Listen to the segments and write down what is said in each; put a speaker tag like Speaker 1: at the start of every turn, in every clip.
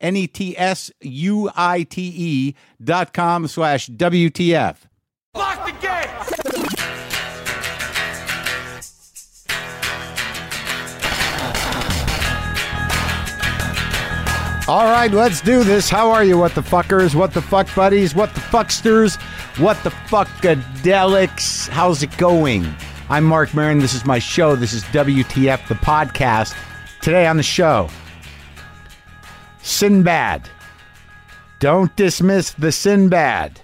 Speaker 1: N E T S U I T E dot com slash WTF.
Speaker 2: Lock the gate!
Speaker 1: All right, let's do this. How are you, what the fuckers, what the fuck buddies, what the fucksters, what the fuckadelics? How's it going? I'm Mark Marin. This is my show. This is WTF, the podcast. Today on the show, Sinbad. Don't dismiss the Sinbad.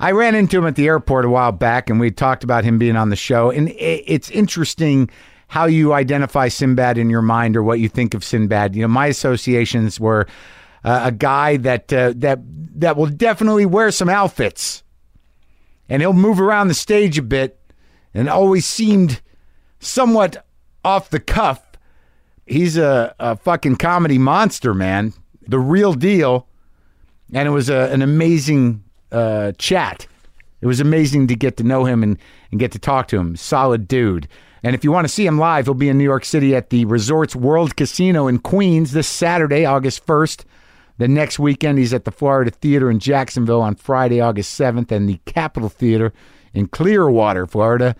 Speaker 1: I ran into him at the airport a while back, and we talked about him being on the show. And i- it's interesting how you identify Sinbad in your mind or what you think of Sinbad. You know, my associations were uh, a guy that uh, that that will definitely wear some outfits, and he'll move around the stage a bit, and always seemed somewhat off the cuff. He's a, a fucking comedy monster, man, the real deal and it was a, an amazing uh, chat. It was amazing to get to know him and, and get to talk to him. Solid dude. And if you want to see him live, he'll be in New York City at the Resorts World Casino in Queens this Saturday, August 1st. The next weekend, he's at the Florida Theater in Jacksonville on Friday, August 7th, and the Capitol Theater in Clearwater, Florida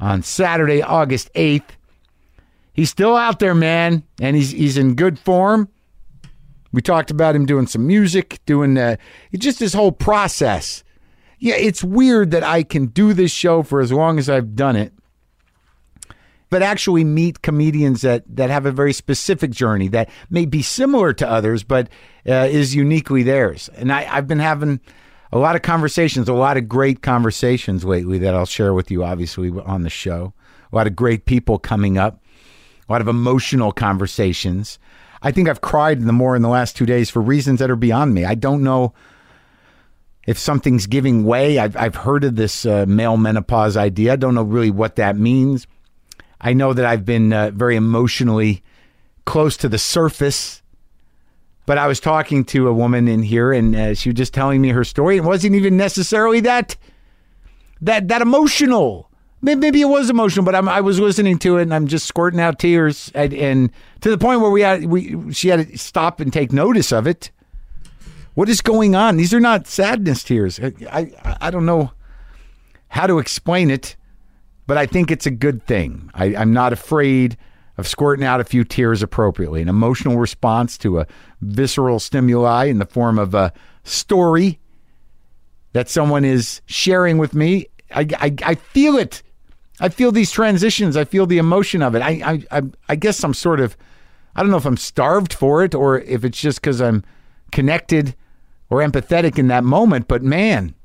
Speaker 1: on Saturday, August 8th. He's still out there, man, and he's, he's in good form. We talked about him doing some music, doing uh, just his whole process. Yeah, it's weird that I can do this show for as long as I've done it, but actually meet comedians that that have a very specific journey that may be similar to others, but uh, is uniquely theirs. And I, I've been having a lot of conversations, a lot of great conversations lately that I'll share with you, obviously, on the show. A lot of great people coming up a lot of emotional conversations. I think I've cried the more in the last two days for reasons that are beyond me. I don't know if something's giving way. I've, I've heard of this uh, male menopause idea. I don't know really what that means. I know that I've been uh, very emotionally close to the surface. But I was talking to a woman in here, and uh, she was just telling me her story. It wasn't even necessarily that that that emotional. May- Maybe it was emotional, but I'm, I was listening to it and I'm just squirting out tears. And, and to the point where we had we she had to stop and take notice of it. What is going on? These are not sadness tears. I I, I don't know how to explain it, but I think it's a good thing. I, I'm not afraid of squirting out a few tears appropriately. An emotional response to a visceral stimuli in the form of a story that someone is sharing with me. I, I, I feel it. I feel these transitions. I feel the emotion of it. I, I, I, I guess I'm sort of, I don't know if I'm starved for it or if it's just because I'm connected or empathetic in that moment, but man,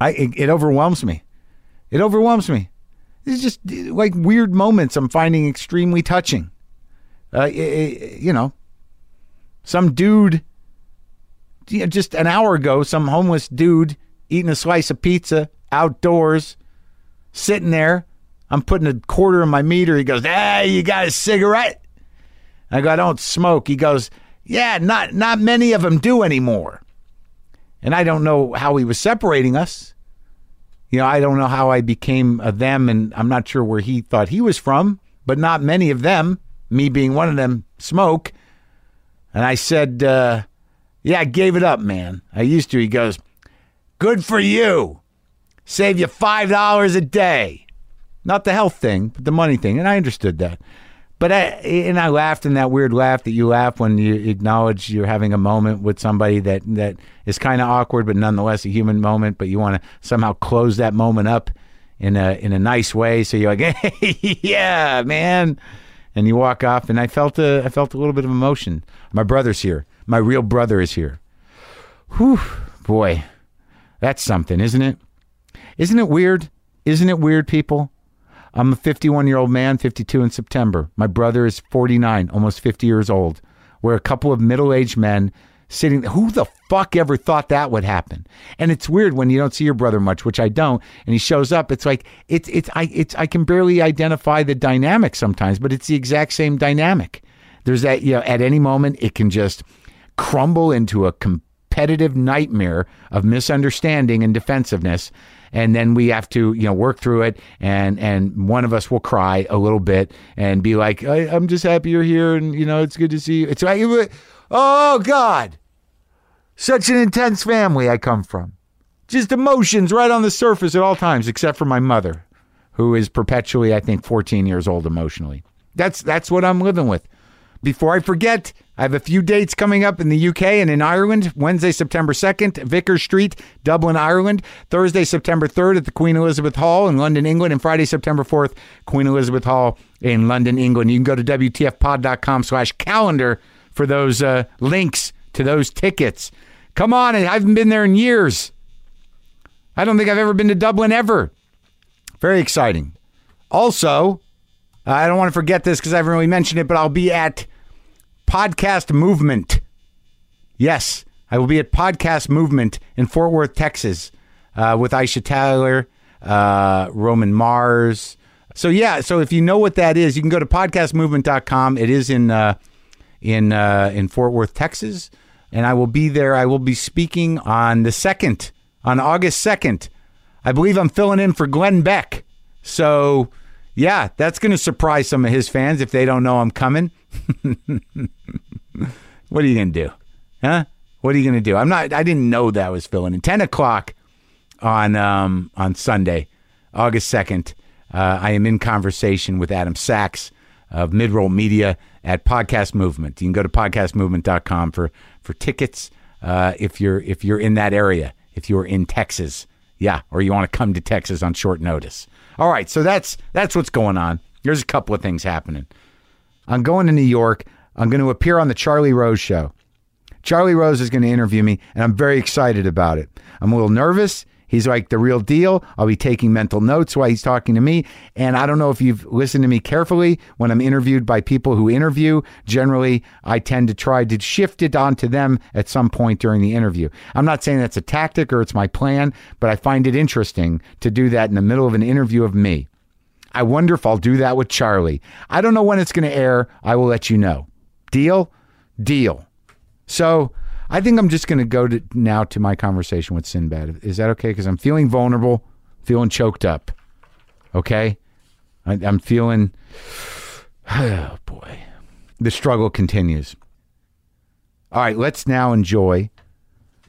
Speaker 1: I, it, it overwhelms me. It overwhelms me. It's just eh, like weird moments I'm finding extremely touching. Uh, eh, eh, you know, some dude you know, just an hour ago, some homeless dude eating a slice of pizza outdoors, sitting there. I'm putting a quarter in my meter. He goes, "Hey, you got a cigarette?" I go, "I don't smoke." He goes, "Yeah, not not many of them do anymore." And I don't know how he was separating us. You know, I don't know how I became a them, and I'm not sure where he thought he was from. But not many of them, me being one of them, smoke. And I said, uh, yeah, I gave it up, man. I used to. He goes, Good for you. Save you $5 a day. Not the health thing, but the money thing. And I understood that. But I and I laughed in that weird laugh that you laugh when you acknowledge you're having a moment with somebody that that is kind of awkward, but nonetheless a human moment. But you want to somehow close that moment up in a in a nice way. So you're like, hey, yeah, man, and you walk off. And I felt a I felt a little bit of emotion. My brother's here. My real brother is here. Whew, boy, that's something, isn't it? Isn't it weird? Isn't it weird, people? I'm a 51 year old man, 52 in September. My brother is 49, almost 50 years old. We're a couple of middle aged men sitting. Who the fuck ever thought that would happen? And it's weird when you don't see your brother much, which I don't, and he shows up. It's like it's it's I it's I can barely identify the dynamic sometimes, but it's the exact same dynamic. There's that you know at any moment it can just crumble into a competitive nightmare of misunderstanding and defensiveness and then we have to you know work through it and and one of us will cry a little bit and be like I, i'm just happy you're here and you know it's good to see you it's like oh god such an intense family i come from just emotions right on the surface at all times except for my mother who is perpetually i think 14 years old emotionally that's that's what i'm living with before I forget, I have a few dates coming up in the UK and in Ireland. Wednesday, September 2nd, Vickers Street, Dublin, Ireland. Thursday, September 3rd at the Queen Elizabeth Hall in London, England. And Friday, September 4th, Queen Elizabeth Hall in London, England. You can go to WTFpod.com slash calendar for those uh, links to those tickets. Come on, I haven't been there in years. I don't think I've ever been to Dublin ever. Very exciting. Also, I don't want to forget this because I haven't really mentioned it, but I'll be at Podcast Movement. Yes, I will be at Podcast Movement in Fort Worth, Texas, uh, with Aisha Tyler, uh, Roman Mars. So yeah, so if you know what that is, you can go to podcastmovement.com. It is in uh, in uh, in Fort Worth, Texas, and I will be there. I will be speaking on the second, on August second. I believe I'm filling in for Glenn Beck. So. Yeah, that's going to surprise some of his fans if they don't know I'm coming. what are you going to do? Huh? What are you going to do? I'm not I didn't know that was filling in. 10 o'clock on um, on Sunday, August 2nd. Uh, I am in conversation with Adam Sachs of Midroll Media at Podcast Movement. You can go to podcastmovement.com for for tickets uh, if you're if you're in that area, if you're in Texas. Yeah, or you want to come to Texas on short notice. All right, so that's that's what's going on. There's a couple of things happening. I'm going to New York. I'm going to appear on the Charlie Rose show. Charlie Rose is going to interview me, and I'm very excited about it. I'm a little nervous. He's like the real deal. I'll be taking mental notes while he's talking to me. And I don't know if you've listened to me carefully when I'm interviewed by people who interview. Generally, I tend to try to shift it onto them at some point during the interview. I'm not saying that's a tactic or it's my plan, but I find it interesting to do that in the middle of an interview of me. I wonder if I'll do that with Charlie. I don't know when it's going to air. I will let you know. Deal? Deal. So, I think I'm just going to go to now to my conversation with Sinbad. Is that okay? Because I'm feeling vulnerable, feeling choked up. Okay, I, am feeling. Oh boy, the struggle continues. All right, let's now enjoy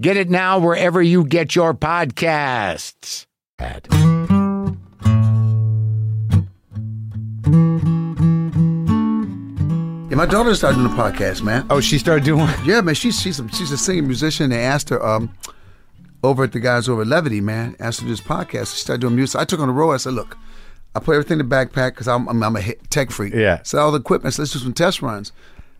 Speaker 1: Get it now wherever you get your podcast. Ad.
Speaker 3: Yeah, my daughter started doing a podcast, man.
Speaker 1: Oh, she started doing one?
Speaker 3: Yeah, man, she's she's a, she's a singing musician. They asked her um, over at the guys over at Levity, man, asked her to do this podcast. She started doing music. I took her on the road. I said, look, I put everything in the backpack because I'm, I'm I'm a hit- tech freak.
Speaker 4: Yeah.
Speaker 3: So all the equipment. So let's do some test runs.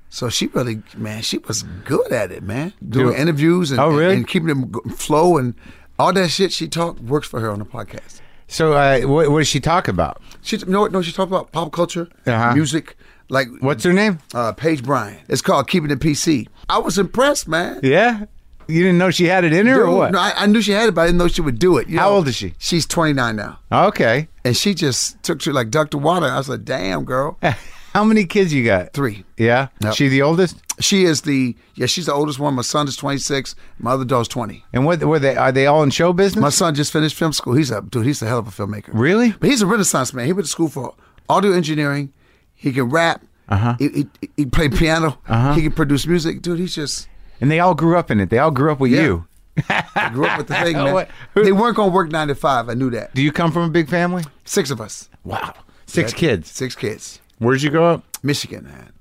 Speaker 3: So she really, man, she was good at it, man. Doing
Speaker 4: Dude.
Speaker 3: interviews and,
Speaker 4: Oh, really?
Speaker 3: and, keeping it g- flow and all that shit she talked works for her on the podcast.
Speaker 4: So uh, what, what does she talk about?
Speaker 3: She you know what? No, she talked about pop culture,
Speaker 4: Uh-huh.
Speaker 3: music, like
Speaker 4: What's her name?
Speaker 3: uh, Paige Bryan. It's called Keeping It PC. I was impressed, man.
Speaker 4: Yeah, you didn't know she had it in her or
Speaker 3: Dude,
Speaker 4: what?
Speaker 3: No, I, I knew she had it, but I didn't know she would do it. you
Speaker 4: How
Speaker 3: know?
Speaker 4: old is she?
Speaker 3: She's 29 now.
Speaker 4: Okay.
Speaker 3: And she just took to it like duck to water. I was like, damn, girl.
Speaker 4: Eh. How many kids you got?
Speaker 3: Three.
Speaker 4: Yeah.
Speaker 3: Yep.
Speaker 4: She the oldest.
Speaker 3: She is the, yeah, she's the oldest one. My son is 26. My other daughter's 20.
Speaker 4: And what were they? Are they all in show business?
Speaker 3: My son just finished film school. He's a, dude, he's a hell of a filmmaker.
Speaker 4: Really?
Speaker 3: But he's a renaissance man. He went to school for audio engineering. He can rap. Uh-huh. He, he, he played piano. Uh-huh. He can produce music. Dude, he's just,
Speaker 4: And they all grew up in it. They all grew up with
Speaker 3: Yeah.
Speaker 4: you.
Speaker 3: I grew up with the thing, man.
Speaker 4: What- who-
Speaker 3: They weren't going to work nine to five. I knew that.
Speaker 4: Do you come from a big family?
Speaker 3: Six of us.
Speaker 4: Wow. Six kids.
Speaker 3: Six kids.
Speaker 4: Where'd you grow up?
Speaker 3: Michigan, man.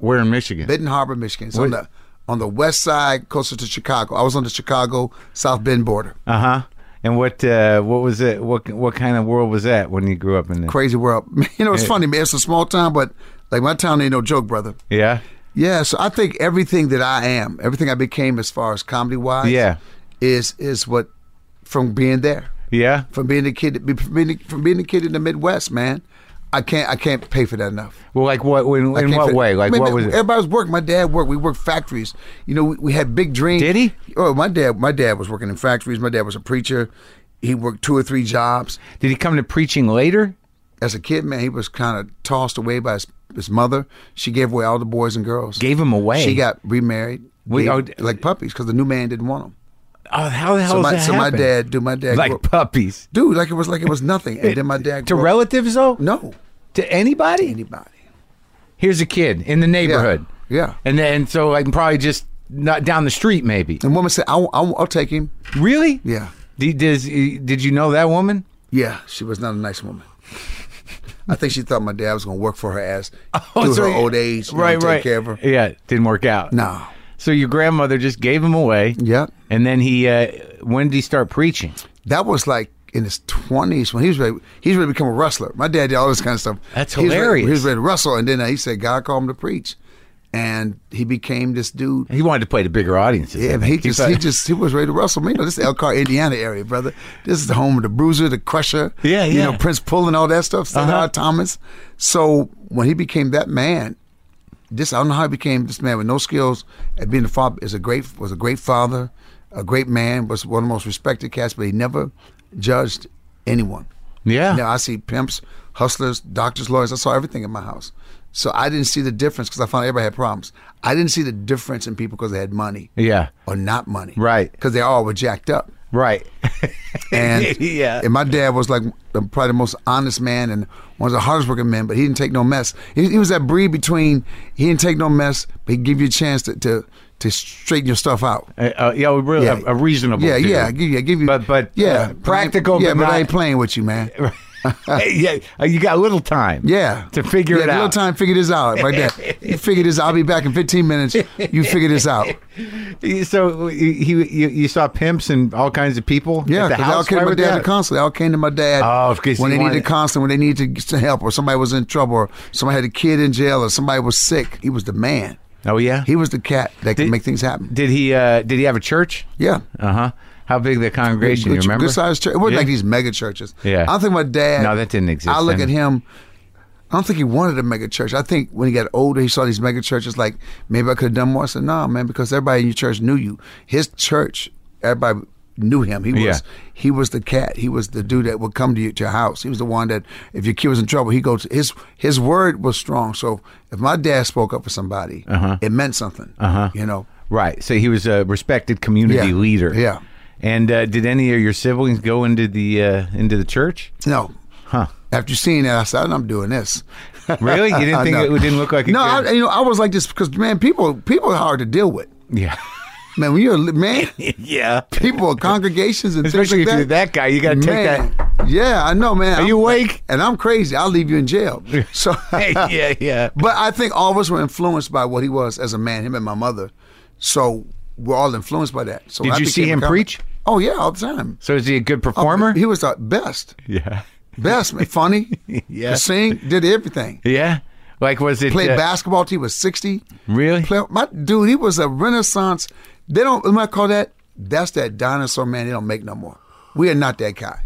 Speaker 4: We're in Michigan.
Speaker 3: Benton Harbor, Michigan. It's on the on the west side, closer to Chicago. I was on the Chicago South Bend border.
Speaker 4: Uh huh. And what uh, what was it? What what kind of world was that when you grew up in there?
Speaker 3: Crazy world. You know, it's funny, man. It's a small town, but like my town ain't no joke, brother.
Speaker 4: Yeah.
Speaker 3: Yeah, so I think everything that I am, everything I became as far as comedy wise,
Speaker 4: Yeah.
Speaker 3: is is what from being there,
Speaker 4: Yeah.
Speaker 3: from being the kid, from being the, from being the kid in the Midwest, man. I can't I can't pay for that enough.
Speaker 4: Well, like what? In,
Speaker 3: I
Speaker 4: in
Speaker 3: can't
Speaker 4: what
Speaker 3: fit-
Speaker 4: way? Like
Speaker 3: Man,
Speaker 4: what
Speaker 3: man,
Speaker 4: was it?
Speaker 3: Everybody was working. My dad worked. We worked factories. You know, we, we had big dreams.
Speaker 4: Did he?
Speaker 3: Oh, my dad. My dad was working in factories. My dad was a preacher. He worked two or three jobs
Speaker 4: Did he come to preaching later?
Speaker 3: as a kid. Man, he was kind of tossed away by his, his mother. She gave away all the boys and girls.
Speaker 4: Gave him away.
Speaker 3: She got remarried.
Speaker 4: We-
Speaker 3: gave-
Speaker 4: oh, d-
Speaker 3: like puppies because the new man didn't want them.
Speaker 4: Oh, how the hell
Speaker 3: So
Speaker 4: does
Speaker 3: my,
Speaker 4: that
Speaker 3: so my
Speaker 4: happen?
Speaker 3: dad, dude, my dad, grew
Speaker 4: like
Speaker 3: up-
Speaker 4: puppies
Speaker 3: dude, like it was like it was nothing. And then my dad
Speaker 4: to
Speaker 3: grew up-
Speaker 4: relatives though.
Speaker 3: No,
Speaker 4: To anybody.
Speaker 3: anybody.
Speaker 4: Here's a kid in the neighborhood.
Speaker 3: Yeah.
Speaker 4: And then so I can probably just not down the street maybe.
Speaker 3: And woman said, I, will I'll take him."
Speaker 4: Really?
Speaker 3: Yeah.
Speaker 4: Did, does, did you know that woman?
Speaker 3: Yeah, she was not a nice woman. I think she thought my dad was going to work for her ass
Speaker 4: Oh,
Speaker 3: through
Speaker 4: so
Speaker 3: her
Speaker 4: you-
Speaker 3: old age, you know,
Speaker 4: right,
Speaker 3: take
Speaker 4: right.
Speaker 3: care of her.
Speaker 4: Yeah, didn't work out.
Speaker 3: No.
Speaker 4: So your grandmother just gave him away.
Speaker 3: Yeah.
Speaker 4: And then he, uh, when did he start preaching?
Speaker 3: That was like in his twenties when he was ready. He's ready to become a wrestler. My dad did all this kind of stuff.
Speaker 4: That's
Speaker 3: He was ready-
Speaker 4: hilarious.
Speaker 3: he was ready to wrestle, and then uh, he said God called him to preach, and he became this dude.
Speaker 4: He wanted to play to bigger audiences. I
Speaker 3: Yeah, but he
Speaker 4: think.
Speaker 3: just
Speaker 4: thought-
Speaker 3: he just he was ready to wrestle. Man, you know, this is Elkhart, Indiana area, brother. This is the home of the Bruiser, the Crusher.
Speaker 4: Yeah,
Speaker 3: You
Speaker 4: yeah. Uh-huh.
Speaker 3: know Prince Pull and all that stuff. Stendhal Thomas. So when he became that man, this I don't know how he became this man with no skills at being a father. Is a great was a great father, a great man. Was one of the most respected cats, but he never judged anyone.
Speaker 4: yeah.
Speaker 3: Now I see pimps, hustlers, doctors, lawyers. I saw everything in my house. So I didn't see the difference because I found everybody had problems. I didn't see the difference in people because they had money
Speaker 4: Yeah.
Speaker 3: or not money.
Speaker 4: Right.
Speaker 3: Because they all were jacked up.
Speaker 4: Right.
Speaker 3: And
Speaker 4: Yeah.
Speaker 3: and my dad was like the, probably the most honest man and one of the hardest working men, but he didn't take no mess. He, he was that breed between he didn't take no mess, but he'd give you a chance to to, to straighten your stuff out.
Speaker 4: uh, uh, yeah, really,
Speaker 3: Yeah.
Speaker 4: A, a reasonable.
Speaker 3: Yeah,
Speaker 4: dude.
Speaker 3: yeah, give you, give you,
Speaker 4: But- but,
Speaker 3: yeah,
Speaker 4: uh, practical,
Speaker 3: yeah,
Speaker 4: but
Speaker 3: I
Speaker 4: not-
Speaker 3: ain't playing with you, man.
Speaker 4: yeah. uh, You got a little time.
Speaker 3: Yeah,
Speaker 4: To figure
Speaker 3: yeah,
Speaker 4: it
Speaker 3: Little
Speaker 4: out.
Speaker 3: time, figure this out right there. You figure this. I'll be back in fifteen minutes. You figure this out.
Speaker 4: So he, he you, you saw pimps and all kinds of people.
Speaker 3: Yeah,
Speaker 4: at the
Speaker 3: because they all
Speaker 4: house.
Speaker 3: came
Speaker 4: Why
Speaker 3: to my
Speaker 4: would
Speaker 3: dad
Speaker 4: that-
Speaker 3: to counseling. They all came to my dad
Speaker 4: Oh, 'cause
Speaker 3: when
Speaker 4: he
Speaker 3: they
Speaker 4: wanted-
Speaker 3: needed counseling, when they needed to help, or somebody was in trouble, or somebody had a kid in jail, or somebody was sick. He was the man.
Speaker 4: Oh yeah.
Speaker 3: He was the cat that
Speaker 4: Did-
Speaker 3: could make things happen.
Speaker 4: did he? Uh, did he have a church?
Speaker 3: Yeah.
Speaker 4: Uh huh. How big the congregation? you
Speaker 3: Good-
Speaker 4: remember?
Speaker 3: Uh-huh. Good sized church. It wasn't
Speaker 4: Yeah.
Speaker 3: like these mega churches.
Speaker 4: Yeah.
Speaker 3: I don't think my dad.
Speaker 4: No, that didn't exist
Speaker 3: I look
Speaker 4: then.
Speaker 3: at him. I don't think he wanted a mega church. I think when he got older, he saw these mega churches. Like maybe I could have done more. I said, "No, man," because everybody in your church knew you. His church, everybody knew him. He was
Speaker 4: Yeah.
Speaker 3: he was the cat. He was the dude that would come to, you, to your house. He was the one that if your kid was in trouble, he goes. His his word was strong. So if my dad spoke up for somebody, it meant something. Uh-huh. You know,
Speaker 4: Right. So he was a respected community
Speaker 3: Yeah.
Speaker 4: leader.
Speaker 3: Yeah.
Speaker 4: And uh, did any of your siblings go into the uh, into the church?
Speaker 3: no.
Speaker 4: Huh.
Speaker 3: After seeing that, I said, "I'm doing this."
Speaker 4: Really? You didn't think
Speaker 3: Uh, No.
Speaker 4: it didn't look like a
Speaker 3: no,
Speaker 4: good-
Speaker 3: I, you know, I was like this because man, people people are hard to deal with.
Speaker 4: yeah.
Speaker 3: Man, when you're a li- man,
Speaker 4: yeah.
Speaker 3: people, congregations, and
Speaker 4: Especially
Speaker 3: things like
Speaker 4: if you're that guy, you got to take
Speaker 3: Man,
Speaker 4: that.
Speaker 3: Yeah, I know, man.
Speaker 4: Are
Speaker 3: I'm-
Speaker 4: you awake?
Speaker 3: And I'm crazy. I'll leave you in jail. So,
Speaker 4: yeah, yeah.
Speaker 3: but I think all of us were influenced by what he was as a man. Him and my mother, so we're all influenced by that. So
Speaker 4: Did
Speaker 3: when I
Speaker 4: you see
Speaker 3: became a
Speaker 4: him
Speaker 3: comic-
Speaker 4: preach?
Speaker 3: Oh yeah, all the time.
Speaker 4: So is he a good performer?
Speaker 3: He was the best.
Speaker 4: yeah.
Speaker 3: Best, man. Funny.
Speaker 4: Yeah.
Speaker 3: Could Sing, did everything.
Speaker 4: Yeah. Like was it
Speaker 3: Played
Speaker 4: uh,
Speaker 3: basketball till he was 60.
Speaker 4: Really?
Speaker 3: Play, my dude, he was a renaissance. They don't, what do I call that? That's that dinosaur man they don't make no more. We are not that guy.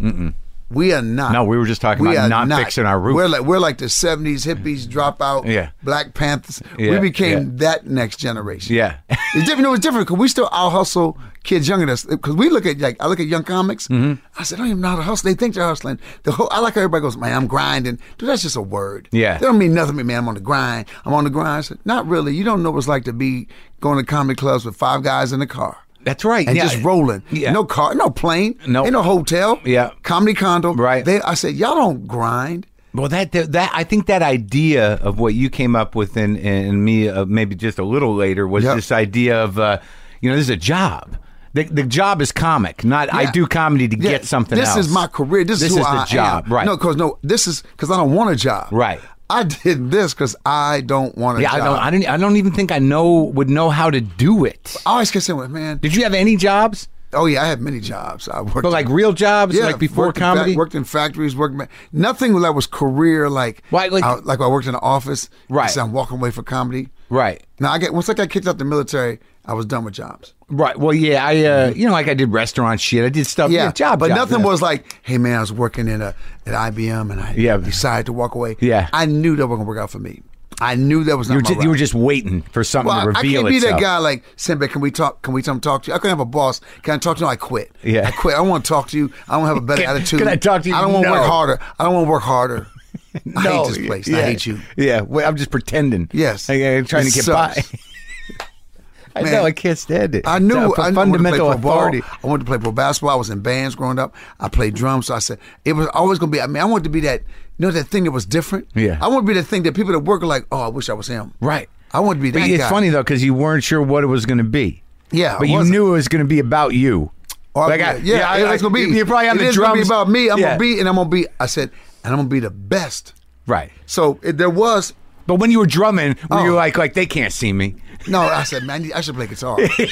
Speaker 3: We are not.
Speaker 4: No, we were just talking about
Speaker 3: are
Speaker 4: not fixing our roof.
Speaker 3: We're like we're like the '70s hippies, dropout,
Speaker 4: Yeah.
Speaker 3: Black Panthers.
Speaker 4: Yeah,
Speaker 3: we became
Speaker 4: yeah.
Speaker 3: that next generation.
Speaker 4: yeah.
Speaker 3: It's different. No, it's different because we still out hustle kids younger than us. Because we look at like I look at young comics.
Speaker 4: Mm-hmm.
Speaker 3: I said, I don't even know how to hustle. They think they're hustling. The whole I like how everybody goes, man, I'm grinding. Dude, that's just a word.
Speaker 4: Yeah.
Speaker 3: that don't mean nothing to me, man. I'm on the grind. I'm on the grind. I said, not really. You don't know what it's like to be going to comedy clubs with five guys in the car.
Speaker 4: That's right.
Speaker 3: And
Speaker 4: yeah.
Speaker 3: just rolling.
Speaker 4: Yeah.
Speaker 3: No car, no plane,
Speaker 4: No.
Speaker 3: ain't no hotel.
Speaker 4: Yeah.
Speaker 3: Comedy condo.
Speaker 4: Right.
Speaker 3: They, I said, y'all don't grind.
Speaker 4: Well, that, that that I think that idea of what you came up with and and me uh, maybe just a little later was
Speaker 3: Yep.
Speaker 4: this idea of uh, you know this is a job. The, the job is comic, not I
Speaker 3: Yeah.
Speaker 4: do comedy to
Speaker 3: Yeah,
Speaker 4: get something.
Speaker 3: This
Speaker 4: else.
Speaker 3: is my career. This,
Speaker 4: This
Speaker 3: is who
Speaker 4: is the
Speaker 3: I am.
Speaker 4: job, right.
Speaker 3: No, because no, this is because I don't want a job.
Speaker 4: Right.
Speaker 3: I did this because I don't want a
Speaker 4: Yeah,
Speaker 3: job.
Speaker 4: I don't. I don't. I don't even think I know would know how to do it.
Speaker 3: I always get saying, well, man,
Speaker 4: Did you have any jobs?
Speaker 3: oh yeah, I had many jobs. I worked,
Speaker 4: But like real jobs,
Speaker 3: yeah,
Speaker 4: like before
Speaker 3: worked in fa-
Speaker 4: comedy.
Speaker 3: worked in factories, worked ma- nothing that was career like.
Speaker 4: Why, like-
Speaker 3: I, like I worked in the office.
Speaker 4: Right.
Speaker 3: So I'm walking away for comedy.
Speaker 4: right.
Speaker 3: Now I get once I got kicked out the military, I was done with jobs.
Speaker 4: Right. Well, yeah. I uh, you know, like I did restaurant shit. I did stuff. Yeah, job.
Speaker 3: But
Speaker 4: job,
Speaker 3: nothing
Speaker 4: yeah.
Speaker 3: was like, hey man, I was working in a at IBM and I
Speaker 4: Yeah.
Speaker 3: decided to walk away.
Speaker 4: Yeah.
Speaker 3: I knew that wasn't gonna work out for me. I knew that was not
Speaker 4: You were,
Speaker 3: my
Speaker 4: just, you
Speaker 3: route.
Speaker 4: were just waiting for something
Speaker 3: Well,
Speaker 4: to
Speaker 3: I- I
Speaker 4: reveal
Speaker 3: can't be
Speaker 4: itself.
Speaker 3: that guy like, Simba, can we talk? Can we come talk to you? I couldn't have a boss. Can I talk to you? No, I quit.
Speaker 4: Yeah.
Speaker 3: I quit. I don't want to talk to you. I don't have a better
Speaker 4: Can-
Speaker 3: attitude.
Speaker 4: can I talk to you?
Speaker 3: I don't want to
Speaker 4: No.
Speaker 3: work harder. I don't want to work harder. I hate this place.
Speaker 4: Yeah.
Speaker 3: I hate you.
Speaker 4: Yeah, well, I'm just pretending.
Speaker 3: Yes.
Speaker 4: I, am trying to
Speaker 3: It
Speaker 4: get
Speaker 3: sucks.
Speaker 4: by. I
Speaker 3: Man.
Speaker 4: know I can't stand it.
Speaker 3: I knew
Speaker 4: It's a fu-
Speaker 3: I knew I wanted to play
Speaker 4: fundamental
Speaker 3: pro ball.
Speaker 4: authority.
Speaker 3: I wanted to play pro basketball. I was in bands growing up. I played drums. So I said it was always gonna be. I mean, I wanted to be that. You know that thing that was different.
Speaker 4: Yeah.
Speaker 3: I want to be that thing that people that work are like, oh, I wish I was him.
Speaker 4: Right.
Speaker 3: I wanted to be that
Speaker 4: But it's
Speaker 3: guy.
Speaker 4: funny though because you weren't sure what it was going to be.
Speaker 3: Yeah.
Speaker 4: but
Speaker 3: I
Speaker 4: you
Speaker 3: wasn't.
Speaker 4: knew it was going to be about you.
Speaker 3: Or-
Speaker 4: Like, I-
Speaker 3: yeah,
Speaker 4: I-
Speaker 3: it's gonna
Speaker 4: I-
Speaker 3: be.
Speaker 4: You're probably on
Speaker 3: it
Speaker 4: the
Speaker 3: is
Speaker 4: drums.
Speaker 3: Gonna be about me. I'm
Speaker 4: Yeah.
Speaker 3: gonna be, and I'm gonna be. I said, and I'm gonna be the best.
Speaker 4: right.
Speaker 3: So it, there was
Speaker 4: But when you were drumming, were you
Speaker 3: Oh.
Speaker 4: like like they can't see me?
Speaker 3: no. I said, man, I, need- I should play guitar.
Speaker 4: yeah,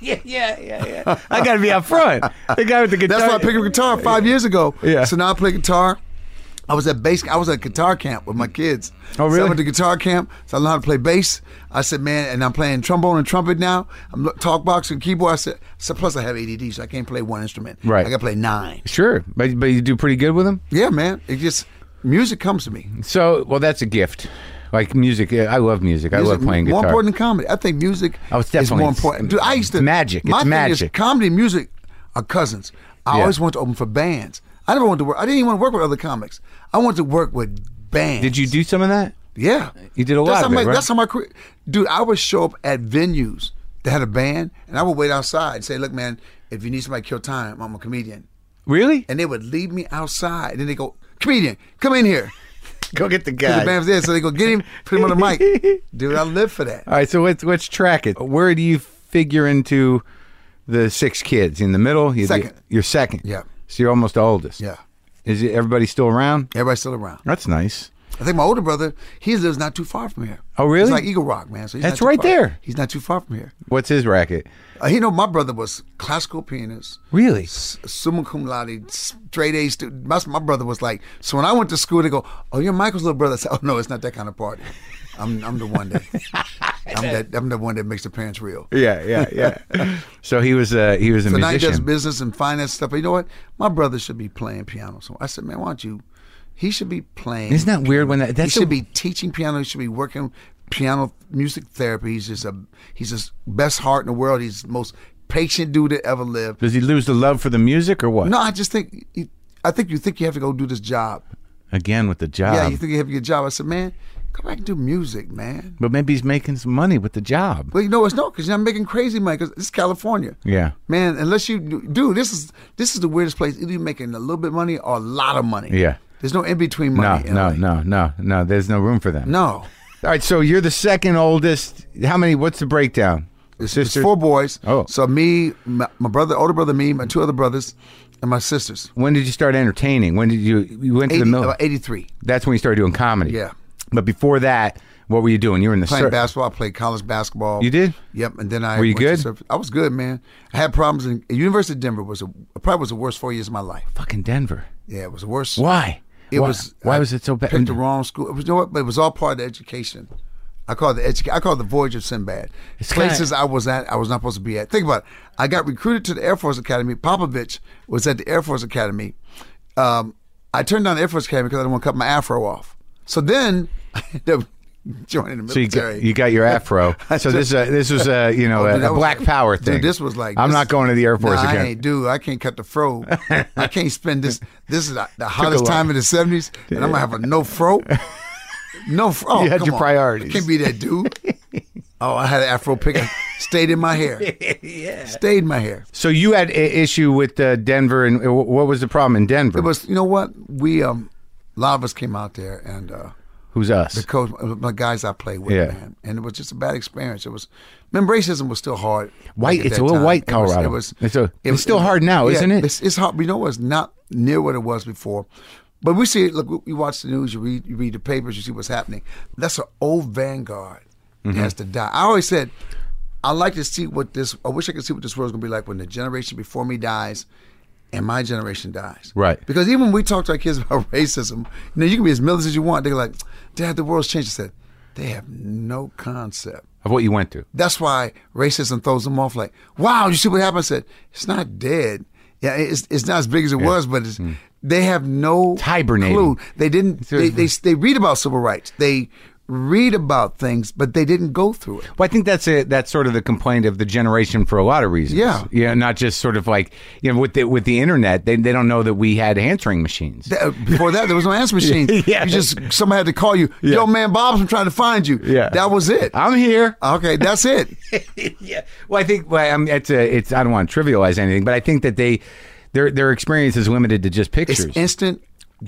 Speaker 4: yeah, yeah, yeah. I got to be up front. The guy with the guitar.
Speaker 3: That's why I picked up guitar five years ago.
Speaker 4: Yeah.
Speaker 3: So now I play guitar. I was at bass. I was at guitar camp with my kids.
Speaker 4: Oh,
Speaker 3: So I
Speaker 4: really?
Speaker 3: went to guitar camp. So I learned how to play bass. I said, man, and I'm playing trombone and trumpet now. I'm lo- talk box and keyboard. I said, so plus I have ADD, so I can't play one instrument.
Speaker 4: Right.
Speaker 3: I got to play nine.
Speaker 4: Sure, but but you do pretty good with them.
Speaker 3: Yeah, man. It just music comes to me.
Speaker 4: So well, that's a gift. Like music, yeah, I love music. I
Speaker 3: Music
Speaker 4: love playing guitar.
Speaker 3: More important than comedy. I think music
Speaker 4: Oh, it's
Speaker 3: is
Speaker 4: definitely-
Speaker 3: more important. Dude, I used to
Speaker 4: it's magic. It's
Speaker 3: my thing is
Speaker 4: magic.
Speaker 3: comedy and music are cousins. I
Speaker 4: Yeah.
Speaker 3: always wanted to open for bands. I never wanted to work. I didn't even want to work with other comics. I wanted to work with bands.
Speaker 4: Did you do some of that?
Speaker 3: Yeah,
Speaker 4: You did a lot
Speaker 3: That's how
Speaker 4: of it,
Speaker 3: my,
Speaker 4: right?
Speaker 3: That's how my career. Dude, I would show up at venues that had a band, and I would wait outside and say, "Look, man, if you need somebody to kill time, I'm a comedian."
Speaker 4: Really?
Speaker 3: And they would leave me outside, and then they go, "Comedian, come in here."
Speaker 4: Go get the
Speaker 3: Because
Speaker 4: guy.
Speaker 3: the band was there, so they go get him, put him on the mic. Dude, I live for that.
Speaker 4: All right, so let's let's track it. Where do you figure into the six kids in the middle? You-
Speaker 3: Second.
Speaker 4: You're second.
Speaker 3: Yeah.
Speaker 4: So you're almost the oldest.
Speaker 3: Yeah,
Speaker 4: Is it, everybody still around?
Speaker 3: everybody's still around.
Speaker 4: That's nice.
Speaker 3: I think my older brother, he lives not too far from here.
Speaker 4: Oh, really?
Speaker 3: It's like Eagle Rock, man. So he's
Speaker 4: That's
Speaker 3: not too
Speaker 4: right
Speaker 3: far.
Speaker 4: there.
Speaker 3: He's not too far from here.
Speaker 4: What's his racket?
Speaker 3: Uh, he know my brother was classical pianist,
Speaker 4: Really?
Speaker 3: s- summa cum laude, straight A student. My, my brother was like, so when I went to school, they go, "Oh, you're Michael's little brother." I said, "Oh no, it's not that kind of party. I'm I'm the one that I'm that I'm the one that makes the parents real."
Speaker 4: Yeah, yeah, yeah. so he was a he was a
Speaker 3: So now he does
Speaker 4: musician.
Speaker 3: business and finance stuff. But you know what? My brother should be playing piano. So I said, "Man, why don't you?" He should be playing.
Speaker 4: Isn't that weird when that
Speaker 3: he
Speaker 4: that's
Speaker 3: should
Speaker 4: a,
Speaker 3: be teaching piano. He should be working piano music therapy. He's just a he's the best heart in the world. He's the most patient dude that ever lived.
Speaker 4: does he lose the love for the music or what?
Speaker 3: No, I just think I think you think you have to go do this job.
Speaker 4: Again with the job.
Speaker 3: yeah, you think you have to get a job. I said, man, come back and do music, man.
Speaker 4: but maybe he's making some money with the job.
Speaker 3: But you know it's no, because you're not making crazy money. Because it's California.
Speaker 4: Yeah.
Speaker 3: man. Unless you do, dude, this is this is the weirdest place. Either you're making a little bit of money or a lot of money.
Speaker 4: Yeah.
Speaker 3: there's no in between
Speaker 4: No,
Speaker 3: money. in
Speaker 4: no,
Speaker 3: LA.
Speaker 4: no, no, no. There's no room for them.
Speaker 3: no.
Speaker 4: All right, so you're the second oldest. How many? What's the breakdown?
Speaker 3: It's, it's four boys.
Speaker 4: Oh.
Speaker 3: so me, my, my brother, older brother, me, my two other brothers, and my sisters.
Speaker 4: When did you start entertaining? When did you you went to
Speaker 3: 80,
Speaker 4: the mill?
Speaker 3: about eighty-three.
Speaker 4: That's when you started doing comedy.
Speaker 3: uh, Yeah.
Speaker 4: But before that, what were you doing? You were in the
Speaker 3: Playing
Speaker 4: cir-
Speaker 3: basketball, I played college basketball.
Speaker 4: You did?
Speaker 3: Yep. And then I
Speaker 4: Were you
Speaker 3: went to
Speaker 4: good?
Speaker 3: surf- I was good, man. I had problems in University of Denver was a, probably was the worst four years of my life.
Speaker 4: fucking Denver.
Speaker 3: Yeah, it was the worst.
Speaker 4: Why?
Speaker 3: It
Speaker 4: Why-
Speaker 3: was
Speaker 4: why
Speaker 3: I
Speaker 4: was it so bad?
Speaker 3: Picked the wrong school. It was you know what? But it was all part of the education. I call it the educa- I call it the voyage of Sinbad.
Speaker 4: It's kinda-
Speaker 3: Places I was at, I was not supposed to be at. Think about it. I got recruited to the Air Force Academy. Popovich was at the Air Force Academy. Um, I turned down the Air Force Academy because I didn't want to cut my afro off. So then, I ended up joining the
Speaker 4: So you
Speaker 3: military.
Speaker 4: got, you got your afro. So this uh, this was a you know
Speaker 3: Oh, Dude,
Speaker 4: a,
Speaker 3: that
Speaker 4: a
Speaker 3: was-
Speaker 4: black power
Speaker 3: dude,
Speaker 4: thing.
Speaker 3: this was like
Speaker 4: I'm
Speaker 3: this-
Speaker 4: not going to the Air Force
Speaker 3: nah, I
Speaker 4: again.
Speaker 3: ain't, dude, I can't cut the fro. I can't spend this. This is the, the hottest
Speaker 4: lot.
Speaker 3: time in the '70s, and I'm gonna have a no fro. No fro. Oh,
Speaker 4: You had
Speaker 3: come
Speaker 4: your
Speaker 3: on.
Speaker 4: priorities.
Speaker 3: Can't be that dude. Oh, I had an afro pick. I stayed in my hair. yeah, stayed in my hair.
Speaker 4: So you had a issue with uh, Denver, and uh, wh- what was the problem in Denver?
Speaker 3: It was you know what we um, a lot of us came out there and. uh
Speaker 4: Who's us?
Speaker 3: Coach, uh, my guys I played with,
Speaker 4: Yeah.
Speaker 3: man, and it was just a bad experience. It was, man, racism was still hard.
Speaker 4: White-
Speaker 3: at
Speaker 4: it's
Speaker 3: that
Speaker 4: a little
Speaker 3: time.
Speaker 4: white
Speaker 3: It was-
Speaker 4: Colorado.
Speaker 3: It was,
Speaker 4: It's a- it's still hard now,
Speaker 3: yeah,
Speaker 4: isn't it?
Speaker 3: It's, it's hard. You know, it's not near what it was before. But we see it. Look, you watch the news, you read, you read the papers, you see what's happening. That's an old vanguard that has to die. I always said, I like to see what this. I wish I could see what this world's gonna be like when the generation before me dies. And my generation dies.
Speaker 4: Right.
Speaker 3: Because even when we talk to our kids about racism, you know, you can be as militant as you want. They're like, Dad, the world's changed. I said, they have no concept.
Speaker 4: Of what you went through?
Speaker 3: That's why racism throws them off. Like, wow, you see what happened? I said, it's not dead. Yeah, it's, it's not as big as it was, but it's, they have no
Speaker 4: Hmm. hibernating.
Speaker 3: clue. They didn't. They, they they read about civil rights. They read about things, but they didn't go through it.
Speaker 4: Well, I think that's a, that's sort of the complaint of the generation for a lot of reasons.
Speaker 3: Yeah.
Speaker 4: yeah, not just sort of like you know with the with the internet, they, they don't know that we had answering machines.
Speaker 3: Th- uh, Before that, there was no answer machine.
Speaker 4: Yeah.
Speaker 3: You just somebody had to call you. Yo, man, Bob's been trying to find you.
Speaker 4: Yeah.
Speaker 3: that was it.
Speaker 4: I'm here.
Speaker 3: Okay, that's it.
Speaker 4: yeah. Well, I think well, I mean, it's a, it's I don't want to trivialize anything, but I think that they their their experience is limited to just pictures.
Speaker 3: It's instant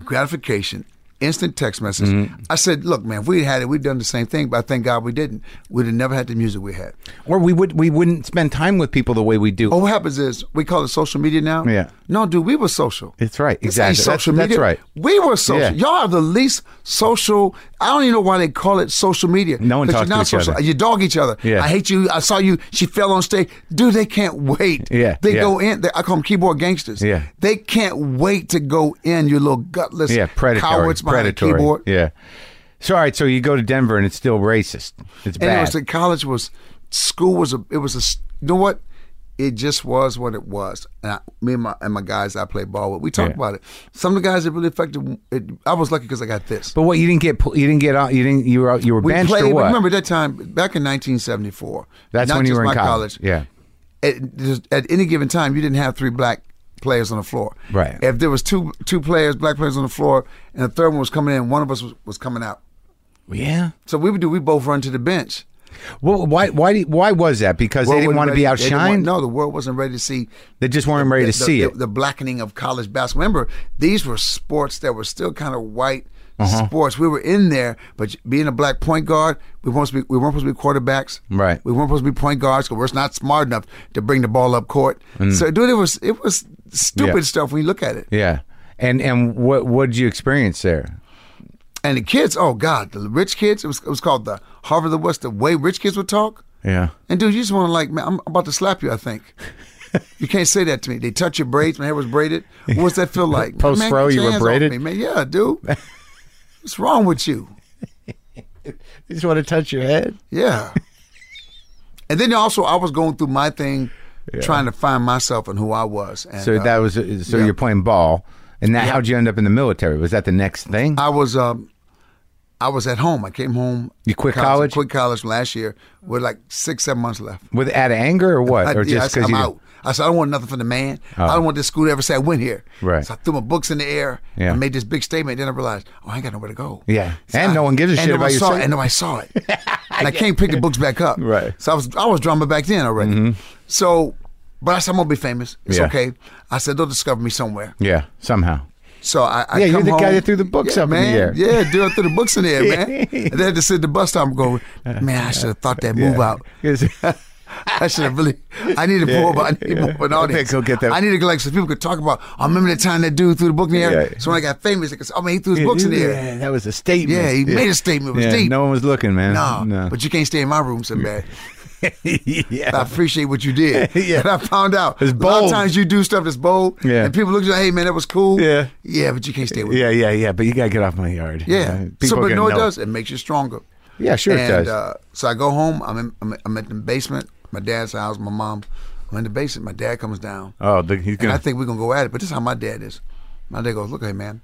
Speaker 3: gratification, instant text message. I said, look, man, if we had it, we'd done the same thing, but I thank God we didn't. We'd have never had the music we had.
Speaker 4: or we would we wouldn't spend time with people the way we do.
Speaker 3: But what happens is we call it social media now.
Speaker 4: Yeah.
Speaker 3: No, dude, we were social.
Speaker 4: It's right.
Speaker 3: This ain't
Speaker 4: Exactly. That's-
Speaker 3: social
Speaker 4: that's
Speaker 3: media.
Speaker 4: right.
Speaker 3: We were social.
Speaker 4: Yeah.
Speaker 3: Y'all are the least social. I don't even know why they call it social media.
Speaker 4: No one
Speaker 3: 'Cause
Speaker 4: talks
Speaker 3: you're
Speaker 4: to
Speaker 3: not
Speaker 4: each other.
Speaker 3: social. You dog each other.
Speaker 4: Yeah.
Speaker 3: I hate you. I saw you. She fell on stage. Dude, they can't wait.
Speaker 4: Yeah,
Speaker 3: They
Speaker 4: yeah.
Speaker 3: go in. They, I call them keyboard gangsters.
Speaker 4: Yeah.
Speaker 3: They can't wait to go in. You little gutless
Speaker 4: Yeah, predatory.
Speaker 3: cowards behind a
Speaker 4: predatory.
Speaker 3: keyboard.
Speaker 4: Yeah. So all right, so you go to Denver and it's still racist.
Speaker 3: And
Speaker 4: It's
Speaker 3: it
Speaker 4: bad.
Speaker 3: was the college was school was a it was a s- you know what it just was what it was. And I, me and my and my guys I played ball with we talked
Speaker 4: Yeah.
Speaker 3: about it. Some of the guys that really affected. It, I was lucky because I got this.
Speaker 4: but what you didn't get pu- you didn't get out you didn't you were out- you were
Speaker 3: we
Speaker 4: benched
Speaker 3: played.
Speaker 4: or what?
Speaker 3: Remember that time back in 1974.
Speaker 4: That's
Speaker 3: not
Speaker 4: when you
Speaker 3: just
Speaker 4: were in
Speaker 3: my
Speaker 4: college. Yeah.
Speaker 3: At, just- at any given time, you didn't have three black players on the floor.
Speaker 4: Right.
Speaker 3: If there was two two players, black players on the floor, and the third one was coming in, one of us was, was coming out.
Speaker 4: Yeah.
Speaker 3: So we would do. We both run to the bench.
Speaker 4: Well, why why do- why was that? Because they
Speaker 3: World
Speaker 4: didn't
Speaker 3: wasn't
Speaker 4: want to be
Speaker 3: ready- they didn't
Speaker 4: outshined.
Speaker 3: want- No, the world wasn't ready to see
Speaker 4: They just weren't ready to
Speaker 3: the,
Speaker 4: see
Speaker 3: the,
Speaker 4: it.
Speaker 3: The blackening of college basketball. Remember, these were sports that were still kind of white
Speaker 4: Uh-huh.
Speaker 3: sports. We were in there, but being a black point guard, we weren't supposed to be, we weren't supposed to be quarterbacks.
Speaker 4: Right.
Speaker 3: We weren't supposed to be point guards because we're not smart enough to bring the ball up court. So, dude, it was it was stupid
Speaker 4: Mm. Yeah.
Speaker 3: stuff when you look at it.
Speaker 4: yeah. And and what what did you experience there?
Speaker 3: And the kids, oh God, the rich kids. It was it was called the Harvard of the West. The way rich kids would talk.
Speaker 4: Yeah.
Speaker 3: And dude, you just want to like, man, I'm about to slap you. I think. You can't say that to me. They touch your braids. My hair was braided. What's that feel like?
Speaker 4: Post
Speaker 3: Man,
Speaker 4: fro,
Speaker 3: get
Speaker 4: you
Speaker 3: your
Speaker 4: were
Speaker 3: hands off
Speaker 4: braided?
Speaker 3: me, man. Yeah, dude. What's wrong with you?
Speaker 4: You just want to touch your head?
Speaker 3: Yeah. And then also, I was going through my thing, trying to find myself and who I was. And,
Speaker 4: So
Speaker 3: uh,
Speaker 4: that was so
Speaker 3: yeah.
Speaker 4: you're playing ball and that how'd you end up in the military? Was that the next thing?
Speaker 3: I was um, I was at home. I came home.
Speaker 4: You quit college?
Speaker 3: Quit college last year with like six, seven months left.
Speaker 4: With out of anger or what?
Speaker 3: I,
Speaker 4: or
Speaker 3: yeah, I
Speaker 4: just
Speaker 3: said,
Speaker 4: because
Speaker 3: I'm
Speaker 4: you Oh.
Speaker 3: out. I said, I don't want nothing from the man. I don't want this school to ever say I went here.
Speaker 4: Right.
Speaker 3: So I threw my books in the air.
Speaker 4: Yeah.
Speaker 3: I made this big statement. Then I realized, oh, I ain't got nowhere to go.
Speaker 4: Yeah.
Speaker 3: So
Speaker 4: And
Speaker 3: I-
Speaker 4: no one gives a
Speaker 3: and
Speaker 4: shit
Speaker 3: no
Speaker 4: about
Speaker 3: one
Speaker 4: your
Speaker 3: saw it,
Speaker 4: statement.
Speaker 3: And nobody saw it. and I can't pick the books back up.
Speaker 4: Right. Mm-hmm.
Speaker 3: So I was I was drama back then already. So, but I said, I'm going to be famous. It's
Speaker 4: Yeah.
Speaker 3: okay. I said, they'll discover me somewhere.
Speaker 4: Yeah, somehow.
Speaker 3: So I, I
Speaker 4: Yeah, you're
Speaker 3: come
Speaker 4: the guy
Speaker 3: home.
Speaker 4: that threw the books
Speaker 3: yeah,
Speaker 4: up in the
Speaker 3: man.
Speaker 4: air.
Speaker 3: Yeah, dude, I threw the books in the air, man. and they had to sit at the bus stop and go, man, I should have thought that move out. I should have really. I need to pull up. I need more of an
Speaker 4: I
Speaker 3: audience.
Speaker 4: think he'll get that.
Speaker 3: I need to like so people could talk about. I remember the time that dude threw the book in the air.
Speaker 4: Yeah.
Speaker 3: So when I got famous, like, oh man, he threw his books in the air.
Speaker 4: that was a statement.
Speaker 3: Yeah, he made a statement. It was
Speaker 4: Yeah,
Speaker 3: deep.
Speaker 4: No one was looking, man.
Speaker 3: Nah,
Speaker 4: no.
Speaker 3: but you can't stay in my room so bad. I appreciate what you did.
Speaker 4: Yeah.
Speaker 3: And I found out
Speaker 4: It's
Speaker 3: a lot
Speaker 4: bold.
Speaker 3: of times you do stuff that's bold.
Speaker 4: Yeah.
Speaker 3: And people look at you like, hey man, that was cool.
Speaker 4: Yeah.
Speaker 3: Yeah, but you can't stay with it.
Speaker 4: yeah, yeah, yeah. But you gotta get off my yard.
Speaker 3: Yeah.
Speaker 4: People
Speaker 3: so
Speaker 4: are
Speaker 3: but
Speaker 4: gonna
Speaker 3: no it
Speaker 4: know.
Speaker 3: does. It makes you stronger.
Speaker 4: Yeah, sure
Speaker 3: and,
Speaker 4: it does.
Speaker 3: Uh, so I go home. I'm in, I'm, I'm at the basement. My dad's house. My mom. I'm in the basement. My dad comes down,
Speaker 4: oh, the, he's
Speaker 3: and I
Speaker 4: gonna.
Speaker 3: think we're gonna go at it. But this is how my dad is. My dad goes, "Look, hey man,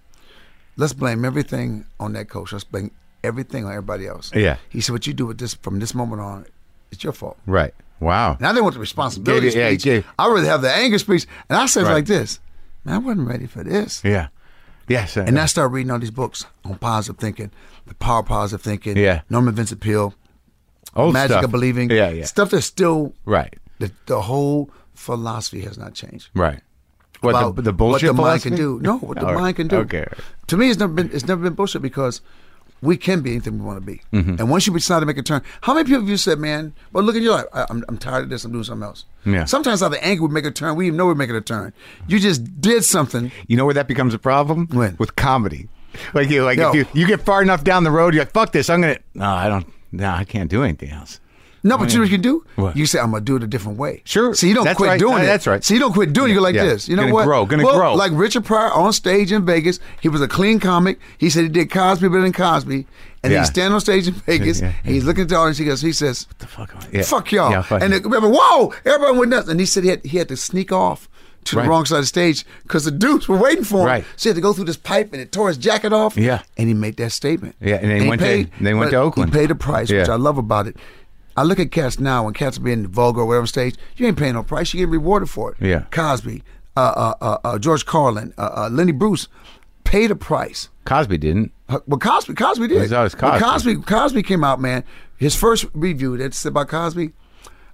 Speaker 3: let's blame everything on that coach. Let's blame everything on everybody else."
Speaker 4: Yeah.
Speaker 3: He said, "What you do with this from this moment on, it's your fault."
Speaker 4: right. Wow.
Speaker 3: And I didn't want the responsibility
Speaker 4: Gave you- yeah,
Speaker 3: speech.
Speaker 4: gave-
Speaker 3: I really have the anger speech, and I said it
Speaker 4: Right.
Speaker 3: like this, "Man, I wasn't ready for this."
Speaker 4: Yeah. Yes.
Speaker 3: And I started reading all these books on positive thinking, the power of positive thinking,
Speaker 4: Yeah.
Speaker 3: Norman Vincent Peale,
Speaker 4: Old
Speaker 3: Magic
Speaker 4: stuff.
Speaker 3: of Believing,
Speaker 4: Yeah, yeah.
Speaker 3: stuff that's still
Speaker 4: Right.
Speaker 3: the, the whole philosophy has not changed.
Speaker 4: Right. What
Speaker 3: About
Speaker 4: the, the bullshit
Speaker 3: What the mind can
Speaker 4: philosophy?
Speaker 3: do? No, what the
Speaker 4: All right.
Speaker 3: mind can do.
Speaker 4: Okay.
Speaker 3: To me, it's never been it's never been bullshit because we can be anything we want to be.
Speaker 4: Mm-hmm.
Speaker 3: And once you decide to make a turn, how many people have you said, "Man, well, look at your life. I, I'm, I'm tired of this. I'm doing something else."
Speaker 4: Yeah.
Speaker 3: Sometimes out of anger, we make a turn. We even know we're making a turn. You just did something.
Speaker 4: You know where that becomes a problem?
Speaker 3: When?
Speaker 4: With comedy. Like you like
Speaker 3: No.
Speaker 4: if you, you get far enough down the road, you're like, fuck this, I'm gonna No, I don't no, I can't do anything else.
Speaker 3: No, but you know what you do?
Speaker 4: What?
Speaker 3: You say, I'm going to do it a different way.
Speaker 4: Sure.
Speaker 3: So you don't
Speaker 4: That's
Speaker 3: quit
Speaker 4: right.
Speaker 3: doing
Speaker 4: Uh,
Speaker 3: it.
Speaker 4: that's right.
Speaker 3: So you don't quit doing it. You're like
Speaker 4: Yeah.
Speaker 3: this. You know
Speaker 4: Gonna
Speaker 3: what?
Speaker 4: grow, gonna
Speaker 3: Well,
Speaker 4: grow.
Speaker 3: Like Richard Pryor on stage in Vegas. He was a clean comic. He said he did Cosby better than Cosby. And
Speaker 4: Yeah.
Speaker 3: he stand on stage in Vegas.
Speaker 4: Yeah.
Speaker 3: And he's looking at the audience. He goes, he says,
Speaker 4: The fuck am I- yeah.
Speaker 3: fuck y'all.
Speaker 4: Yeah, fuck
Speaker 3: and
Speaker 4: you.
Speaker 3: they- remember, whoa, everybody went nuts. And he said he had, he had to sneak off to
Speaker 4: Right.
Speaker 3: the wrong side of the stage because the dudes were waiting for him.
Speaker 4: Right.
Speaker 3: So he had to go through this pipe and it tore his jacket off.
Speaker 4: Yeah.
Speaker 3: And he made that statement.
Speaker 4: Yeah, and they
Speaker 3: he
Speaker 4: went to-
Speaker 3: paid,
Speaker 4: they went
Speaker 3: but
Speaker 4: to Oakland.
Speaker 3: He paid a price, which
Speaker 4: Yeah.
Speaker 3: I love about it. I look at cats now when cats are being vulgar or whatever on stage, you ain't paying no price. You get rewarded for it.
Speaker 4: Yeah.
Speaker 3: Cosby, uh, uh, uh, uh, George Carlin, uh, uh, Lenny Bruce paid a price.
Speaker 4: Cosby didn't.
Speaker 3: Uh, Well, Cosby, Cosby did.
Speaker 4: That was
Speaker 3: When
Speaker 4: Cosby.
Speaker 3: Cosby, Cosby came out, man. His first review that's about Cosby,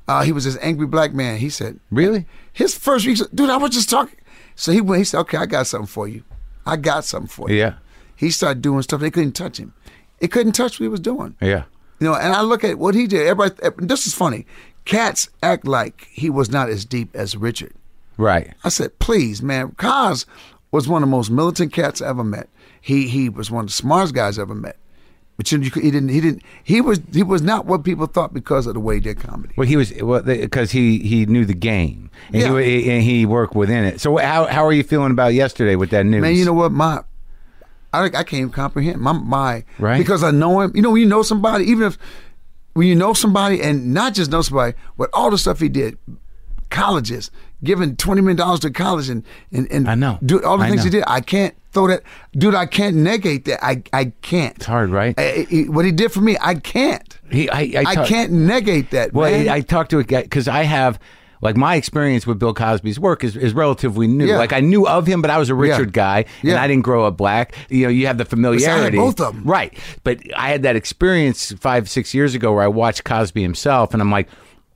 Speaker 3: uh, he was this angry black man. He said,
Speaker 4: Really?
Speaker 3: his first review, dude, I was just talking. So he went. He said, okay, I got something for you. I got something for you.
Speaker 4: Yeah.
Speaker 3: He started doing stuff they couldn't touch him. It couldn't touch what he was doing.
Speaker 4: Yeah.
Speaker 3: You know, and I look at what he did. Everybody, eh, this is funny. Cats act like he was not as deep as Richard.
Speaker 4: Right.
Speaker 3: I said, please, man. Cos was one of the most militant cats I ever met. He he was one of the smartest guys I ever met. But you, you, could- he didn't he didn't he was he was not what people thought because of the way he did comedy.
Speaker 4: Well, he was well because he he knew the game and
Speaker 3: Yeah.
Speaker 4: he and he worked within it. So how how are you feeling about yesterday with that news?
Speaker 3: Man, you know what? My I I can't even comprehend my my
Speaker 4: Right.
Speaker 3: because I know him. You know when you know somebody, even if when you know somebody and not just know somebody, but all the stuff he did, colleges giving twenty million dollars to college and and, and
Speaker 4: I know.
Speaker 3: do all the
Speaker 4: I
Speaker 3: things he
Speaker 4: know.
Speaker 3: did. I can't throw that, dude. I can't negate that. I I can't.
Speaker 4: it's hard, right?
Speaker 3: I- I- I- what he did for me, I can't.
Speaker 4: he, I, I,
Speaker 3: I
Speaker 4: talk-
Speaker 3: can't negate that.
Speaker 4: Well,
Speaker 3: man.
Speaker 4: I, I talked to a guy because I have. Like my experience with Bill Cosby's work is, is relatively new.
Speaker 3: Yeah.
Speaker 4: Like I knew of him, but I was a Richard guy, and
Speaker 3: Yeah.
Speaker 4: I didn't grow up black. You know, you have the familiarity.
Speaker 3: both of 'em.
Speaker 4: right? But I had that experience five, six years ago where I watched Cosby himself, and I'm like,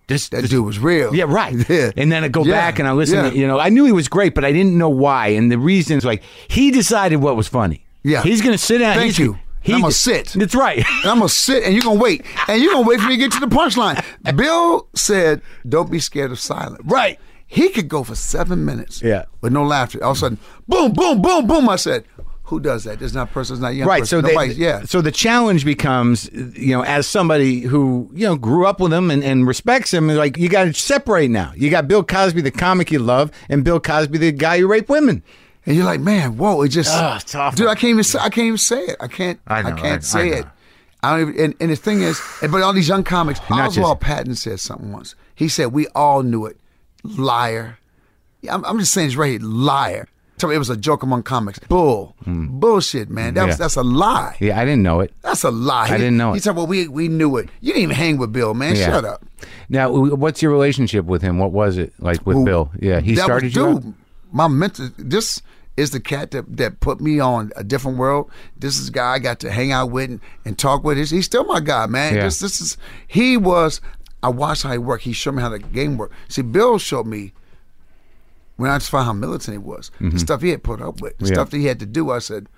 Speaker 4: this,
Speaker 3: that
Speaker 4: this
Speaker 3: dude was real.
Speaker 4: yeah, right.
Speaker 3: Yeah.
Speaker 4: And then I go
Speaker 3: Yeah.
Speaker 4: back and I listen.
Speaker 3: Yeah.
Speaker 4: To, you know, I knew he was great, but I didn't know why. And the reasons, like he decided what was funny.
Speaker 3: Yeah.
Speaker 4: he's gonna sit down.
Speaker 3: Thank
Speaker 4: he's,
Speaker 3: you.
Speaker 4: He,
Speaker 3: I'ma sit.
Speaker 4: That's right.
Speaker 3: And I'm gonna sit and you're gonna wait. And you're gonna wait for me to get to the punchline. Bill said, Don't be scared of silence.
Speaker 4: Right.
Speaker 3: He could go for seven minutes.
Speaker 4: Yeah.
Speaker 3: With no laughter. All of a sudden, boom, boom, boom, boom. I said, Who does that? There's not a person, it's not a young
Speaker 4: right. So
Speaker 3: person.
Speaker 4: they,
Speaker 3: Nobody's- yeah.
Speaker 4: So the challenge becomes, you know, as somebody who you know grew up with him and, and respects him, like you got to separate now. You got Bill Cosby, the comic you love, and Bill Cosby, the guy who raped women.
Speaker 3: And you're like, man, whoa, it just
Speaker 4: Ah, it's awful.
Speaker 3: Dude, I can't even say I can't even say it. I can't
Speaker 4: I
Speaker 3: I,
Speaker 4: know, I- I
Speaker 3: can't say
Speaker 4: know.
Speaker 3: it. I don't even and, and the thing is and- but all these young comics,
Speaker 4: Not just-
Speaker 3: Oswald Patton said something once. He said, We all knew it. Liar. Yeah, I'm, I'm just saying it's right here, liar. Tell me it was a joke among comics. Bull. Bullshit, man. That was,
Speaker 4: Hmm. Yeah.
Speaker 3: that's a lie.
Speaker 4: Yeah, I didn't know it.
Speaker 3: That's a lie.
Speaker 4: I didn't know
Speaker 3: He
Speaker 4: it.
Speaker 3: said, Well, we we knew it. You didn't even hang with Bill, man.
Speaker 4: Yeah.
Speaker 3: Shut up.
Speaker 4: Now, w- what's your relationship with him? What was it like with
Speaker 3: Who-
Speaker 4: Bill? Yeah, he
Speaker 3: that
Speaker 4: started
Speaker 3: was,
Speaker 4: you. out?
Speaker 3: dude, my mentor. This is the cat that, that put me on a different world. This is the guy I got to hang out with and, and talk with. He's, he's still my guy, man.
Speaker 4: Yeah.
Speaker 3: This this is he was. I watched how he worked. He showed me how the game worked. See, Bill showed me when I just found how militant he was. The stuff he had put up with, the
Speaker 4: Mm-hmm. Yeah.
Speaker 3: stuff that he had to do. I said.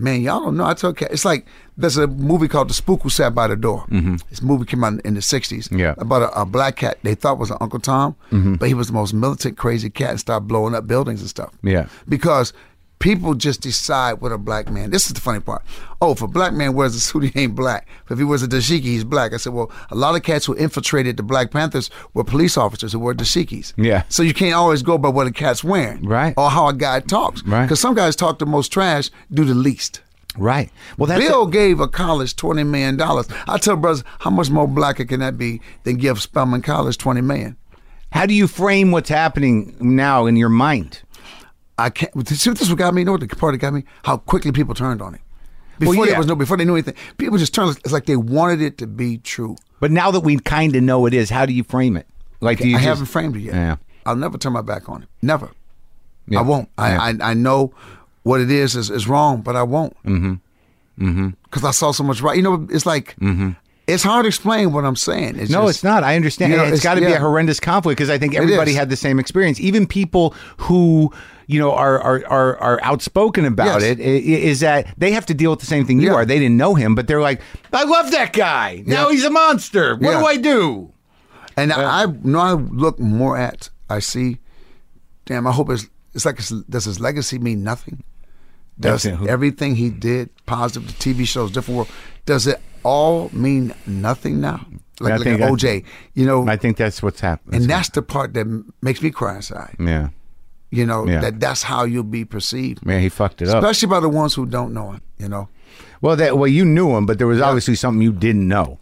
Speaker 3: Man, y'all don't know. I told Cat, it's like there's a movie called The Spook Who Sat by the Door. Mm-hmm. This movie came out in the '60s
Speaker 4: Yeah.
Speaker 3: about a, a black cat they thought was an Uncle
Speaker 4: Mm-hmm.
Speaker 3: Tom, but he was the most militant, crazy cat and started blowing up buildings and stuff.
Speaker 4: Yeah.
Speaker 3: Because People just decide what a black man. This is the funny part. Oh, if a black man wears a suit, he ain't black. If he wears a dashiki, he's black. I said, well, a lot of cats who infiltrated the Black Panthers were police officers who wore dashikis.
Speaker 4: Yeah.
Speaker 3: So you can't always go by what a cat's wearing,
Speaker 4: Right.
Speaker 3: Or how a guy talks,
Speaker 4: Right.
Speaker 3: Because some guys talk the most trash, do the least.
Speaker 4: Right. Well, that's
Speaker 3: Bill gave a college twenty million dollars. I tell brothers, how much more blacker can that be than give Spelman College twenty million?
Speaker 4: How do you frame what's happening now in your mind?
Speaker 3: I can't. See, this is what got me. You know what the part that got me? How quickly people turned on it. Before
Speaker 4: yeah.
Speaker 3: there was no, before they knew anything, people just turned. It's like they wanted it to be true.
Speaker 4: But now that we kind of know it is, how do you frame it? Like, do you
Speaker 3: I
Speaker 4: just-
Speaker 3: haven't framed it yet.
Speaker 4: Yeah.
Speaker 3: I'll never turn my back on it. Never.
Speaker 4: Yeah.
Speaker 3: I won't. I,
Speaker 4: Yeah.
Speaker 3: I I know what it is is, is wrong, but I won't. Mm-hmm. Mm-hmm. Because I saw so much right. You know, it's like it's hard to explain what I'm saying. It's
Speaker 4: Mm-hmm. No,
Speaker 3: just,
Speaker 4: it's not. I understand.
Speaker 3: You know,
Speaker 4: it's
Speaker 3: it's-
Speaker 4: got to be a
Speaker 3: yeah.
Speaker 4: horrendous conflict because I think everybody
Speaker 3: is.
Speaker 4: had the same experience. Even people who you know are are are, are outspoken about
Speaker 3: Yes.
Speaker 4: it i- i- is that they have to deal with the same thing you
Speaker 3: Yeah.
Speaker 4: are. They didn't know him, but they're like, I love that guy. Now
Speaker 3: Yeah.
Speaker 4: he's a monster. What
Speaker 3: Yeah.
Speaker 4: do I do?
Speaker 3: And I I know I look more at I see, damn. I hope it's it's like it's, does his legacy mean nothing? Does
Speaker 4: Nothing.
Speaker 3: everything he did, positive the TV shows, different world, does it all mean nothing now?
Speaker 4: I
Speaker 3: Like, like
Speaker 4: think
Speaker 3: an
Speaker 4: I-
Speaker 3: OJ, you know.
Speaker 4: I think that's what's happening.
Speaker 3: and that's the part that m- makes me cry inside.
Speaker 4: yeah,
Speaker 3: You know
Speaker 4: Yeah.
Speaker 3: that that's how you'll be perceived,
Speaker 4: man, he fucked it up.
Speaker 3: especially by the ones who don't know him. You know,
Speaker 4: Well, that well, you knew him, but there was obviously something you didn't know.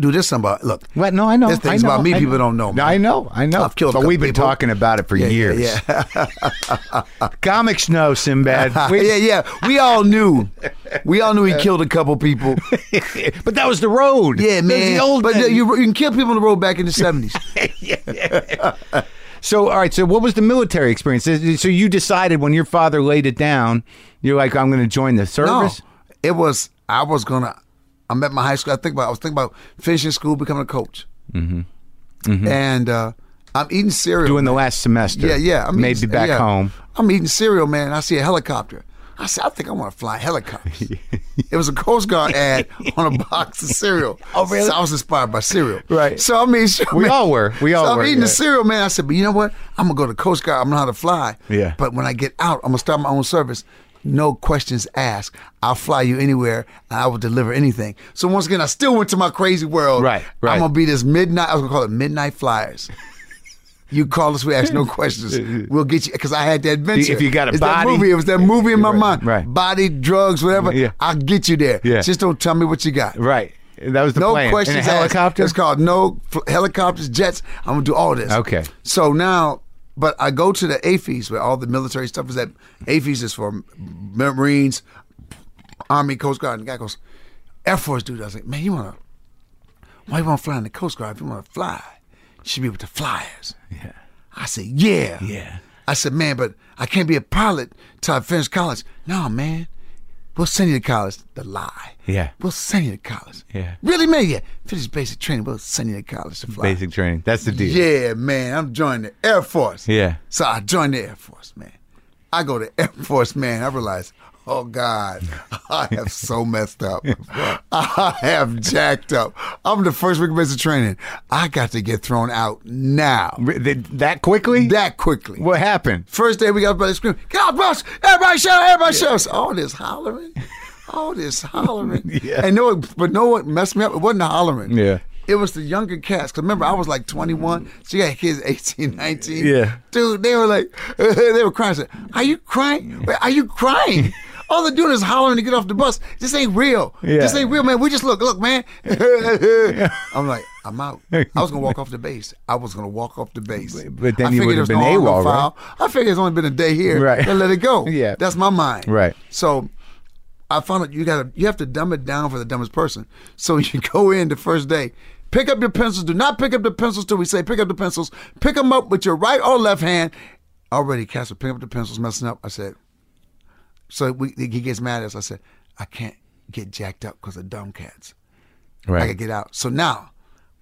Speaker 3: do this somebody look.
Speaker 4: Well, no, I know.
Speaker 3: There's
Speaker 4: I
Speaker 3: things
Speaker 4: know,
Speaker 3: about me
Speaker 4: I
Speaker 3: people don't know. man.
Speaker 4: I know, I know.
Speaker 3: I've killed a
Speaker 4: but
Speaker 3: couple
Speaker 4: we've been
Speaker 3: people.
Speaker 4: talking about it for
Speaker 3: Yeah, yeah,
Speaker 4: years.
Speaker 3: yeah.
Speaker 4: Comics know, Sinbad. We-
Speaker 3: yeah, yeah. We all knew. We all knew he killed a couple people.
Speaker 4: but that was the road.
Speaker 3: Yeah,
Speaker 4: That was
Speaker 3: man.
Speaker 4: the old
Speaker 3: but
Speaker 4: days.
Speaker 3: you, you can kill people on the road back in the seventies.
Speaker 4: so, all right. So, what was the military experience? So, you decided when your father laid it down, you're like, I'm going to join the
Speaker 3: no,
Speaker 4: service.
Speaker 3: it was. I was gonna. I'm at my high school. I think about. I was thinking about finishing school, becoming a coach. Mm-hmm. And uh, I'm eating cereal.
Speaker 4: Doing the last semester.
Speaker 3: yeah, yeah. I'm
Speaker 4: maybe
Speaker 3: eating-
Speaker 4: back
Speaker 3: yeah.
Speaker 4: home.
Speaker 3: I'm eating cereal, man. and I see a helicopter. I said, I think I want to fly helicopters. it was a Coast Guard ad on a box of cereal. Oh, really? So I was inspired by cereal.
Speaker 4: Right.
Speaker 3: So I mean, sure,
Speaker 4: We
Speaker 3: man.
Speaker 4: all were. We all
Speaker 3: so I'm
Speaker 4: were,
Speaker 3: eating
Speaker 4: yeah.
Speaker 3: the cereal, man. I said, but you know what? I'm gonna go to Coast Guard. I'm gonna know how to fly.
Speaker 4: Yeah.
Speaker 3: But when I get out, I'm gonna start my own service. No questions asked. I'll fly you anywhere, and I will deliver anything. So once again, I still went to my crazy world.
Speaker 4: Right, right.
Speaker 3: I'm gonna be this midnight. I was gonna call it midnight flyers. You call us, we ask no questions. We'll get you because I had that adventure.
Speaker 4: If you got a
Speaker 3: it's
Speaker 4: body-
Speaker 3: that movie. It was that movie in my
Speaker 4: Right,
Speaker 3: mind.
Speaker 4: right.
Speaker 3: Body, drugs, whatever.
Speaker 4: Yeah.
Speaker 3: I'll get you there.
Speaker 4: Yeah.
Speaker 3: Just don't tell me what you got.
Speaker 4: Right. That was the
Speaker 3: No
Speaker 4: plan. In
Speaker 3: questions
Speaker 4: a helicopter.
Speaker 3: Asked. It's called no fl- helicopters, jets. I'm gonna do all this.
Speaker 4: Okay.
Speaker 3: So now, but I go to the AFES where all the military stuff is at. AFES is for Marines, Army, Coast Guard. And the guy goes, Air Force dude. I was like, man, you wanna? Why you wanna fly in the Coast Guard? If you wanna fly, you should be with the flyers. Yeah. I said, yeah.
Speaker 4: Yeah.
Speaker 3: I said, man, but I can't be a pilot till I finish college. No, man. We'll send you to college. The lie.
Speaker 4: Yeah.
Speaker 3: We'll send you to college.
Speaker 4: Yeah.
Speaker 3: Really, man? Yeah. Finish basic training. We'll send you to college to fly.
Speaker 4: Basic training. That's the deal.
Speaker 3: Yeah, man. I'm joining the Air Force.
Speaker 4: Yeah.
Speaker 3: So I joined the Air Force, man. I go to Air Force, man. I realize, oh God, I have so messed up. I have jacked up. I'm the first week of basic training. I got to get thrown out now.
Speaker 4: R- th- That quickly?
Speaker 3: That quickly.
Speaker 4: what happened?
Speaker 3: First day we got everybody screaming, God bless, everybody shout, everybody shout. All this hollering, all this hollering.
Speaker 4: Yeah.
Speaker 3: And no, one- but no one messed me up. It wasn't the hollering.
Speaker 4: Yeah.
Speaker 3: It was the younger cats. Because remember, I was like 21. So you had kids 18, 19.
Speaker 4: Yeah.
Speaker 3: Dude, they were like, they were crying. I said, Are you crying? Wait, Are you crying? All they're doing is hollering to get off the bus. This ain't real. This
Speaker 4: Yeah.
Speaker 3: ain't real, man. We just look, look, man. I'm like, I'm out. I was gonna walk off the base. I was gonna walk off the base.
Speaker 4: But then
Speaker 3: I
Speaker 4: you
Speaker 3: figured
Speaker 4: would have
Speaker 3: there was
Speaker 4: been
Speaker 3: no
Speaker 4: AWOL,
Speaker 3: audio
Speaker 4: right?
Speaker 3: file. I figure it's only been a day here.
Speaker 4: Right.
Speaker 3: Then let it go.
Speaker 4: Yeah.
Speaker 3: That's my mind.
Speaker 4: Right.
Speaker 3: So I found out you gotta you have to dumb it down for the dumbest person. So you go in the first day. Pick up your pencils. Do not pick up the pencils till we say pick up the pencils. Pick them up with your right or left hand. Already, Casper, picking up the pencils, messing up. I said, so we, he gets mad at us. I said, I can't get jacked up because of dumb cats. I
Speaker 4: Right.
Speaker 3: could get out. So now,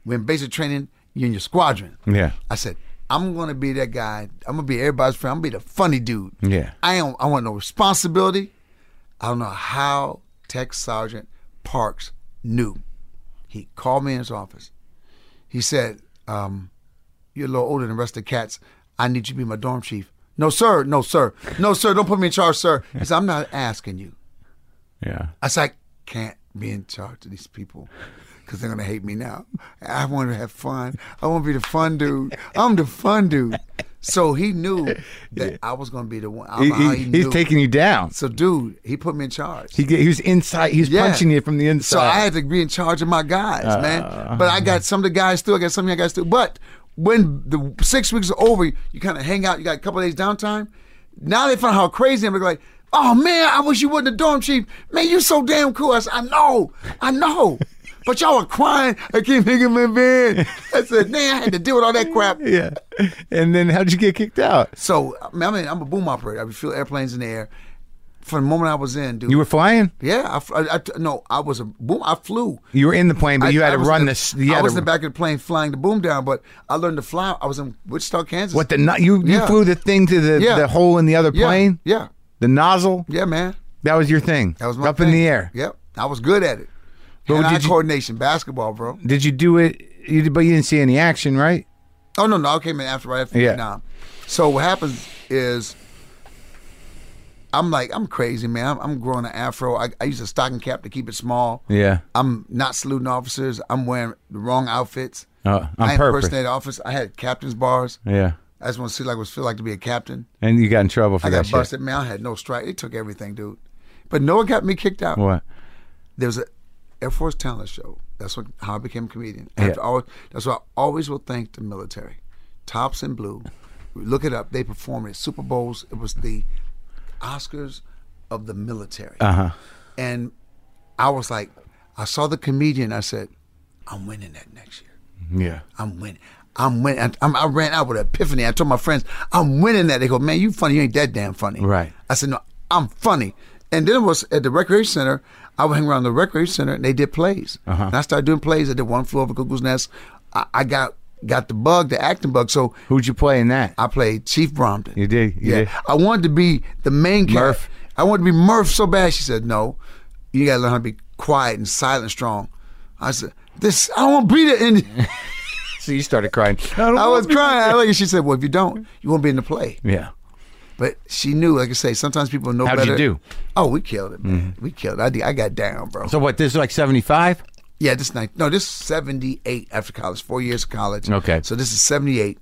Speaker 3: when basic training, you're in your squadron.
Speaker 4: Yeah.
Speaker 3: I said, I'm gonna be that guy. I'm gonna be everybody's friend. I'm gonna be the funny dude.
Speaker 4: Yeah.
Speaker 3: I don't I want no responsibility. I don't know how Tech Sergeant Parks knew. He called me in his office. He said, um, you're a little older than the rest of the cats. I need you to be my dorm chief. No, sir. No, sir. No, sir. Don't put me in charge, sir. He said, I'm not asking you.
Speaker 4: Yeah.
Speaker 3: I said, I can't be in charge of these people because they're going to hate me now. I want to have fun. I want to be the fun dude. I'm the fun dude. So he knew that I was going to be the one. I
Speaker 4: He-
Speaker 3: don't know how
Speaker 4: he- he's
Speaker 3: knew.
Speaker 4: taking you down.
Speaker 3: So, dude, he put me in charge.
Speaker 4: He, get- he was inside. He was
Speaker 3: Yeah.
Speaker 4: punching you from the inside. Uh, uh-huh.
Speaker 3: So I had to be in charge of my guys, man. But I got some of the guys still. I got some of the guys still. But when the six weeks are over, you kind of hang out. You got a couple days downtime. Now they found how crazy I'm. They're like, oh man, I wish you wouldn't have dorm chief. Man, you so damn cool. I said, I know, I know. But y'all were crying. I keep thinking my bed. I said, man, I had to deal with all that crap.
Speaker 4: yeah. And then how'd you get kicked out?
Speaker 3: So I mean, I mean, I'm a boom operator. I refuel airplanes in the air. From the moment I was in, dude.
Speaker 4: You were flying.
Speaker 3: yeah, I f I I no, I was a boom. I flew.
Speaker 4: You were in the plane, but you had
Speaker 3: I
Speaker 4: to
Speaker 3: was in
Speaker 4: run
Speaker 3: the-
Speaker 4: this. You
Speaker 3: I
Speaker 4: had
Speaker 3: was
Speaker 4: to,
Speaker 3: in the back of the plane flying the boom down, but I learned to fly. I was in Wichita, Kansas.
Speaker 4: What the no- you you
Speaker 3: Yeah.
Speaker 4: flew the thing to the,
Speaker 3: Yeah.
Speaker 4: the hole in the other
Speaker 3: yeah,
Speaker 4: plane?
Speaker 3: Yeah,
Speaker 4: The nozzle?
Speaker 3: yeah, man.
Speaker 4: That was your thing.
Speaker 3: That was my
Speaker 4: up in
Speaker 3: thing.
Speaker 4: the air.
Speaker 3: Yep, I was good at it.
Speaker 4: But
Speaker 3: Hand-eye
Speaker 4: did you-
Speaker 3: coordination, basketball, bro.
Speaker 4: Did you do it you did- but you didn't see any action, right?
Speaker 3: Oh no, no, I came in after right after
Speaker 4: Yeah.
Speaker 3: Vietnam. So what happens is, I'm like, I'm crazy, man. I'm, I'm growing an afro. I, I use a stocking cap to keep it small.
Speaker 4: Yeah.
Speaker 3: I'm not saluting officers. I'm wearing the wrong outfits.
Speaker 4: Uh,
Speaker 3: I
Speaker 4: on purpose.
Speaker 3: impersonated officers. I had captain's bars.
Speaker 4: Yeah.
Speaker 3: I just want to see like what it feel like to be a captain.
Speaker 4: And you got in trouble for
Speaker 3: I
Speaker 4: that
Speaker 3: got
Speaker 4: shit.
Speaker 3: busted, man. I had no strike. They took everything, dude. But Noah got me kicked out.
Speaker 4: What?
Speaker 3: There was a Air Force talent show. That's what how I became a comedian.
Speaker 4: Yeah.
Speaker 3: I have to always, that's why I always will thank the military. Tops in Blue. Look it up. They performed at Super Bowls. It was the Oscars of the military.
Speaker 4: Uh-huh.
Speaker 3: And I was like, I saw the comedian. I said, I'm winning that next year.
Speaker 4: Yeah.
Speaker 3: I'm winning. I'm winning. I, I'm, I ran out with an epiphany. I told my friends, I'm winning that. They go, man, you funny. You ain't that damn funny.
Speaker 4: Right.
Speaker 3: I said, no, I'm funny. And then it was at the recreation center. I would hang around the recreation center, and they did plays.
Speaker 4: Uh-huh.
Speaker 3: And I started doing plays. I did one floor of a cuckoo's nest. I, I got got the bug, the acting bug. So
Speaker 4: Who'd you play in that?
Speaker 3: I played Chief Brompton.
Speaker 4: You did, you
Speaker 3: yeah.
Speaker 4: did.
Speaker 3: I wanted to be the main character.
Speaker 4: Murph.
Speaker 3: I wanted to be Murph so bad. She said, "No, you gotta learn how to be quiet and silent, and strong." I said, "This I won't be the Indian."
Speaker 4: so you started crying. I,
Speaker 3: I was crying. I like she said, "Well, if you don't, you won't be in the play."
Speaker 4: Yeah.
Speaker 3: But she knew, like I say, sometimes people know
Speaker 4: How'd you
Speaker 3: better.
Speaker 4: do? Mm-hmm.
Speaker 3: Oh, we killed it, man. We killed. It. I did, I got down, bro.
Speaker 4: So what, this is like seventy five?
Speaker 3: yeah, this night. No, this is seventy eight after college. Four years of college.
Speaker 4: Okay.
Speaker 3: So this is seventy eight.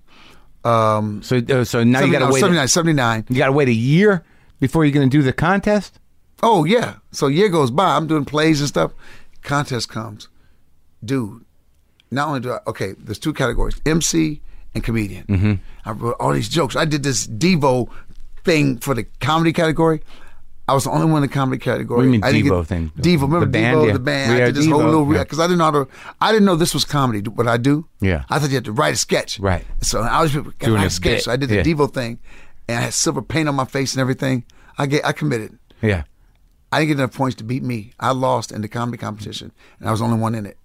Speaker 4: So uh, so now you gotta wait
Speaker 3: seventy nine. Seventy nine.
Speaker 4: you gotta wait a year before you're gonna do the contest?
Speaker 3: Oh yeah. So year goes by. I'm doing plays and stuff. Contest comes, dude. Not only do I okay, there's two categories: MC and comedian. Mm-hmm. I wrote all these jokes. I did this Devo thing for the comedy category. I was the only one in the comedy category.
Speaker 4: What do you mean
Speaker 3: I didn't
Speaker 4: Devo
Speaker 3: get-
Speaker 4: thing?
Speaker 3: Devo, remember
Speaker 4: The band,
Speaker 3: Devo,
Speaker 4: yeah.
Speaker 3: the band.
Speaker 4: We
Speaker 3: I
Speaker 4: are
Speaker 3: did this whole
Speaker 4: Devo,
Speaker 3: little
Speaker 4: yeah.
Speaker 3: because I didn't know how to. I didn't know this was comedy. What I do?
Speaker 4: Yeah.
Speaker 3: I thought you had to write a sketch.
Speaker 4: Right.
Speaker 3: So I was got to
Speaker 4: Doing
Speaker 3: write
Speaker 4: a
Speaker 3: a sketch.
Speaker 4: bit,
Speaker 3: So I did the
Speaker 4: yeah.
Speaker 3: Devo thing, and I had silver paint on my face and everything. I get. I committed.
Speaker 4: Yeah.
Speaker 3: I didn't get enough points to beat me. I lost in the comedy competition, and I was the only one in it.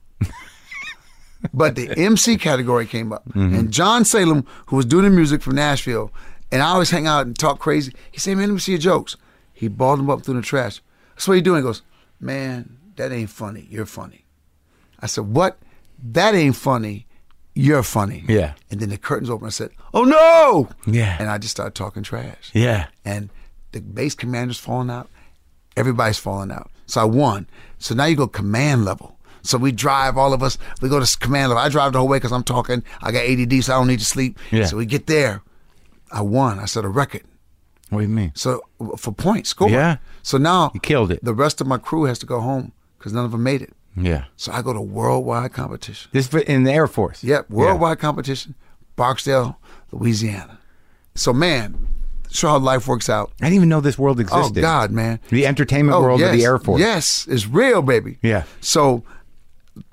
Speaker 3: but the MC category came up,
Speaker 4: Mm-hmm.
Speaker 3: and John Salem, who was doing the music from Nashville, and I always hang out and talk crazy. He said, "Man, let me see your jokes." He balled them up through the trash. That's what he doing. He goes, "Man, that ain't funny. You're funny." I said, "What? That ain't funny. You're funny."
Speaker 4: Yeah.
Speaker 3: And then the curtains open. I said, "Oh no!"
Speaker 4: Yeah.
Speaker 3: And I just started talking trash
Speaker 4: Yeah.
Speaker 3: and the base commander's falling out. Everybody's falling out. So I won. So now you go command level. So we drive all of us. We go to s- command level. I drive the whole way because I'm talking. I got ADD, so I don't need to sleep.
Speaker 4: Yeah.
Speaker 3: So we get there. I won. I set a record.
Speaker 4: What do you mean?
Speaker 3: So for points, score.
Speaker 4: Yeah.
Speaker 3: So now
Speaker 4: You killed it.
Speaker 3: The rest of my crew has to go home because none of them made it.
Speaker 4: Yeah.
Speaker 3: So I go to worldwide competition.
Speaker 4: This for- in the Air Force.
Speaker 3: Yep, worldwide competition, Barksdale, Louisiana. So man, show how life works out.
Speaker 4: I didn't even know this world existed.
Speaker 3: Oh God, man!
Speaker 4: The entertainment
Speaker 3: Oh,
Speaker 4: world of the
Speaker 3: yes.
Speaker 4: Air Force.
Speaker 3: Yes, it's real, baby.
Speaker 4: Yeah.
Speaker 3: So,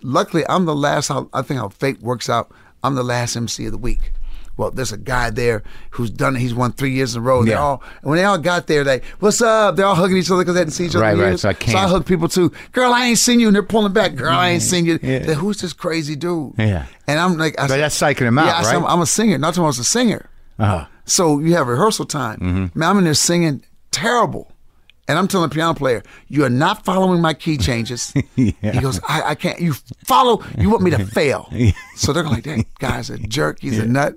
Speaker 3: luckily, I'm the last. How I think how fate works out. I'm the last MC of the week. Well, there's a guy there who's done it. He's won three years in a row. They
Speaker 4: Yeah.
Speaker 3: all and when they all got there, they what's up? They're all hugging each other because they hadn't seen each other. in
Speaker 4: Right, right,
Speaker 3: years.
Speaker 4: so I
Speaker 3: So I
Speaker 4: can't.
Speaker 3: hug people too. Girl, I ain't seen you, and they're pulling back. Girl, I ain't seen you.
Speaker 4: Yeah.
Speaker 3: They're, Who's this crazy dude?
Speaker 4: Yeah.
Speaker 3: And I'm like, I,
Speaker 4: But
Speaker 3: said-
Speaker 4: that's psyching him out,
Speaker 3: Yeah, I said,
Speaker 4: right?
Speaker 3: I'm, I'm a singer. Not tomorrow, I was a singer.
Speaker 4: Uh-huh. Mm-hmm.
Speaker 3: So you have rehearsal time. Man, I'm in there singing terrible. And I'm telling the piano player, you are not following my key changes. He goes, I, I can't. You follow, you want me to fail. so they're like, that guy's a jerk. He's a nut.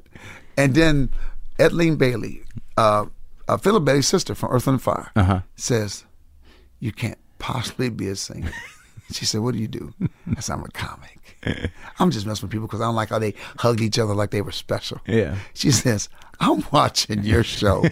Speaker 3: And then Edlene Bailey, uh, uh, Philip Betty's sister from Earth and Fire
Speaker 4: Uh-huh.
Speaker 3: says, "You can't possibly be a singer." she said, "What do you do?" I said, "I'm a comic. I'm just messing with people because I don't like how they hug each other like they were special."
Speaker 4: Yeah.
Speaker 3: She says, "I'm watching your show."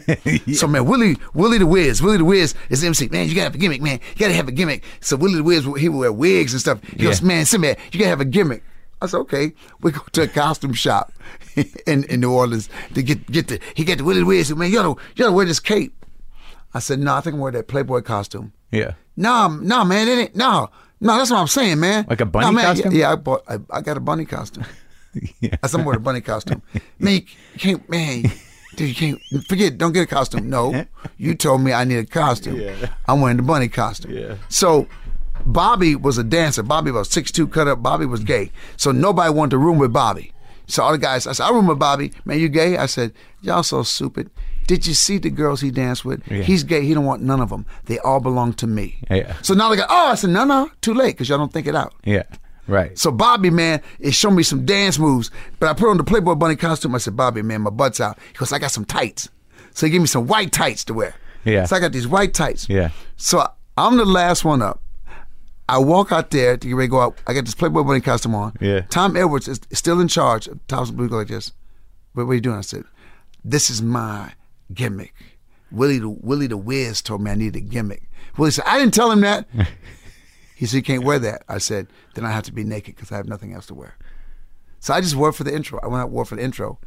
Speaker 3: So man, Willie Willie the Wiz, Willie the Wiz is MC. Man, you gotta have a gimmick, man. You gotta have a gimmick. So Willie the Wiz, he would wear wigs and stuff. He goes, "Man, Sinbad, you gotta have a gimmick." I said, okay. We go to a costume shop in, in New Orleans to get get the he got the Willie the Wiz. Man, you gotta you gotta wear this cape. I said, no, I think I'm wear that Playboy costume.
Speaker 4: Yeah.
Speaker 3: No, m- no, man, it ain't. No, no, that's what I'm saying, man.
Speaker 4: Like a bunny
Speaker 3: Nah, man,
Speaker 4: costume?
Speaker 3: Yeah, I bought. I, I got a bunny costume.
Speaker 4: Yeah.
Speaker 3: I said I'm wearing a bunny costume. man, you can't, man, dude, you can't forget. Don't get a costume. No, you told me I need a costume. I'm wearing the bunny costume.
Speaker 4: Yeah.
Speaker 3: So. Bobby was a dancer. Bobby was 6'2", cut up. Bobby was gay. So nobody wanted to room with Bobby. So all the guys, I said, I room with Bobby. Man, you gay? I said, y'all so stupid. Did you see the girls he danced with? He's gay. He don't want none of them. They all belong to me.
Speaker 4: Yeah.
Speaker 3: So now they go, oh, I said, no, no, too late because y'all don't think it out.
Speaker 4: Yeah. Right.
Speaker 3: So Bobby, man, it showed me some dance moves. But I put on the Playboy Bunny costume. I said, Bobby, man, my butt's out. He goes, I got some tights. So he gave me some white tights to wear.
Speaker 4: Yeah.
Speaker 3: So I got these white tights.
Speaker 4: Yeah.
Speaker 3: So I- I'm the last one up. I walk out there to get ready to go out. I got this Playboy Bunny costume on.
Speaker 4: Yeah.
Speaker 3: Tom Edwards is still in charge of Thompson Blue. Go like this. What, what are you doing? I said, this is my gimmick. Willie the, Willie the Wiz told me I need a gimmick. Willie said, I didn't tell him that. He said, You can't wear that. I said, Then I have to be naked because I have nothing else to wear. So I just wore it for the intro. I went out, wore it for the intro,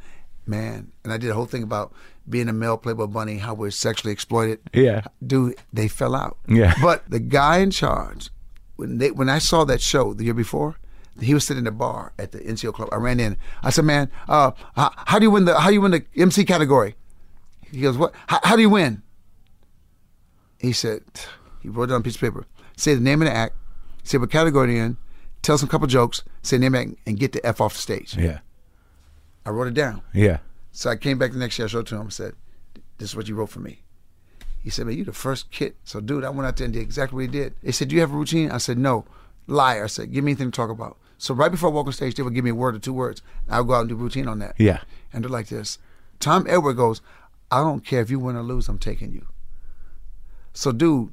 Speaker 3: man. And I did a whole thing about being a male Playboy bunny, how we're sexually exploited.
Speaker 4: Yeah.
Speaker 3: Dude, they fell out.
Speaker 4: Yeah.
Speaker 3: But the guy in charge, when they when I saw that show the year before, he was sitting in the bar at the NCO club. I ran in. I said, Man, uh, how, how do you win the how do you win the MC category? He goes, What how, how do you win? He said, he wrote down on a piece of paper. Say the name of the act, say what category they're in, tell some couple jokes, say the name of the act, and get the F off the stage.
Speaker 4: Yeah.
Speaker 3: I wrote it down.
Speaker 4: Yeah.
Speaker 3: So I came back the next year, I showed it to him, I said, This is what you wrote for me. He said, Man, you the first kid. So, dude, I went out there and did exactly what he did. They said, Do you have a routine? I said, No. Liar. I said, Give me anything to talk about. So, right before I walk on stage, they would give me a word or two words. I would go out and do routine on that.
Speaker 4: Yeah.
Speaker 3: And they're like this Tom Edward goes, I don't care if you win or lose, I'm taking you. So, dude,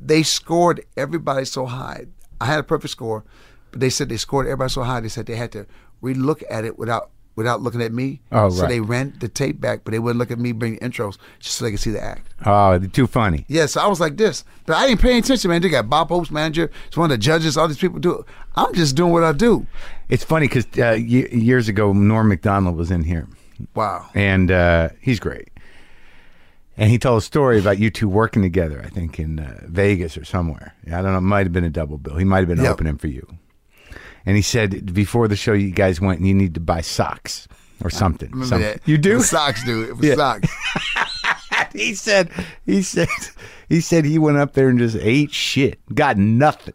Speaker 3: they scored everybody so high. I had a perfect score, but they said they scored everybody so high. They said they had to relook at it without without looking at me.
Speaker 4: Oh,
Speaker 3: so
Speaker 4: right.
Speaker 3: they ran the tape back, but they wouldn't look at me bring the intros just so they could see the act.
Speaker 4: Oh, they're too funny.
Speaker 3: Yeah, so I was like this, but I didn't pay any attention, man. They got Bob Hope's manager, it's one of the judges, all these people do. it. I'm just doing what I do.
Speaker 4: It's funny because uh, y- years ago Norm Macdonald was in here,
Speaker 3: Wow.
Speaker 4: and uh, he's great. And he told a story about you two working together. I think in uh, Vegas or somewhere. I don't know. It might have been a double bill. He might have been
Speaker 3: Yep.
Speaker 4: opening for you. And he said before the show, you guys went and you need to buy socks or something.
Speaker 3: Remember
Speaker 4: Some-
Speaker 3: that?
Speaker 4: You
Speaker 3: It
Speaker 4: do?
Speaker 3: was socks, dude. It was
Speaker 4: Yeah.
Speaker 3: socks.
Speaker 4: he said he said he said he went up there and just ate shit got nothing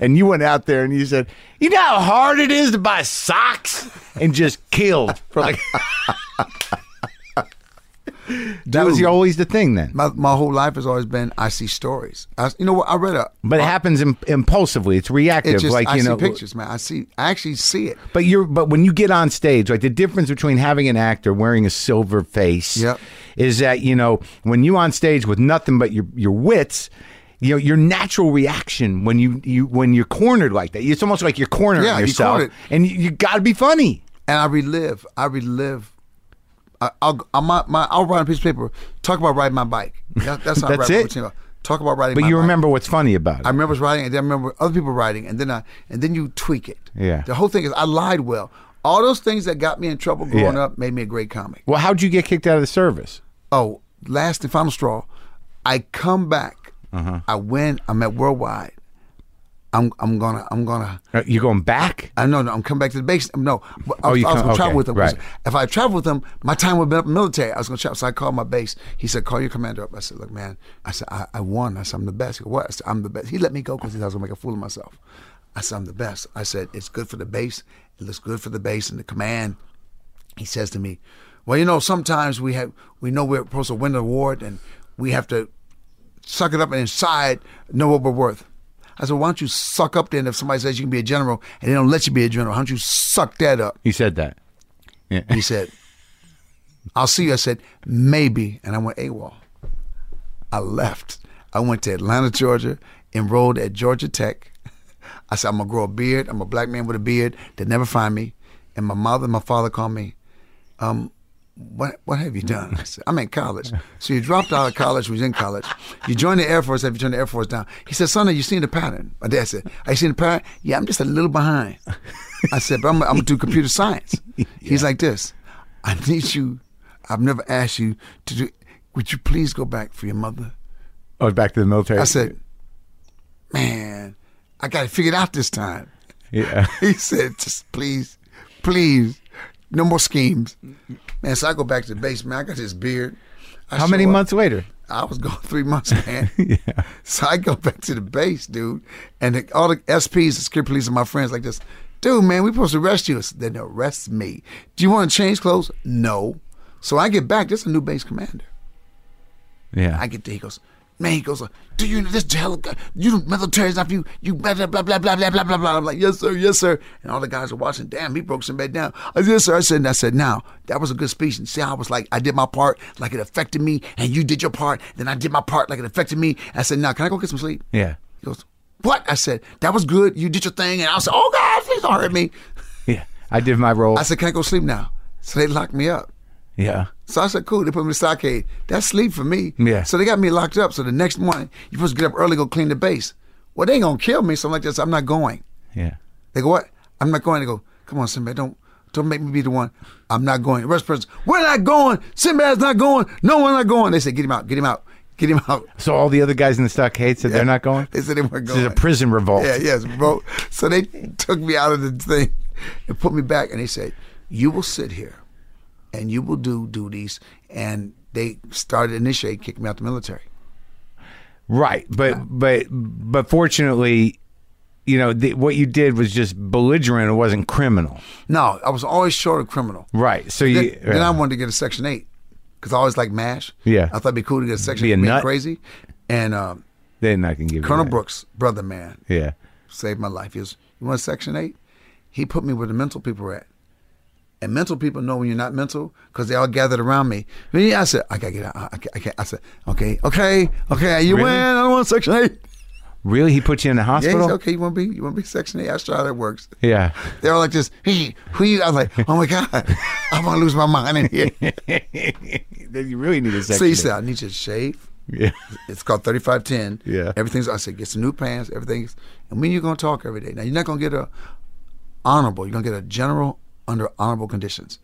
Speaker 4: and you went out there and you said you know how hard it is to buy socks and just killed for like that was
Speaker 3: Dude.
Speaker 4: your- always the thing then
Speaker 3: My, my whole life has always been I see stories. I, you know what? I read a.
Speaker 4: but it happens Im- impulsively it's reactive
Speaker 3: It's just
Speaker 4: like
Speaker 3: I
Speaker 4: you
Speaker 3: see
Speaker 4: know
Speaker 3: pictures, man. I see. I actually see it.
Speaker 4: But you're but when you get on stage, like the difference between having an actor wearing a silver face
Speaker 3: Yep.
Speaker 4: is that, you know, when you on stage with nothing but your your wits, you know, your natural reaction when you, you when you're cornered like that. It's almost like you're cornering
Speaker 3: Yeah, you
Speaker 4: yourself.
Speaker 3: cornered.
Speaker 4: and you, you gotta be funny.
Speaker 3: and I relive. I relive. I, I'll, I, my, my, I'll write on a piece of paper. Talk about riding my bike. That, that's how I
Speaker 4: That's
Speaker 3: write my
Speaker 4: it?
Speaker 3: routine about. Talk about riding.
Speaker 4: But
Speaker 3: my
Speaker 4: you
Speaker 3: bike.
Speaker 4: remember what's funny about it.
Speaker 3: I remember writing, and then I remember other people writing, and then I and then you tweak it.
Speaker 4: Yeah.
Speaker 3: The whole thing is I lied well. All those things that got me in trouble growing
Speaker 4: Yeah.
Speaker 3: up made me a great comic.
Speaker 4: well, how'd you get kicked out of the service?
Speaker 3: Oh, last and final straw. I come back.
Speaker 4: Uh-huh.
Speaker 3: I win. I'm at worldwide. I'm I'm gonna I'm gonna
Speaker 4: Uh, You going back?
Speaker 3: I know, no, I'm coming back to the base. No, but I,
Speaker 4: Oh,
Speaker 3: was
Speaker 4: you
Speaker 3: I was
Speaker 4: come-
Speaker 3: going to travel
Speaker 4: okay,
Speaker 3: with them.
Speaker 4: right.
Speaker 3: If I traveled with them, my time would have been up in the military. I was going to travel. So I called my base. He said, call your commander up. I said, look, man, I said, I, I won. I said, I'm the best. He goes, what? I said, I'm the best. He let me go because he thought I was going to make a fool of myself. I said, I'm the best. I said, it's good for the base. It looks good for the base and the command he says to me, "Well, you know, sometimes we have we know we're supposed to win the award, and we have to suck it up and inside know what we're worth." I said, "Why don't you suck up then? If somebody says you can be a general and they don't let you be a general, why don't you suck that up?"
Speaker 4: You said that.
Speaker 3: He said, I'll see you. I said, maybe. And I went AWOL. I left. I went to Atlanta, Georgia, enrolled at Georgia Tech. I said, I'm going to grow a beard. I'm a black man with a beard. They'll never find me. And my mother and my father called me, um, what, what have you done? I said, I'm in college. So you dropped out of college, was in college. You joined the Air Force, have you turned the Air Force down? He said, son, have you seen the pattern? My dad said, have you seen the pattern? Yeah, I'm just a little behind. I said, but I'm, I'm going to do computer science. He's like this, I need you, I've never asked you to do, would you please go back for your mother?
Speaker 4: Oh, back to the military.
Speaker 3: I said, man, I got it figured out this time.
Speaker 4: yeah.
Speaker 3: He said, just please, please, no more schemes. Man, so I go back to the base, man. I got this beard. I
Speaker 4: How
Speaker 3: show
Speaker 4: many
Speaker 3: up.
Speaker 4: months later?
Speaker 3: I was gone three months, man. So I go back to the base, dude, and the, all the SPs, the security police, and my friends like this, dude, man, we supposed to arrest you. I said, Then arrest me. Do you want to change clothes? No. So I get back. There's a new base commander.
Speaker 4: Yeah.
Speaker 3: I get there. He goes, man. He goes, do you know this helicopter? You the military's not for you. You blah blah blah blah blah blah blah blah blah. I'm like, yes sir, yes sir. And all the guys are watching. Damn, he broke some bed down. I said, yes sir. I said, and I said, now that was a good speech. And see, how I was like, I did my part, like it affected me, and you did your part. Then I did my part, like it affected me. I said, now can I go get some sleep?
Speaker 4: yeah.
Speaker 3: He goes, what? I said, that was good. You did your thing. And I said, oh God, please don't hurt me.
Speaker 4: Yeah. I did my role.
Speaker 3: I said, can I go sleep now? So they locked me up.
Speaker 4: yeah.
Speaker 3: So I said, cool. They put me in the stockade. That's sleep for me.
Speaker 4: Yeah.
Speaker 3: So they got me locked up. So the next morning, you're supposed to get up early, go clean the base. Well, they ain't gonna kill me. So I'm like this. I'm not going.
Speaker 4: Yeah.
Speaker 3: They go, what? I'm not going. They go, come on, Sinbad. Don't don't make me be the one. I'm not going. The rest person, we're not going. Sinbad's not going. No, we're not going. They said, get him out. Get him out. Get him out.
Speaker 4: So all the other guys in the stockade said they're not going?
Speaker 3: They said they weren't
Speaker 4: This is
Speaker 3: going.
Speaker 4: a prison revolt.
Speaker 3: Yeah, yes, bro. So they took me out of the thing and put me back, and they said, "You will sit here, and you will do duties." And they started to initiate, kicked me out the military.
Speaker 4: Right, but but but fortunately, you know the, what you did was just belligerent. It wasn't criminal,
Speaker 3: No, I was always short of criminal.
Speaker 4: right? So you
Speaker 3: Then, then I wanted to get a Section Eight because I always like Mash.
Speaker 4: Yeah.
Speaker 3: I thought it'd be cool to get a Section
Speaker 4: Be a
Speaker 3: Eight. being
Speaker 4: nut.
Speaker 3: Crazy, and um,
Speaker 4: then I can give
Speaker 3: Colonel
Speaker 4: you that.
Speaker 3: Brooks, brother man,
Speaker 4: Yeah,
Speaker 3: saved my life. He was, you want Section 8? He put me where the mental people were at. And mental people know when you're not mental because they all gathered around me. Then I said, I gotta get out. I, I, I can't. I said, okay, okay, okay, you
Speaker 4: Really?
Speaker 3: win. I don't want Section 8.
Speaker 4: really? He put you in the
Speaker 3: Yeah, he
Speaker 4: hospital?
Speaker 3: said, okay, you want to be, you want to be Section 8? I said, how that works.
Speaker 4: Yeah,
Speaker 3: They're all like this, hey, who you? I was like, oh my God, I'm gonna lose my mind in here.
Speaker 4: then you really need a second.
Speaker 3: So he said, I need you to shave.
Speaker 4: yeah,
Speaker 3: It's called 3510.
Speaker 4: Yeah.
Speaker 3: Everything's, I said, get some new pants, everything's, and when you're going to talk every day. Now, you're not going to get a honorable, you're going to get a general under honorable conditions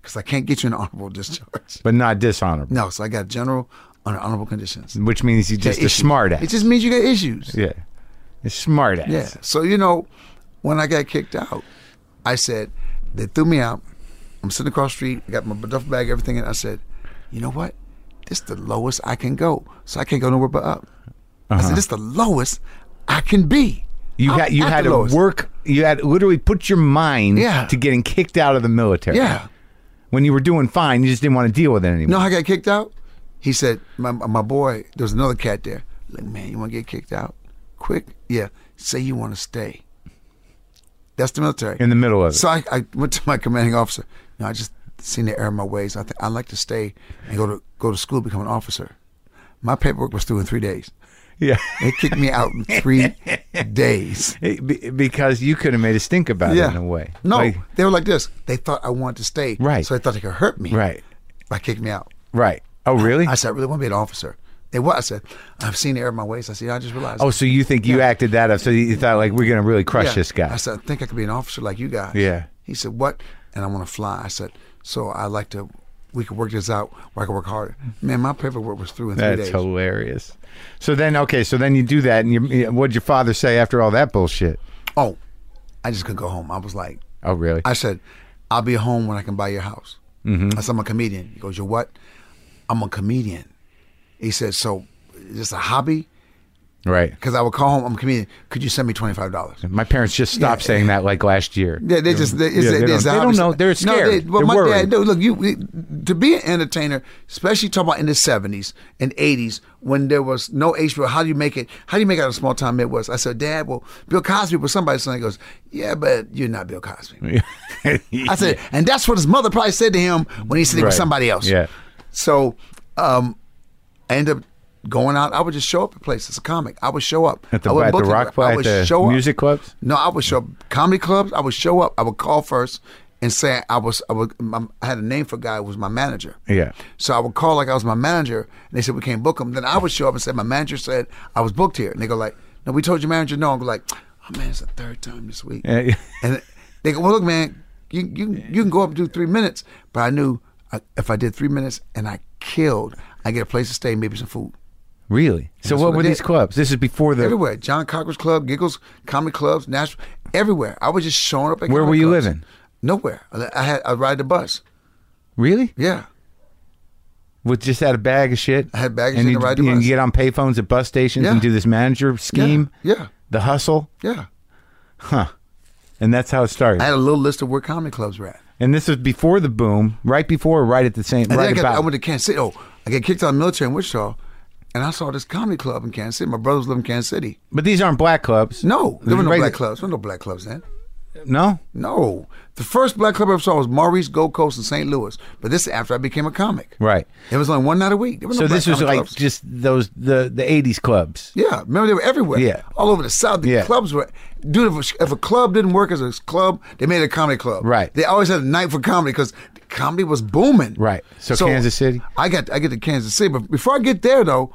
Speaker 3: because I can't get you an honorable discharge.
Speaker 4: but not dishonorable,
Speaker 3: No, so I got general under honorable conditions.
Speaker 4: which means he's just a
Speaker 3: Issues.
Speaker 4: smart
Speaker 3: It
Speaker 4: ass.
Speaker 3: just means you got issues.
Speaker 4: Yeah, a smart ass.
Speaker 3: Yeah. So you know, when I got kicked out, I said they threw me out. I'm sitting across the street, got my duffel bag, everything, and I said, you know what? This the lowest I can go. So I can't go nowhere but up. I said, this the lowest I can be.
Speaker 4: Uh-huh. you
Speaker 3: I'm
Speaker 4: had you
Speaker 3: at
Speaker 4: had
Speaker 3: the
Speaker 4: to
Speaker 3: lowest.
Speaker 4: work. You had literally put your mind
Speaker 3: Yeah.
Speaker 4: to getting kicked out of the military.
Speaker 3: Yeah.
Speaker 4: when you were doing fine, you just didn't want to deal with it anymore.
Speaker 3: You know how I got kicked out? He said, my, my boy, there was another cat there. Like, man, you want to get kicked out? Quick? Yeah. Say you want to stay. That's the military.
Speaker 4: In the middle of it.
Speaker 3: So I, I went to my commanding officer. No, I just seen the error of my ways. I think I'd like to stay and go to go to school, become an officer. My paperwork was through in three days.
Speaker 4: yeah.
Speaker 3: They kicked me out in three days.
Speaker 4: It, be, because you could have made a stink about
Speaker 3: Yeah.
Speaker 4: it in a way.
Speaker 3: No,
Speaker 4: Like-
Speaker 3: they were like this. They thought I wanted to stay.
Speaker 4: Right.
Speaker 3: So they thought they could hurt me.
Speaker 4: right,
Speaker 3: By kicking me out.
Speaker 4: right. Oh, really?
Speaker 3: I said, I really want to be an officer. They what? I said, I've seen the error of my ways. I said, I just realized.
Speaker 4: oh, so you think you acted that up? So you thought like we're gonna really crush
Speaker 3: Yeah.
Speaker 4: this guy?
Speaker 3: I said, I think I could be an officer like you guys.
Speaker 4: Yeah.
Speaker 3: He said, What? And I want to fly. I said, So I like to, we could work this out where I could work harder. Man, my paperwork was through in three
Speaker 4: That's
Speaker 3: days.
Speaker 4: hilarious. So then, okay, so then you do that, and you, what'd your father say after all that bullshit?
Speaker 3: oh, I just couldn't go home. I was like,
Speaker 4: Oh, really?
Speaker 3: I said, I'll be home when I can buy your house.
Speaker 4: Mm-hmm.
Speaker 3: I said, I'm a comedian. He goes, You're what? I'm a comedian. He said, So is this a hobby?
Speaker 4: right.
Speaker 3: Because I would call home, I'm a comedian. Could you send me $25?
Speaker 4: My parents just stopped saying that like last year.
Speaker 3: Yeah, they just they, it's
Speaker 4: Yeah,
Speaker 3: a-
Speaker 4: they
Speaker 3: it's
Speaker 4: don't-
Speaker 3: a
Speaker 4: they don't
Speaker 3: hobby.
Speaker 4: know. They're scared.
Speaker 3: well,
Speaker 4: They're
Speaker 3: my dad.
Speaker 4: worried.
Speaker 3: No, look, you to be an entertainer, especially talking about in the seventies and eighties when there was no HBO. How do you make it? How do you make out a small time Midwest? I said, Dad, well, Bill Cosby was somebody's son. He goes, Yeah, but you're not Bill Cosby. I said, and that's what his mother probably said to him when he said he was
Speaker 4: Right.
Speaker 3: somebody else.
Speaker 4: Yeah.
Speaker 3: So um, I ended up going out. I would just show up at places as a comic. I would show up.
Speaker 4: At the,
Speaker 3: I would
Speaker 4: at the rock
Speaker 3: I
Speaker 4: at
Speaker 3: would
Speaker 4: the
Speaker 3: show up.
Speaker 4: music clubs?
Speaker 3: No, I would show up comedy clubs. I would show up. I would call first and say I was. I, would, my, I had a name for a guy who was my manager.
Speaker 4: Yeah.
Speaker 3: So I would call like I was my manager, and they said we can't book him. Then I would show up and say my manager said I was booked here, and they go like, "No, we told your manager no." I'm like, "Oh man, it's the third time this week."
Speaker 4: Yeah, yeah.
Speaker 3: And they go, "Well, look, man, you you you can go up and do three minutes." But I knew I, if I did three minutes and I killed, I get a place to stay, maybe some food.
Speaker 4: Really? So
Speaker 3: That's
Speaker 4: what
Speaker 3: what
Speaker 4: were
Speaker 3: I
Speaker 4: these
Speaker 3: did.
Speaker 4: clubs? This is before the.
Speaker 3: everywhere. John Cockroach Club, Giggles, comedy clubs, Nashville, everywhere. I was just showing up. At
Speaker 4: Where
Speaker 3: comedy
Speaker 4: were you
Speaker 3: clubs.
Speaker 4: living?
Speaker 3: Nowhere. I I had I ride the bus.
Speaker 4: Really?
Speaker 3: Yeah,
Speaker 4: With just had a bag of shit.
Speaker 3: I had bag of
Speaker 4: and
Speaker 3: shit
Speaker 4: you,
Speaker 3: to ride the
Speaker 4: and
Speaker 3: bus.
Speaker 4: you get on payphones at bus stations
Speaker 3: Yeah.
Speaker 4: and do this manager scheme.
Speaker 3: yeah.
Speaker 4: The hustle,
Speaker 3: yeah.
Speaker 4: and that's how it started.
Speaker 3: I had a little list of where comedy clubs were at.
Speaker 4: and this was before the boom, right before, or right at the same,
Speaker 3: And
Speaker 4: right
Speaker 3: then I, got, I
Speaker 4: about.
Speaker 3: went to Kansas City. Oh, I got kicked out of the military in Wichita, and I saw this comedy club in Kansas City. My brothers live in Kansas City.
Speaker 4: but these aren't black clubs.
Speaker 3: No, there were no
Speaker 4: Right-
Speaker 3: black clubs. There were no black clubs then.
Speaker 4: No,
Speaker 3: No. The first black club I ever saw was Maurice Gold Coast in St. Louis. But this is after I became a comic.
Speaker 4: right.
Speaker 3: It was only one night a week. There were no
Speaker 4: So
Speaker 3: black
Speaker 4: this was
Speaker 3: comedy
Speaker 4: like
Speaker 3: clubs.
Speaker 4: just those the the eighties clubs.
Speaker 3: Yeah, remember they were everywhere.
Speaker 4: Yeah.
Speaker 3: all over the South. The
Speaker 4: Yeah.
Speaker 3: clubs were, dude. If a, if a club didn't work as a club, they made a comedy club.
Speaker 4: Right.
Speaker 3: They always had a night for comedy because comedy was booming.
Speaker 4: Right. So Kansas City?
Speaker 3: I got I get to Kansas City, but before I get there though,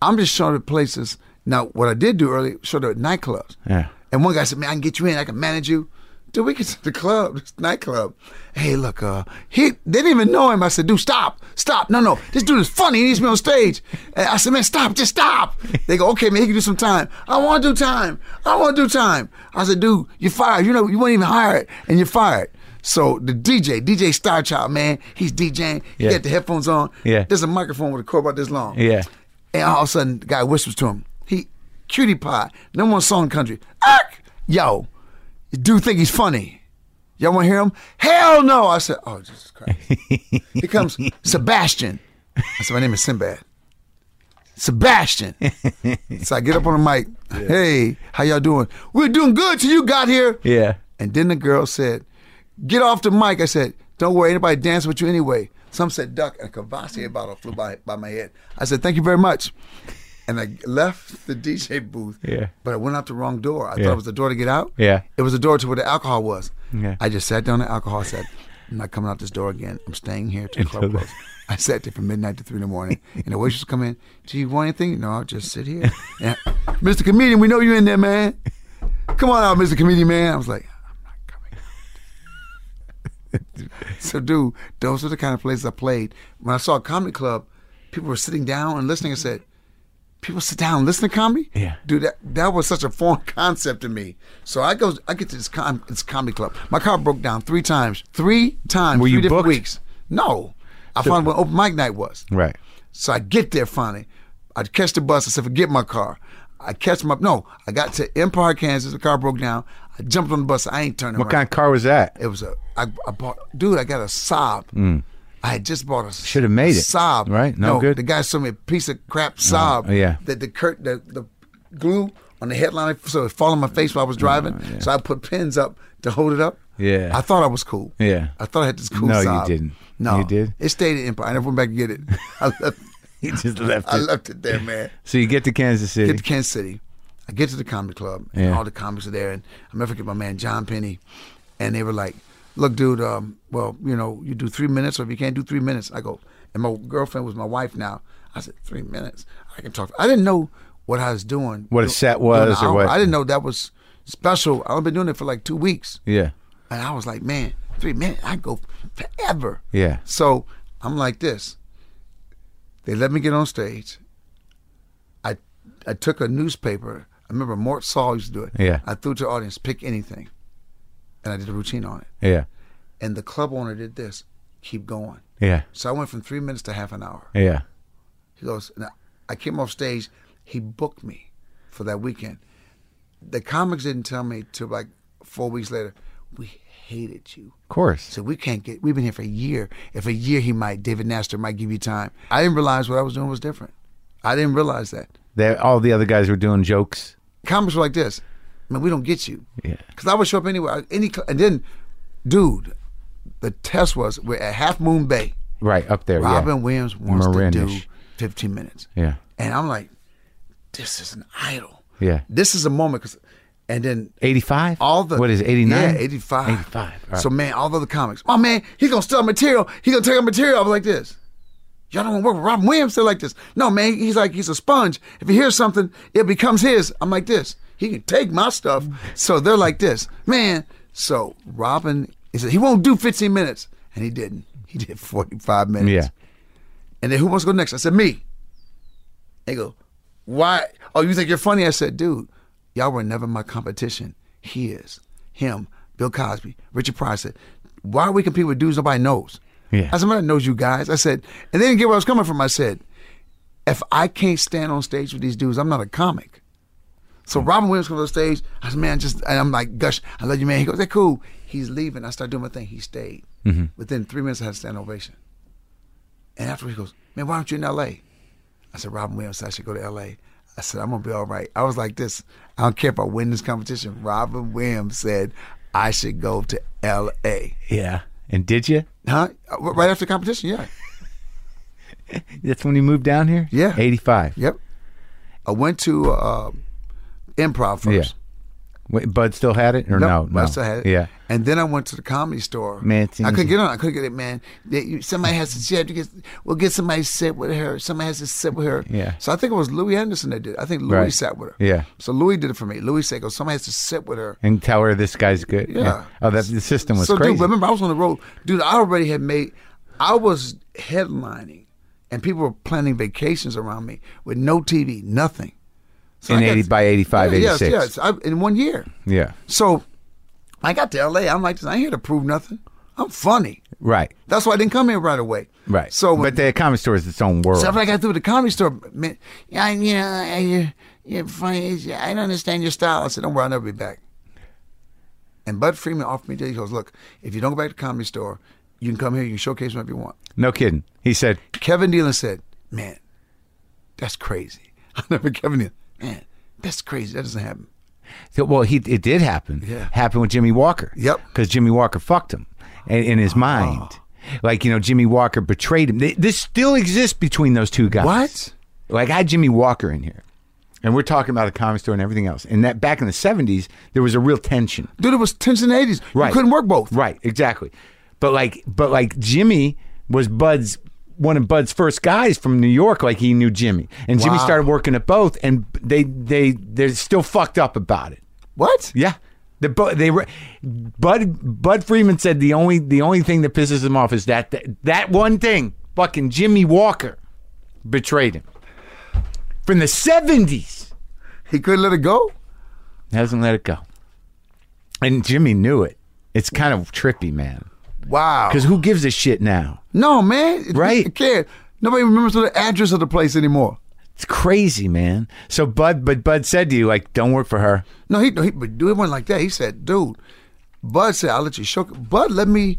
Speaker 3: I'm just showing up at places. Now, what I did do early, showed up at nightclubs.
Speaker 4: Yeah.
Speaker 3: And one guy said, "Man, I can get you in. I can manage you." Dude, we get to the club, this nightclub. Hey, look, uh, he they didn't even know him. I said, "Dude, stop, stop! No, no, this dude is funny. He needs to be on stage." And I said, "Man, stop, just stop." They go, "Okay, man, he can do some time." I want to do time. I want to do time. I said, "Dude, you're fired. You know, you weren't even hired, and you're fired." So the DJ, DJ Starchild, man, he's DJing. He
Speaker 4: Yeah.
Speaker 3: got the headphones on.
Speaker 4: Yeah.
Speaker 3: There's a microphone with a cord about this long.
Speaker 4: Yeah.
Speaker 3: And all of a sudden, the guy whispers to him, "He, cutie pie, number one song in the country. Ark! Yo, you do think he's funny? Y'all want to hear him? Hell no!" I said, "Oh Jesus Christ!" Here comes Sebastian. I said, "My name is Sinbad." Sebastian. so I get up on the mic. Hey, how y'all doing? We're doing good till you got here.
Speaker 4: Yeah.
Speaker 3: And then the girl said, Get off the mic. I said, Don't worry, anybody dance with you anyway. Some said duck, and a Cavassier bottle flew by, by my head. I said, Thank you very much. And I left the DJ booth,
Speaker 4: Yeah.
Speaker 3: but I went out the wrong door. I
Speaker 4: Yeah.
Speaker 3: thought it was the door to get out.
Speaker 4: Yeah.
Speaker 3: It was the door to where the alcohol was.
Speaker 4: Yeah.
Speaker 3: I just sat down at the alcohol, said, I'm not coming out this door again. I'm staying here till the club
Speaker 4: the-
Speaker 3: closes. I sat there from midnight to three in the morning, and the waitress come in. Do you want anything? No, I'll just sit here. And, Mr. Comedian, we know you in there, man. Come on out, Mr. Comedian, man. I was like, I'm not coming out. so, dude, those were the kind of places I played. When I saw a comedy club, people were sitting down and listening. I said, people sit down and listen to comedy.
Speaker 4: Yeah.
Speaker 3: dude, that that was such a foreign concept to me. So I go, I get to this, com- this comedy club. My car broke down three times, three times,
Speaker 4: Were
Speaker 3: three
Speaker 4: you
Speaker 3: different
Speaker 4: booked?
Speaker 3: weeks. No, I found what open mic night was.
Speaker 4: Right.
Speaker 3: So I get there finally. I catch the bus. I said, forget my car. I catch my no. I got to Empire, Kansas. The car broke down. I jumped on the bus. I ain't turning.
Speaker 4: What
Speaker 3: right.
Speaker 4: kind of car was that?
Speaker 3: It was a. I, I bought, dude. I got a Saab. I had just bought a.
Speaker 4: Should have Mm. made it,
Speaker 3: Saab,
Speaker 4: right? No good?
Speaker 3: The guy sold me a piece of crap Saab.
Speaker 4: Oh, yeah.
Speaker 3: That the curt the the glue on the headline so it fall on my face while I was driving. So I put pins up to hold it up.
Speaker 4: Oh, Yeah.
Speaker 3: I thought I was cool.
Speaker 4: Yeah.
Speaker 3: I thought I had this cool.
Speaker 4: No, you
Speaker 3: Saab.
Speaker 4: didn't.
Speaker 3: No,
Speaker 4: You did?
Speaker 3: It stayed in Empire. I never went back and get it. I left.
Speaker 4: You just left
Speaker 3: I
Speaker 4: it.
Speaker 3: left it there, man
Speaker 4: So you get to Kansas City.
Speaker 3: get to Kansas City. I get to the comedy club, and
Speaker 4: Yeah.
Speaker 3: all the comics are there. And I never forget my man John Penny, and they were like, "Look, dude, um, well, you know, you do three minutes, or if you can't do three minutes, I go." And my girlfriend was my wife now. I said, three minutes, I can talk." I didn't know what I was doing.
Speaker 4: What a
Speaker 3: Du-
Speaker 4: set
Speaker 3: during the
Speaker 4: was or
Speaker 3: hour.
Speaker 4: what-
Speaker 3: I didn't know that was special. I've been doing it for like two weeks,
Speaker 4: yeah.
Speaker 3: and I was like, "Man, three minutes, I go forever."
Speaker 4: Yeah.
Speaker 3: So I'm like this. They let me get on stage. I I took a newspaper. I remember Mort Saul used to do it.
Speaker 4: Yeah.
Speaker 3: I threw it to the audience, pick anything. And I did a routine on it.
Speaker 4: Yeah.
Speaker 3: And the club owner did this. Keep going.
Speaker 4: Yeah.
Speaker 3: So I went from three minutes to half an hour.
Speaker 4: Yeah.
Speaker 3: He goes, and I- I came off stage. He booked me for that weekend. The comics didn't tell me till like four weeks later, we hated you.
Speaker 4: Of course.
Speaker 3: So we can't get. We've been here for a year. If a year he might, David Nastor might give you time. I didn't realize what I was doing was different. I didn't realize that.
Speaker 4: They, all the other guys were doing jokes.
Speaker 3: Comments were like this, man. We don't get you.
Speaker 4: Yeah.
Speaker 3: Because I would show up anywhere. I- Any cl- and then dude, the test was we're at Half Moon Bay.
Speaker 4: Right up there.
Speaker 3: Robin Williams wants to do
Speaker 4: Marin-ish.
Speaker 3: 15 minutes.
Speaker 4: Yeah.
Speaker 3: And I'm like, this is an idol.
Speaker 4: Yeah.
Speaker 3: This is a moment. 'cause- and then
Speaker 4: yeah. 85?
Speaker 3: all the.
Speaker 4: What is it, 89?
Speaker 3: Yeah, 85.
Speaker 4: 85, all right.
Speaker 3: So, man, all the other comics, oh, man, he's going to steal material. He's going to take our material. I was like this. Y'all don't want to work with Robin Williams. They're like this. No, man, he's like, he's a sponge. If he hears something, it becomes his. I'm like this. He can take my stuff. So they're like this. Man, so Robin, he said, he won't do 15 minutes. And he didn't. He did 45 minutes.
Speaker 4: Yeah.
Speaker 3: And then who wants to go next? I said, me. They go, why? Oh, you think you're funny? I said, dude, y'all were never my competition. He is. Him, Bill Cosby, Richard Pryor said, why are we competing with dudes nobody knows?
Speaker 4: Yeah.
Speaker 3: I said, nobody knows you guys. I said, and they didn't get where I was coming from. I said, if I can't stand on stage with these dudes, I'm not a comic. So Robin Williams comes on stage. I said, man, just, and I'm like, gush, I love you, man. He goes, hey, cool. He's leaving. I start doing my thing. He stayed. Within three minutes, I had a stand ovation. And afterwards, he goes, Man, why aren't you in LA? I said, Robin Williams said I should go to LA. I said, I'm going to be all right. I was like this. I don't care if I win this competition. Robin Williams said, I should go to LA.
Speaker 4: Yeah. And did you?
Speaker 3: Huh? Uh, Right after the competition? Yeah.
Speaker 4: That's when you moved down here?
Speaker 3: Yeah.
Speaker 4: 85.
Speaker 3: Yep. I went to uh, improv
Speaker 4: Yeah.
Speaker 3: first.
Speaker 4: Wait, Bud still had it? Or no?
Speaker 3: I
Speaker 4: no.
Speaker 3: still had it.
Speaker 4: Yeah.
Speaker 3: And then I went to the comedy store.
Speaker 4: Man, it's
Speaker 3: I couldn't
Speaker 4: easy.
Speaker 3: get on. I couldn't get it, man. They- you- Somebody has to. She had to get. We'll get somebody to sit with her. Somebody has to sit with her.
Speaker 4: Yeah.
Speaker 3: So I think it was Louis Anderson that did. it. I think Louis
Speaker 4: Right.
Speaker 3: sat with her.
Speaker 4: Yeah.
Speaker 3: So Louis did it for me. Louis said, "Go. Somebody has to sit with her."
Speaker 4: And tell her this guy's good.
Speaker 3: Yeah.
Speaker 4: Oh, that the system was
Speaker 3: so
Speaker 4: crazy.
Speaker 3: dude, remember I was on the road, dude. I already had made. I was headlining, and people were planning vacations around me with no TV, nothing. So
Speaker 4: in
Speaker 3: I got-
Speaker 4: 80 by 85,
Speaker 3: yeah,
Speaker 4: 86.
Speaker 3: Yes, yes. I, in one year.
Speaker 4: Yeah.
Speaker 3: So I got to LA. I'm like, this. I ain't here to prove nothing. I'm funny.
Speaker 4: Right.
Speaker 3: That's why I didn't come here right away.
Speaker 4: Right.
Speaker 3: So, when,
Speaker 4: but the comedy store is its own world.
Speaker 3: so after I got through the comedy store, man, I, you know, I, you- you're funny. I don't understand your style. I said, don't worry, I'll never be back. And Bud Freeman offered me a deal. He goes, look, if you don't go back to the comedy store, you can come here. You can showcase whatever you want.
Speaker 4: no kidding. He said,
Speaker 3: Kevin Nealon said, man, that's crazy. I never Kevin Nealon. Man, that's crazy. That doesn't happen.
Speaker 4: well, he it did happen.
Speaker 3: Yeah.
Speaker 4: Happened with Jimmy Walker.
Speaker 3: Yep. Oh.
Speaker 4: Because Jimmy Walker fucked him in, in his mind. Like, you know, Jimmy Walker betrayed him. Th- This still exists between those two guys.
Speaker 3: What?
Speaker 4: Like, I had Jimmy Walker in here. And we're talking about a comedy store and everything else. And that back in the 70s, there was a real tension.
Speaker 3: Dude, it was tension 80s.
Speaker 4: Right.
Speaker 3: You couldn't work both.
Speaker 4: Right, exactly. But like, but like Jimmy was Bud's one of Bud's first guys from New York. Like he knew Jimmy, and Jimmy
Speaker 3: Wow.
Speaker 4: started working at both, and they they they're still fucked up about it.
Speaker 3: What?
Speaker 4: Yeah. The, Bu- they were, Bud Bud Freeman said the only the only thing that pisses him off is that that, that one thing fucking Jimmy Walker betrayed him from the seventies
Speaker 3: He couldn't let it go?
Speaker 4: hasn't let it go and Jimmy knew it it's kind of trippy man
Speaker 3: Wow.
Speaker 4: because who gives a shit now
Speaker 3: No, man.
Speaker 4: Right.
Speaker 3: Who cares? Nobody remembers the address of the place anymore.
Speaker 4: It's crazy, man. So Bud, but Bud said to you, like, don't work for her.
Speaker 3: No, he, he but dude, it wasn't like that. He said, dude, Bud said, I'll let you show. Bud let me.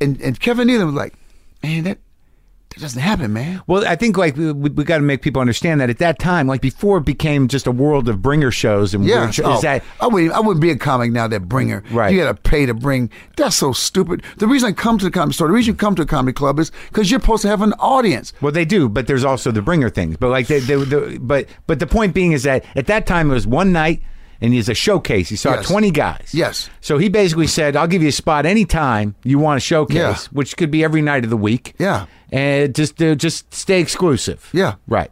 Speaker 3: And, and Kevin Nealon was like, man, that, that doesn't happen, man.
Speaker 4: Well, I think like we, we got to make people understand that at that time, like before it became just a world of bringer shows and
Speaker 3: Yeah,
Speaker 4: weird shows,
Speaker 3: oh,
Speaker 4: is that
Speaker 3: I wouldn't. I wouldn't be a comic now. That bringer,
Speaker 4: Right.
Speaker 3: You got to pay to bring. That's so stupid. The reason I come to the comedy store, the reason you come to a comedy club is because you're supposed to have an audience.
Speaker 4: well they do, but there's also the bringer things. But like they, they, the but but the point being is that at that time it was one night and he's a showcase. He saw
Speaker 3: Yes.
Speaker 4: 20 guys.
Speaker 3: Yes.
Speaker 4: So he basically said, "I'll give you a spot anytime you want to showcase,
Speaker 3: Yeah.
Speaker 4: which could be every night of the week."
Speaker 3: Yeah.
Speaker 4: And just uh, just stay exclusive.
Speaker 3: Yeah.
Speaker 4: Right.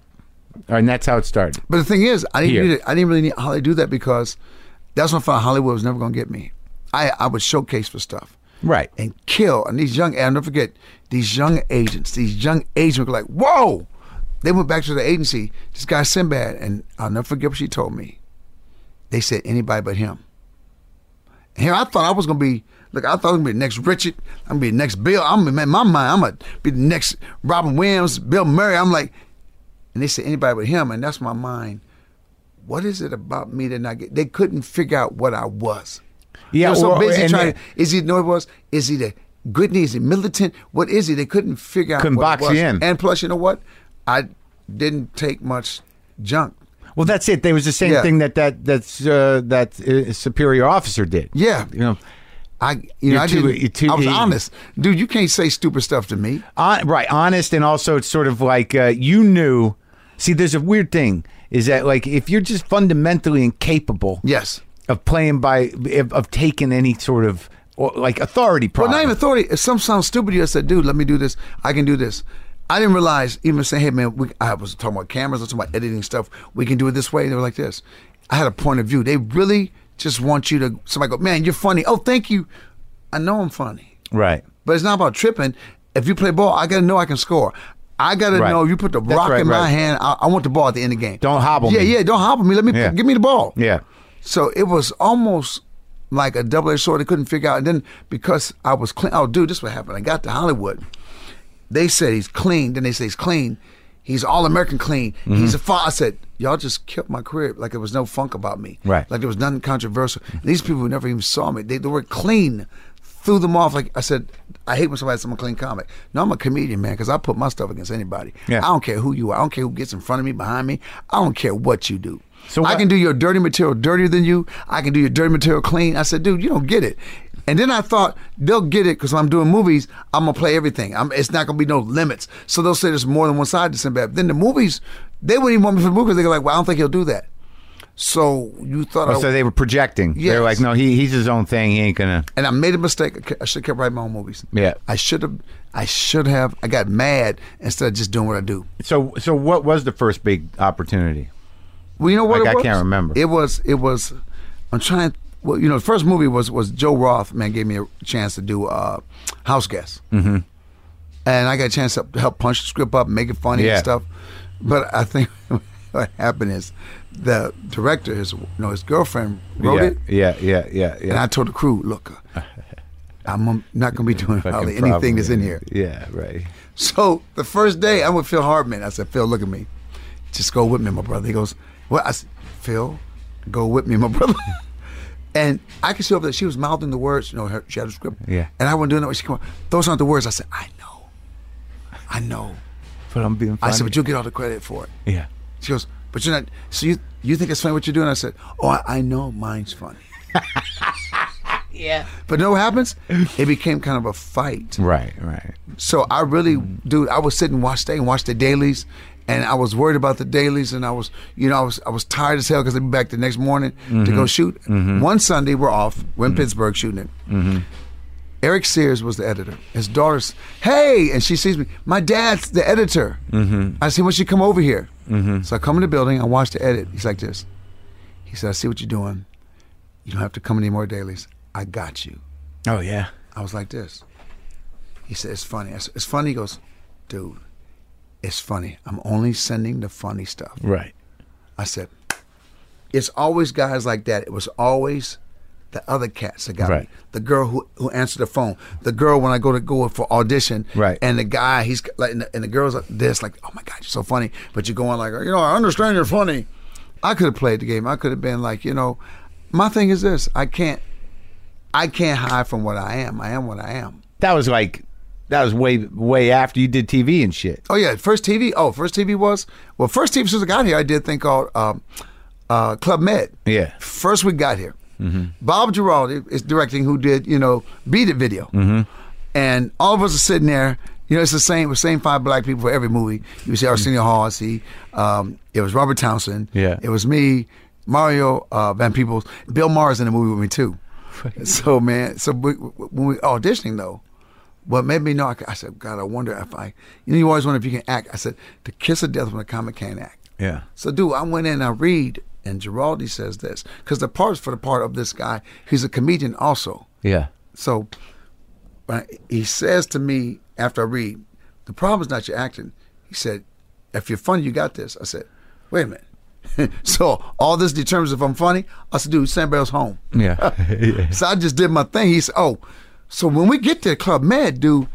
Speaker 4: And that's how it started.
Speaker 3: But the thing is, I didn't,
Speaker 4: Here.
Speaker 3: need it. I didn't really need Hollywood to do that because that's when I found Hollywood was never going to get me. I, I would showcase for stuff.
Speaker 4: Right.
Speaker 3: And kill. And these young, and I'll never forget, these young agents, these young agents were like, whoa! They went back to the agency, this guy Sinbad, and I'll never forget what she told me. They said anybody but him. And here I thought I was gonna be look, I thought I'm gonna be the next Richard, I'm gonna be the next Bill, I'm in my mind, I'm gonna be the next Robin Williams, Bill Murray. I'm like, and they said anybody but him, and that's my mind. What is it about me that not get? They couldn't figure out what I was.
Speaker 4: Yeah,
Speaker 3: they were so
Speaker 4: or-
Speaker 3: busy
Speaker 4: and
Speaker 3: trying.
Speaker 4: then-
Speaker 3: is he no? It was. Is he the good? Is he militant? What is he? They couldn't figure out.
Speaker 4: Couldn't
Speaker 3: what
Speaker 4: box
Speaker 3: it was.
Speaker 4: you in.
Speaker 3: And plus, you know what? I didn't take much junk.
Speaker 4: Well, that's it. They was the same
Speaker 3: Yeah.
Speaker 4: thing that that that's uh, that uh, superior officer did.
Speaker 3: Yeah.
Speaker 4: you know,
Speaker 3: I, you know, I,
Speaker 4: You're too- e,
Speaker 3: didn't,
Speaker 4: you're too
Speaker 3: I was
Speaker 4: eager.
Speaker 3: honest, dude. You can't say stupid stuff to me.
Speaker 4: Hon- right, honest, and also it's sort of like uh, you knew. See, there's a weird thing is that like if you're just fundamentally incapable
Speaker 3: Yes.
Speaker 4: of playing by of, of taking any sort of or, like authority
Speaker 3: Well,
Speaker 4: problem.
Speaker 3: not even authority. If some sounds stupid, you I said, dude, let me do this. I can do this. I didn't realize, even saying, hey, man, we, I was talking about cameras, I was talking about editing stuff. We can do it this way. They were like this. I had a point of view. They really just want you to, somebody go, man, you're funny. Oh, thank you. I know I'm funny.
Speaker 4: right.
Speaker 3: But it's not about tripping. If you play ball, I got to know I can score. I got to
Speaker 4: Right.
Speaker 3: know if you put the
Speaker 4: That's
Speaker 3: rock
Speaker 4: right,
Speaker 3: in
Speaker 4: right.
Speaker 3: my hand, I, I want the ball at the end of the game.
Speaker 4: Don't hobble
Speaker 3: yeah,
Speaker 4: me.
Speaker 3: Yeah, don't hobble me. Let me
Speaker 4: Yeah.
Speaker 3: give me the ball.
Speaker 4: Yeah.
Speaker 3: So it was almost like a double edged sword. I couldn't figure out. And then because I was clean, oh, dude, this is what happened. I got to Hollywood. They said he's clean. Then they say he's clean. He's all American clean.
Speaker 4: Mm-hmm.
Speaker 3: He's a father. I said, y'all just killed my career. Like there was no funk about me.
Speaker 4: Right.
Speaker 3: Like there was nothing controversial. These people who never even saw me, they, the word clean threw them off. Like I said, I hate when somebody says I'm a clean comic. No, I'm a comedian, man, because I put my stuff against anybody.
Speaker 4: Yeah.
Speaker 3: I don't care who you are. I don't care who gets in front of me, behind me. I don't care what you do.
Speaker 4: So
Speaker 3: So I
Speaker 4: what-
Speaker 3: can do your dirty material dirtier than you. I can do your dirty material clean. I said, dude, you don't get it. And then I thought they'll get it because when I'm doing movies, I'm gonna play everything. I'm, it's not gonna be no limits. So they'll say there's more than one side to Sinbad. Then the movies, they wouldn't even want me for the movies. They're like, well, I don't think he'll do that. So you thought, I,
Speaker 4: Oh, so they were projecting. They
Speaker 3: Yes.
Speaker 4: were like, no, he he's his own thing. He ain't gonna.
Speaker 3: and I made a mistake. I ca- I should have kept writing my own movies.
Speaker 4: Yeah.
Speaker 3: I should have. I should have. I got mad instead of just doing what I do.
Speaker 4: So so what was the first big opportunity?
Speaker 3: Well, you know what?
Speaker 4: Like,
Speaker 3: it
Speaker 4: I
Speaker 3: was?
Speaker 4: can't remember.
Speaker 3: It was. It was. I'm trying. Well, you know, the first movie was was Joe Roth. Man, gave me a chance to do uh, House Guest, mm-hmm. and I got a chance to help punch the script up, make it funny
Speaker 4: Yeah.
Speaker 3: and stuff. But I think what happened is the director, his you know, his girlfriend wrote
Speaker 4: yeah,
Speaker 3: it,
Speaker 4: yeah, yeah, yeah, yeah.
Speaker 3: and I told the crew, look. I'm um, not going to be doing
Speaker 4: Fucking
Speaker 3: hardly
Speaker 4: problem.
Speaker 3: anything that's in here.
Speaker 4: Yeah, right.
Speaker 3: So the first day, I'm with Phil Hartman. I said, Phil, look at me. Just go with me, my brother. He goes, Well, I said, Phil, go with me, my brother. and I could see over that she was mouthing the words. You know, her, she had a script.
Speaker 4: Yeah.
Speaker 3: And I wasn't doing that. when She came on. Those aren't the words. I said, I know. I know.
Speaker 4: But I'm being.
Speaker 3: I
Speaker 4: Funny.
Speaker 3: said, but you'll get all the credit for it.
Speaker 4: Yeah.
Speaker 3: She goes, but you're not. So you you think it's funny what you're doing? I said, oh, I, I know mine's funny. yeah. But you know what happens? It became kind of a fight.
Speaker 4: Right, right.
Speaker 3: So I really, dude, I was sitting and watch they and watch the dailies, and I was worried about the dailies, and I was, you know, I was I was tired as hell because they'd be back the next morning to
Speaker 4: Mm-hmm.
Speaker 3: go shoot. One Sunday we're off, we're in Pittsburgh shooting it.
Speaker 4: Mm-hmm.
Speaker 3: Eric Sears was the editor. His daughter's, hey, and she sees me. My dad's the editor.
Speaker 4: Mm-hmm.
Speaker 3: I see when she come over here. So I come in the building. I watch the edit. He's like this. He said, I see what you're doing. You don't have to come any more dailies. I got you.
Speaker 4: Oh yeah.
Speaker 3: I was like this. He said, It's funny. I said, It's funny. He goes, Dude, it's funny. I'm only sending the funny stuff.
Speaker 4: Right.
Speaker 3: I said, It's always guys like that. It was always the other cats that got
Speaker 4: Right.
Speaker 3: me. The girl who, who answered the phone. The girl when I go to go for audition.
Speaker 4: Right.
Speaker 3: And the guy, he's like, and the, and the girl's like this, like, Oh my God, you're so funny. But you're going like, You know, I understand you're funny. I could have played the game. I could have been like, You know, my thing is this I can't. I can't hide from what I am. I am what I am.
Speaker 4: That was like, that was way way after you did TV and shit.
Speaker 3: Oh yeah, first TV. Oh, first TV was well. First TV since I got here, I did a thing called um, uh, Club Med.
Speaker 4: Yeah.
Speaker 3: First we got here. Bob Giraldi is directing. Who did you know Beat It video? Mm-hmm. And all of us are sitting there. You know, it's the same the same five black people for every movie. You see Arsenio Hall. I see. Um, it was Robert Townsend.
Speaker 4: Yeah.
Speaker 3: It was me, Mario uh, Van Peebles. Bill Maher's in the movie with me too. So man, so we, we- when we auditioning though, what made me know, I, c- I said, God, I wonder if I, you know, you always wonder if you can act. I said, the kiss of death when a comic can't act.
Speaker 4: Yeah.
Speaker 3: So, dude, I went in, I read, and Giraldi says this because the part's for the part of this guy. He's a comedian also.
Speaker 4: Yeah.
Speaker 3: So, when I- he says to me after I read, the problem is not your acting. He said, if you're funny, you got this. I said, wait a minute. so all this determines if I'm funny. I said, dude, Sandbell's home.
Speaker 4: Yeah. yeah.
Speaker 3: So I just did my thing. He said, "Oh, so when we get to Club Med, dude,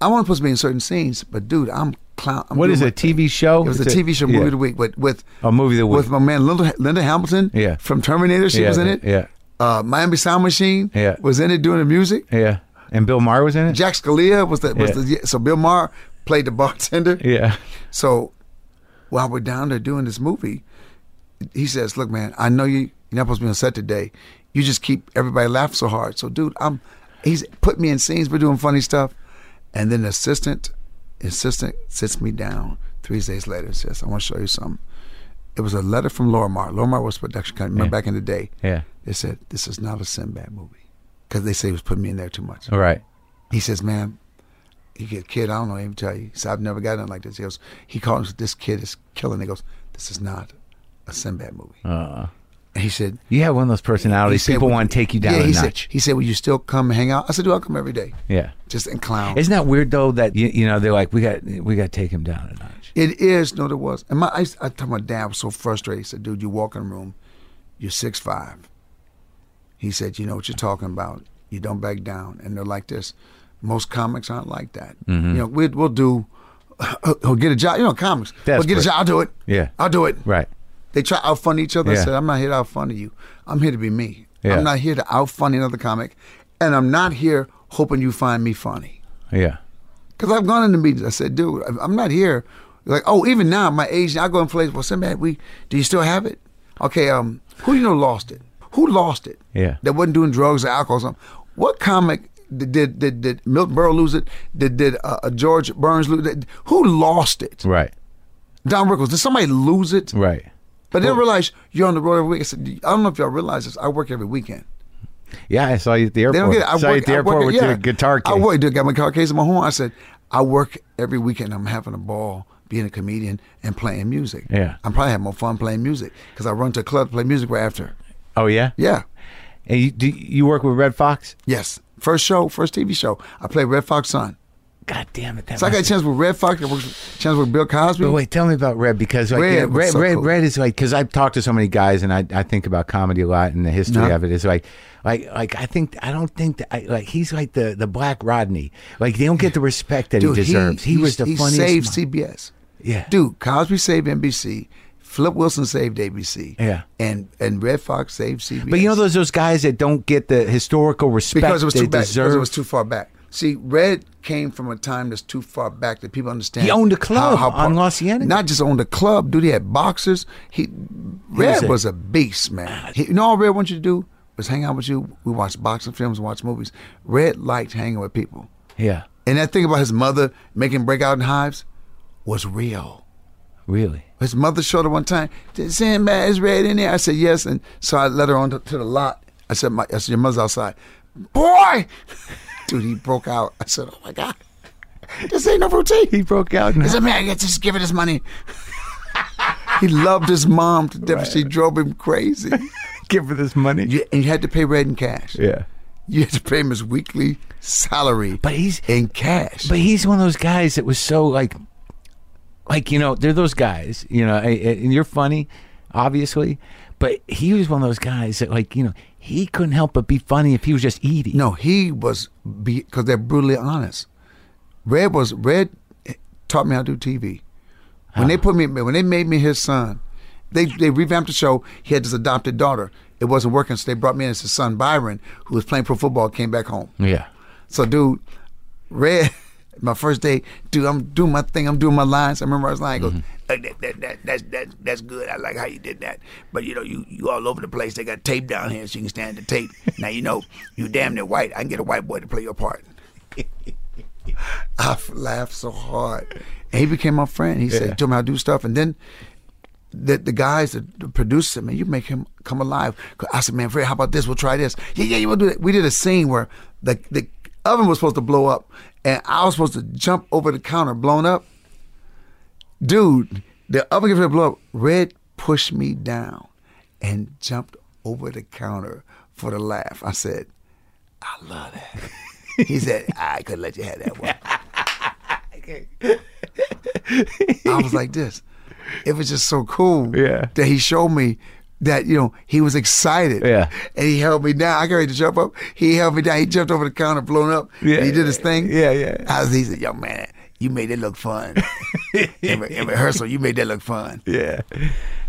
Speaker 3: I want to supposed to be in certain scenes, but dude, I'm clown. I'm
Speaker 4: What
Speaker 3: doing
Speaker 4: is
Speaker 3: my
Speaker 4: it, a TV show?
Speaker 3: It was a
Speaker 4: It's a-
Speaker 3: TV show, movie
Speaker 4: yeah.
Speaker 3: of the week, with with
Speaker 4: A movie of the week.
Speaker 3: with my man Linda, Linda Hamilton,
Speaker 4: Yeah.
Speaker 3: from Terminator. She
Speaker 4: Yeah,
Speaker 3: was in it.
Speaker 4: yeah.
Speaker 3: Uh, Miami Sound Machine
Speaker 4: Yeah.
Speaker 3: was in it doing the music.
Speaker 4: Yeah. And Bill Maher was in it.
Speaker 3: Jack Scalia was the was
Speaker 4: Yeah.
Speaker 3: the so Bill Maher played the bartender.
Speaker 4: yeah.
Speaker 3: So while we're down there doing this movie, he says, "Look, man, I know you, you're not supposed to be on set today. you just keep everybody laugh so hard. So, dude, I'm he's put me in scenes. We're doing funny stuff, and then the assistant, assistant sits me down three days later and says, "I want to show you something." It was a letter from Lorimar. Lorimar was a production company. Remember
Speaker 4: Yeah.
Speaker 3: back in the day,
Speaker 4: Yeah.
Speaker 3: they said this is not a Sinbad movie because they say he was putting me in there too much.
Speaker 4: All right.
Speaker 3: He says, "Man, he get kid. I don't know. Even tell you. He said, I've never got nothing like this." He goes, "He calls this kid is killing." He goes, "This is not a Sinbad movie."
Speaker 4: Uh,
Speaker 3: And he said,
Speaker 4: you have one of those
Speaker 3: he
Speaker 4: personalities.
Speaker 3: said,
Speaker 4: People
Speaker 3: "Well,
Speaker 4: want to take you down
Speaker 3: yeah,
Speaker 4: a
Speaker 3: he
Speaker 4: notch.
Speaker 3: Said, he said, "Will you still come hang out?" I said, "Do I come every day?"
Speaker 4: yeah.
Speaker 3: Just and clown.
Speaker 4: Isn't that weird though? That you, you know they're like we got we got to take him down a notch.
Speaker 3: It is. No, there was. And my, I, used- I told my dad I was so frustrated. He said, "Dude, you walk in the room, you're six five. He said, "You know what you're talking about. You don't back down." And they're like this. Most comics aren't like that.
Speaker 4: Mm-hmm.
Speaker 3: You know, we'll, we'll do. We'll get a job. You know, comics. We'll get a
Speaker 4: Desperate.
Speaker 3: job. I'll do it.
Speaker 4: Yeah.
Speaker 3: I'll do it.
Speaker 4: Right.
Speaker 3: They try out funny each other. I
Speaker 4: Yeah.
Speaker 3: said, I'm not here to out funny you. I'm here to be me.
Speaker 4: Yeah.
Speaker 3: I'm not here to out funny another comic, and I'm not here hoping you find me funny.
Speaker 4: Yeah.
Speaker 3: Because I've gone into meetings. I said, dude, I'm- I'm not here. Like, oh, even now, my agent, I go in place. Well, somebody, we do you still have it? Okay, um, who you know lost it? Who lost it?
Speaker 4: Yeah.
Speaker 3: That wasn't doing drugs or alcohol or something. What comic did did did, did Milton Burrow lose it? Did did uh, uh, George Burns lose it? Who lost it?
Speaker 4: Right.
Speaker 3: Don Rickles. Did somebody lose it?
Speaker 4: Right.
Speaker 3: But they didn't realize you're on the road every week. I said, I don't know if y'all realize this. I work every weekend.
Speaker 4: Yeah, I saw you at the
Speaker 3: They
Speaker 4: airport.
Speaker 3: don't get it. I
Speaker 4: saw you
Speaker 3: work,
Speaker 4: at the
Speaker 3: I
Speaker 4: airport
Speaker 3: work,
Speaker 4: with
Speaker 3: yeah.
Speaker 4: your guitar case.
Speaker 3: I work, dude, got my guitar case in my horn. I said, I work every weekend. I'm having a ball being a comedian and playing music.
Speaker 4: Yeah.
Speaker 3: I'm probably having more fun playing music because I run to a club to play music right after.
Speaker 4: Oh yeah.
Speaker 3: Yeah.
Speaker 4: And you, do you work with Red Fox?
Speaker 3: Yes. First show, first TV show. I played Red Fox Son.
Speaker 4: God damn it! That
Speaker 3: So I got a
Speaker 4: must-
Speaker 3: chance with Red Fox. I worked with, chance with Bill Cosby.
Speaker 4: But wait, tell me about Red because like,
Speaker 3: Red
Speaker 4: yeah,
Speaker 3: was
Speaker 4: Red,
Speaker 3: so
Speaker 4: Red,
Speaker 3: cool.
Speaker 4: Red is like because I've talked to so many guys and I, I think about comedy a lot and the history
Speaker 3: Uh-huh.
Speaker 4: of it is like like like I think I don't think that I, like he's like the the Black Rodney like they don't get the respect that
Speaker 3: Dude,
Speaker 4: he deserves. He, was the
Speaker 3: he
Speaker 4: funniest.
Speaker 3: saved
Speaker 4: mo-
Speaker 3: CBS.
Speaker 4: yeah,
Speaker 3: Dude, Cosby saved NBC. Flip Wilson saved ABC.
Speaker 4: Yeah.
Speaker 3: And and Red Fox saved CBS.
Speaker 4: But you know those those guys that don't get the historical respect
Speaker 3: because it was
Speaker 4: they
Speaker 3: too back, because
Speaker 4: deserve.
Speaker 3: it was too far back. See, Red came from a time that's too far back that people understand.
Speaker 4: He owned a club on
Speaker 3: par-
Speaker 4: Los Angeles.
Speaker 3: Not just owned a club, dude. He had boxers. He Red
Speaker 4: was a-
Speaker 3: was a beast,
Speaker 4: Ah,
Speaker 3: man. He, you know all Red wanted you to do was hang out with you. We watched boxing films, watched movies. Red liked hanging with people,
Speaker 4: yeah,
Speaker 3: and that thing about his mother making breakout in hives was real.
Speaker 4: really.
Speaker 3: His mother showed her one time, Sinbad is red in there. I said, yes. And so I led her on to, to the lot. I said, my, I said, your mother's outside. Boy! Dude, he broke out. I said, oh my God. This ain't no routine.
Speaker 4: He broke out.
Speaker 3: He said, man, I guess just give her this money. he loved his mom to death. She drove him crazy.
Speaker 4: Give her this money.
Speaker 3: You, and you had to pay red in cash.
Speaker 4: yeah.
Speaker 3: You had to pay him his weekly salary
Speaker 4: But he's
Speaker 3: in cash.
Speaker 4: But he's one of those guys that was so like, like you know, they're those guys. You know, a- a- and you're funny, obviously. But he was one of those guys that like you know he couldn't help but be funny if he was just eating.
Speaker 3: No, he was because they're brutally honest. Red was Red taught me how to do TV. When they put me, when they made me his son, they they revamped the show. He had this adopted daughter. It wasn't working, so they brought me in as his son Byron, who was playing pro football, came back home.
Speaker 4: Yeah.
Speaker 3: So, dude, Red, my first day, dude, I'm doing my thing. I'm doing my lines. I remember I was lying. Goes, "Uh, that, that, that, that's, that's, that's good. I like how you did that. But, you know, you, you all over the place. They got tape down here so you can stand the tape. now, you know, you damn near white. I can get a white boy to play your part. I f- laughed so hard. And he became my friend. He said, told me how to do stuff. And then the, the guys that the producer, man, you make him come alive. 'Cause I said, man, Fred, how about this? We'll try this. Yeah, yeah, you will do that. We did a scene where the the oven was supposed to blow up, and I was supposed to jump over the counter, blown up. Dude, the oven gets ready to blow up. Red pushed me down and jumped over the counter for the laugh. I said, I love that. he said, I could let you have that one. I was like this. It was just so cool
Speaker 4: Yeah.
Speaker 3: that he showed me that, you know, he was excited.
Speaker 4: Yeah.
Speaker 3: And he held me down. I got ready to jump up. He held me down. He jumped over the counter, blown up.
Speaker 4: Yeah.
Speaker 3: And he did his thing.
Speaker 4: Yeah, yeah.
Speaker 3: I was, he said, young man, you made it look fun. in, re- in rehearsal, you made that look fun.
Speaker 4: Yeah.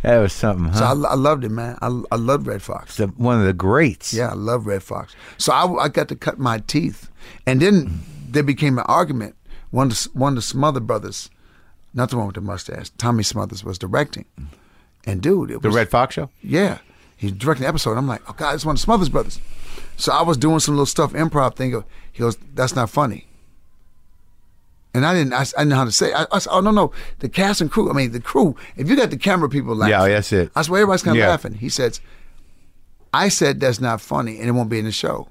Speaker 4: That was something,
Speaker 3: So
Speaker 4: huh?
Speaker 3: I, lo- I loved it, man. I, I love Red Fox.
Speaker 4: the, one of the greats.
Speaker 3: Yeah, I love Red Fox. So I, I got to cut my teeth, and then there became an argument. One of the, one of the Smother brothers, not the one with the mustache, Tommy Smothers was directing, and dude, it
Speaker 4: The
Speaker 3: was
Speaker 4: Red Fox show.
Speaker 3: yeah, He's directing the episode. I'm like, oh God, it's one of the Smothers Brothers. So I was doing some little stuff, improv thing. He goes, that's not funny. And I didn't, I, I didn't know how to say. It. I, I said, oh no, no, the cast and crew. I mean, the crew. If you got the camera people laughing,
Speaker 4: Yeah, that's it.
Speaker 3: I swear everybody's kind of
Speaker 4: Yeah.
Speaker 3: laughing. He says, I said that's not funny, and it won't be in the show.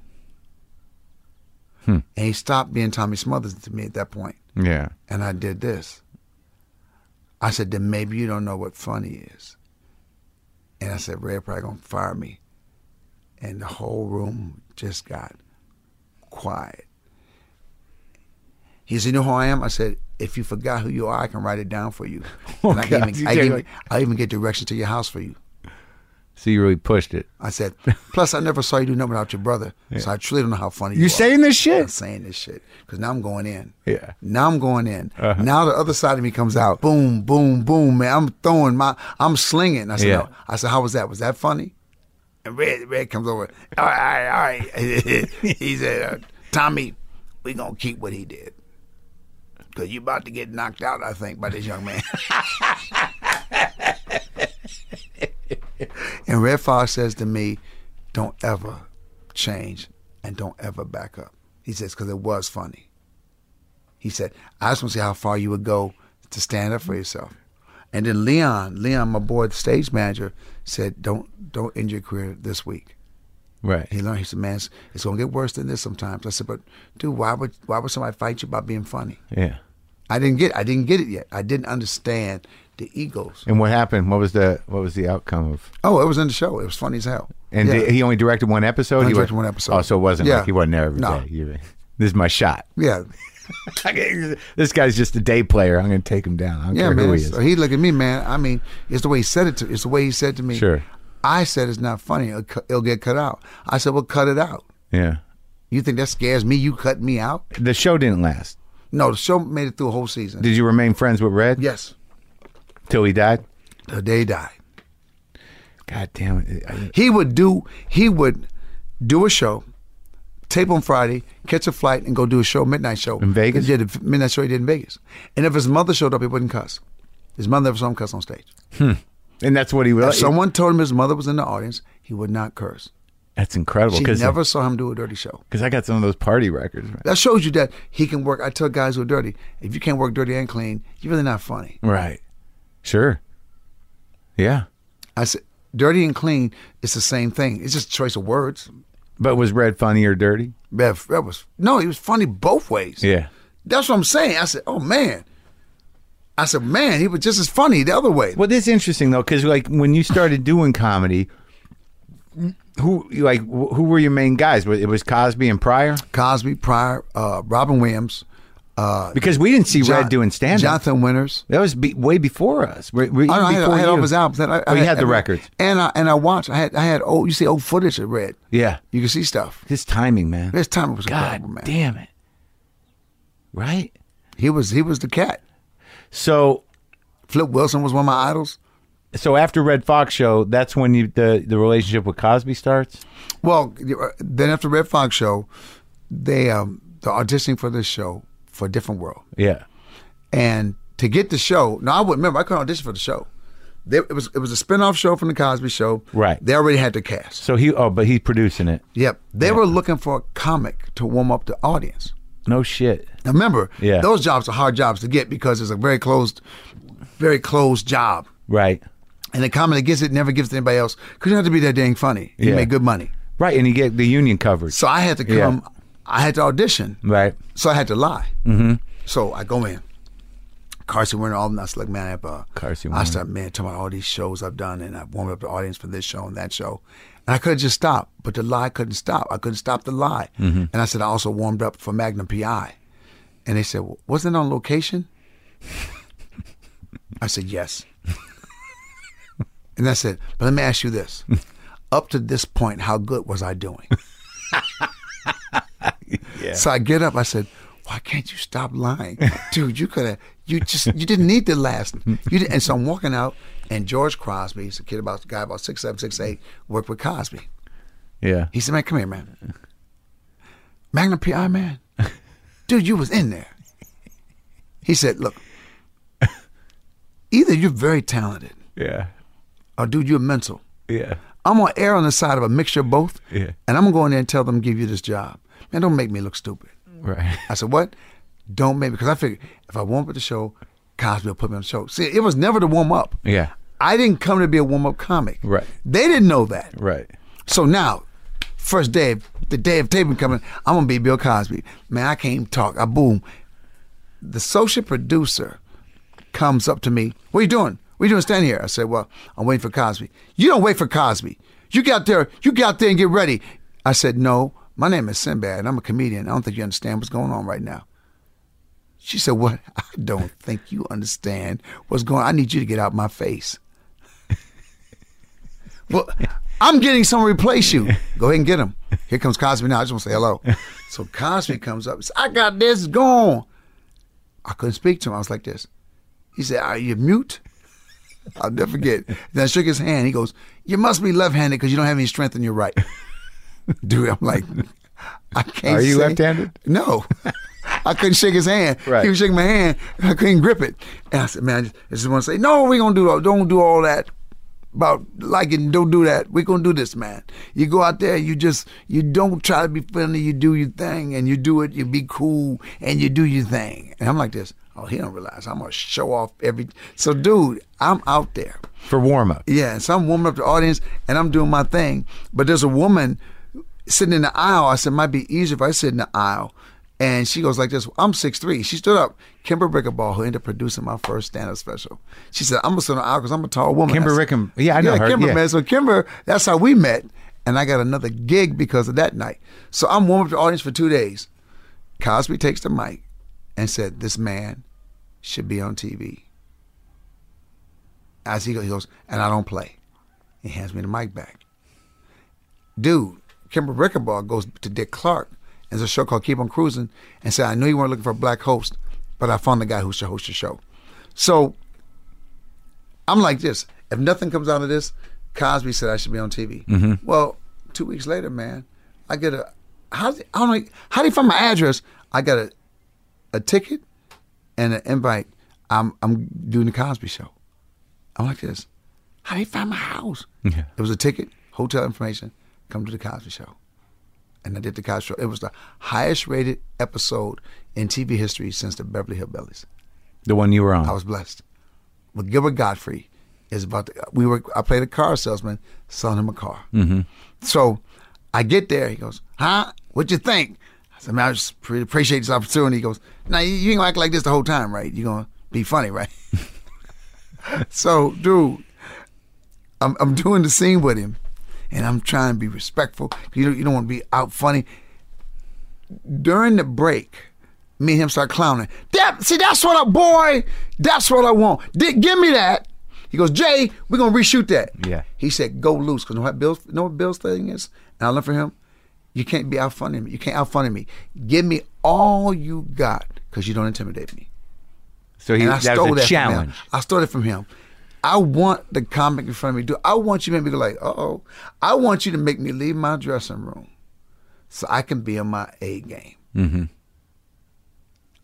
Speaker 4: Hmm.
Speaker 3: And he stopped being Tommy Smothers to me at that point
Speaker 4: Yeah.
Speaker 3: and I did this. I said, then maybe you don't know what funny is. And I said, Red probably gonna fire me. And the whole room just got quiet. He said, You know who I am? I said, if you forgot who you are, I can write it down for you.
Speaker 4: Oh,
Speaker 3: and I can
Speaker 4: God,
Speaker 3: even,
Speaker 4: you
Speaker 3: I
Speaker 4: did
Speaker 3: can even,
Speaker 4: like-
Speaker 3: I even get directions to your house for you.
Speaker 4: So you really pushed it.
Speaker 3: I said, plus I never saw you do nothing without your brother. So I truly don't know how funny you,
Speaker 4: You
Speaker 3: are.
Speaker 4: saying this
Speaker 3: I'm
Speaker 4: shit?
Speaker 3: saying this shit because now I'm going in.
Speaker 4: Yeah.
Speaker 3: Now I'm going in. Now the other side of me comes out. Boom, boom, boom, man. I'm throwing my, I'm slinging. I said,
Speaker 4: Yeah.
Speaker 3: no. I said, how was that? Was that funny? And Red, Red comes over. All right, all right, all right. he said, uh, Tommy, we gonna keep what he did because you about to get knocked out. I think by this young man. and Red Fox says to me, "Don't ever change and don't ever back up." He says because it was funny. He said, "I just want to see how far you would go to stand up for yourself." And then Leon, Leon, my boy, the stage manager, said, "Don't don't end your career this week."
Speaker 4: Right.
Speaker 3: He learned. He said, "Man, it's, it's gonna get worse than this sometimes." I said, "But dude, why would why would somebody fight you about being funny?"
Speaker 4: Yeah.
Speaker 3: I didn't get I didn't get it yet. I didn't understand the egos.
Speaker 4: And what happened? What was the what was the outcome of?
Speaker 3: Oh, it was in the show. It was funny as hell.
Speaker 4: And
Speaker 3: Yeah.
Speaker 4: di- he only directed one episode.
Speaker 3: Only
Speaker 4: He wa-
Speaker 3: directed one episode.
Speaker 4: Oh, so it wasn't
Speaker 3: Yeah.
Speaker 4: like he wasn't there every day.
Speaker 3: No.
Speaker 4: You- This is my shot.
Speaker 3: yeah,
Speaker 4: this guy's just a day player. I'm going to take him down. I don't
Speaker 3: yeah,
Speaker 4: care who
Speaker 3: man.
Speaker 4: he is.
Speaker 3: So he looked at me, man. I mean, it's the way he said it to. It's the way he said to me.
Speaker 4: Sure.
Speaker 3: I said it's not funny. It'll, cu- it'll get cut out. I said, well, cut it out.
Speaker 4: yeah.
Speaker 3: You think that scares me? You cut me out?
Speaker 4: The show didn't last.
Speaker 3: No, the show made it through a whole season.
Speaker 4: Did you remain friends with Red
Speaker 3: yes,
Speaker 4: till he died?
Speaker 3: the day he died.
Speaker 4: God damn it. I-
Speaker 3: He would do he would do a show, tape on Friday, catch a flight, and go do a show, midnight show
Speaker 4: In Vegas?
Speaker 3: Yeah, the midnight show he did in Vegas. And if his mother showed up, he wouldn't cuss. His mother never saw him cuss on stage.
Speaker 4: and that's what he
Speaker 3: If
Speaker 4: was.
Speaker 3: someone told him his mother was in the audience, he would not curse.
Speaker 4: that's incredible.
Speaker 3: She
Speaker 4: Because
Speaker 3: never saw him do a dirty show.
Speaker 4: I got some of those party records. Man.
Speaker 3: That shows you that he can work. I tell guys who are dirty, if you can't work dirty and clean, you're really not funny.
Speaker 4: Right. Sure. Yeah.
Speaker 3: I said, dirty and clean is the same thing. It's just a choice of words.
Speaker 4: But was Red funny or dirty?
Speaker 3: That that was no, he was funny both ways.
Speaker 4: Yeah.
Speaker 3: That's what I'm saying. I said, oh man. I said, man, he was just as funny the other way.
Speaker 4: Well, this is interesting though, because like when you started doing comedy, who like wh- who were your main guys? Was- It was Cosby and Pryor,
Speaker 3: Cosby, Pryor, uh, Robin Williams, uh,
Speaker 4: because we didn't see
Speaker 3: John-
Speaker 4: Red doing stand up.
Speaker 3: Jonathan Winters.
Speaker 4: That was be- way before us. Were, were
Speaker 3: I,
Speaker 4: even
Speaker 3: I had,
Speaker 4: before
Speaker 3: I had
Speaker 4: you.
Speaker 3: all his albums. I, I
Speaker 4: Oh, you had the records.
Speaker 3: and I and I watched. I had I had old. You see old footage of Red.
Speaker 4: Yeah,
Speaker 3: You can see stuff.
Speaker 4: his timing, man.
Speaker 3: His time was
Speaker 4: God
Speaker 3: incredible, man.
Speaker 4: damn it! Right.
Speaker 3: He was he was the cat.
Speaker 4: So,
Speaker 3: Flip Wilson was one of my idols.
Speaker 4: so after Red Fox show, that's when you the the relationship with Cosby starts.
Speaker 3: Well, uh, then after Red Fox show, they um they're auditioning for this show for Different World.
Speaker 4: Yeah.
Speaker 3: and to get the show. No, I would remember. I couldn't audition for the show. They, it was it was a spinoff show from the Cosby Show.
Speaker 4: Right.
Speaker 3: They already had the cast.
Speaker 4: So he oh, but he's producing it.
Speaker 3: Yep. They were looking for a comic to warm up the audience.
Speaker 4: No shit.
Speaker 3: Now remember,
Speaker 4: Yeah.
Speaker 3: those jobs are hard jobs to get because it's a very closed, very closed job.
Speaker 4: Right.
Speaker 3: And the comic that gets it never gives it to anybody else because you don't have to be that dang funny. You
Speaker 4: Yeah.
Speaker 3: make good money.
Speaker 4: Right, and you get the union covered.
Speaker 3: So I had to
Speaker 4: Yeah.
Speaker 3: come. I had to audition.
Speaker 4: Right.
Speaker 3: So I had to lie. Mm-hmm. So I go in. Carson Werner, all them. I was like, man, I have uh,
Speaker 4: Carson
Speaker 3: I
Speaker 4: Werner.
Speaker 3: start man talking about all these shows I've done, and I've warmed up the audience for this show and that show, and I could have just stopped, but the lie couldn't stop. I couldn't stop the lie, and I said I also warmed up for Magnum PI, and they said, well, wasn't it on location? I said yes, and I said, but let me ask you this: up to this point, how good was I doing? So I get up. I said, "Why can't you stop lying, dude? You could have. You just you didn't need to last. You didn't." And so I'm walking out, and George Crosby, he's a kid about guy about six seven six eight, worked with Cosby.
Speaker 4: Yeah.
Speaker 3: He said, "Man, come here, man. Magnum PI, man, dude, you was in there." He said, "Look, either you're very talented,
Speaker 4: Yeah.
Speaker 3: or dude, you're mental.
Speaker 4: Yeah.
Speaker 3: I'm gonna err on the side of a mixture of both,
Speaker 5: Yeah.
Speaker 3: and I'm gonna go in there and tell them give you this job. Man, don't make me look stupid.
Speaker 5: Right.
Speaker 3: I said, "What? Don't make me." Because I figured if I warm up at the show, Cosby will put me on the show. See, it was never to warm up.
Speaker 5: Yeah.
Speaker 3: I didn't come to be a warm up comic.
Speaker 5: Right.
Speaker 3: They didn't know that.
Speaker 5: Right.
Speaker 3: So now, first day, of- the day of taping coming, I'm gonna be Bill Cosby. Man, I can't even talk. I boom. The social producer comes up to me. What you doing? What you doing standing here? I said, Well, I'm waiting for Cosby. You don't wait for Cosby. You get out there, you get out there and get ready. I said, No, my name is Sinbad and I'm a comedian. I don't think you understand what's going on right now. She said, What? I don't think you understand what's going on. I need you to get out my face. well, I'm getting someone to replace you. Go ahead and get him. Here comes Cosby now. I just want to say hello. So Cosby comes up. and says, I got this. Go on. I couldn't speak to him. I was like this. He said, Are you mute? I'll never forget. Then I shook his hand. He goes, You must be left handed because you don't have any strength in your right. Dude, I'm like, I can't
Speaker 4: Are you
Speaker 3: say-
Speaker 4: left-handed?
Speaker 3: no. I couldn't shake his hand.
Speaker 4: Right.
Speaker 3: He was shaking my hand. I couldn't grip it. And I said, man, I just, I just want to say, no, we going to do all, don't do all that about liking, don't do that. We're going to do this, man. You go out there, you just, you don't try to be friendly. You do your thing and you do it. You be cool and you do your thing. And I'm like this. Oh, he don't realize I'm going to show off every. So, dude, I'm out there.
Speaker 4: for warm up.
Speaker 3: Yeah, and so I'm warming up the audience and I'm doing my thing. But there's a woman sitting in the aisle. I said, might be easier if I sit in the aisle. And she goes like this, I'm 6'3". She stood up. Kimber Rickerball, who ended up producing my first stand-up special. She said, I'm going to sit in the aisle because I'm a tall woman.
Speaker 4: Kimber
Speaker 3: I said-
Speaker 4: Rickham- yeah, I know her,
Speaker 3: Kimber,
Speaker 4: yeah.
Speaker 3: man. So Kimber, that's how we met. And I got another gig because of that night. So I'm warming up the audience for two days. Cosby takes the mic and said, this man should be on TV. As he goes, he goes, and I don't play. He hands me the mic back. Dude, Kimber Rickerball goes to Dick Clark and there's a show called Keep on Cruising and said, I knew you weren't looking for a black host, but I found the guy who should host your show. So I'm like this. If nothing comes out of this, Cosby said I should be on TV. Well, two weeks later, man, I get a how did- I don't know how do you find my address? I got a a ticket and an invite. I'm I'm doing the Cosby show. I'm like this. How do you find my house?
Speaker 5: Yeah.
Speaker 3: It was a ticket, hotel information. Come to the Cosby show, and I did the Cosby show. It was the highest rated episode in TV history since the Beverly Hillbillies.
Speaker 4: The one you were on.
Speaker 3: I was blessed. But Gilbert Godfrey is about to, we were I played a car salesman selling him a car. Mm-hmm. So I get there. He goes, "Huh? What'd you think?" I said, "Man, I just pre- appreciate this opportunity." He goes, "Now you, you ain't gonna act like this the whole time, right? You gonna be funny, right?" so, dude, I'm I'm doing the scene with him, and I'm trying to be respectful. You don't, you don't want to be out funny. During the break, me and him start clowning. That see, that's what I boy, that's what I want. Dick, give me that. He goes, Jay, we're gonna reshoot that.
Speaker 4: Yeah.
Speaker 3: He said, go loose, cause know what Bill's know what Bill's thing is, and I learned from him. You can't be out funny me. You can't out funny me. Give me all you got, cause you don't intimidate me.
Speaker 4: so he,
Speaker 3: And I
Speaker 4: that
Speaker 3: stole
Speaker 4: was a
Speaker 3: that
Speaker 4: challenge.
Speaker 3: From him. I stole it from him. I want the comic in front of me. Do I want you to make me go like, uh oh. I want you to make me leave my dressing room so I can be on my A game. Mm-hmm.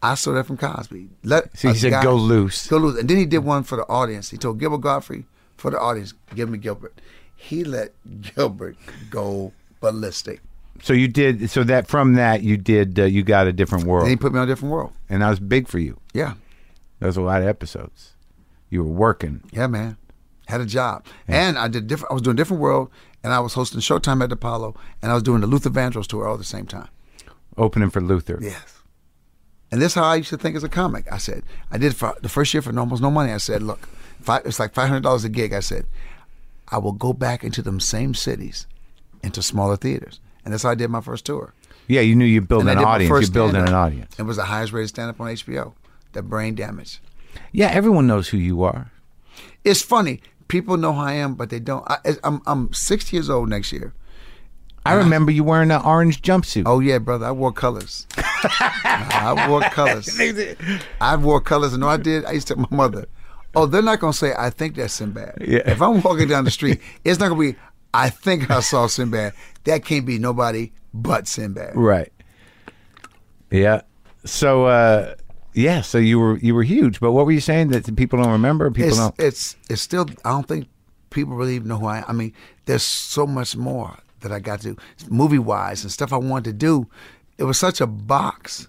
Speaker 3: I stole that from Cosby. Let
Speaker 4: So he
Speaker 3: a
Speaker 4: said, "Go loose."
Speaker 3: Go loose. And then he did one for the audience. He told Gilbert Godfrey for the audience, give me Gilbert. He let Gilbert go ballistic.
Speaker 4: So you did. So that from that you did. Uh, you got a different world,
Speaker 3: Then he put me on a different world.
Speaker 4: and that was big for you.
Speaker 3: Yeah.
Speaker 4: That was a lot of episodes. You were working.
Speaker 3: Yeah, man. Had a job. And I did different I was doing different world and I was hosting Showtime at the Apollo and I was doing the Luther Vandross tour all at the same time.
Speaker 4: opening for Luther.
Speaker 3: Yes. And this is how I used to think as a comic. I said, I did for the first year for almost no money. I said, look, five, it's like five hundred dollars a gig. I said, I will go back into them same cities, into smaller theaters. And that's how I did my first tour.
Speaker 4: Yeah, you knew you build
Speaker 3: And I
Speaker 4: an
Speaker 3: did my
Speaker 4: audience.
Speaker 3: first
Speaker 4: You build an
Speaker 3: stand-up.
Speaker 4: audience.
Speaker 3: It was the highest rated stand up on HBO, the brain damage.
Speaker 4: Yeah, everyone knows who you are.
Speaker 3: It's funny. People know who I am, but they don't. I, I'm I'm 60 years old next year.
Speaker 4: I remember you wearing an orange jumpsuit.
Speaker 3: Oh yeah, brother, I wore colors. I wore colors. I wore colors, and know what I did. I used to tell my mother, "Oh, they're not gonna say I think that's Sinbad."
Speaker 4: Yeah.
Speaker 3: If I'm walking down the street, it's not gonna be I think I saw Sinbad. That can't be nobody but Sinbad.
Speaker 4: right. Yeah. So, uh, yeah. So you were you were huge. But what were you saying that people don't remember? People
Speaker 3: It's
Speaker 4: don't.
Speaker 3: it's it's still. I don't think people really even know who I am. I mean, there's so much more that I got to do, movie wise and stuff I wanted to do. It was such a box.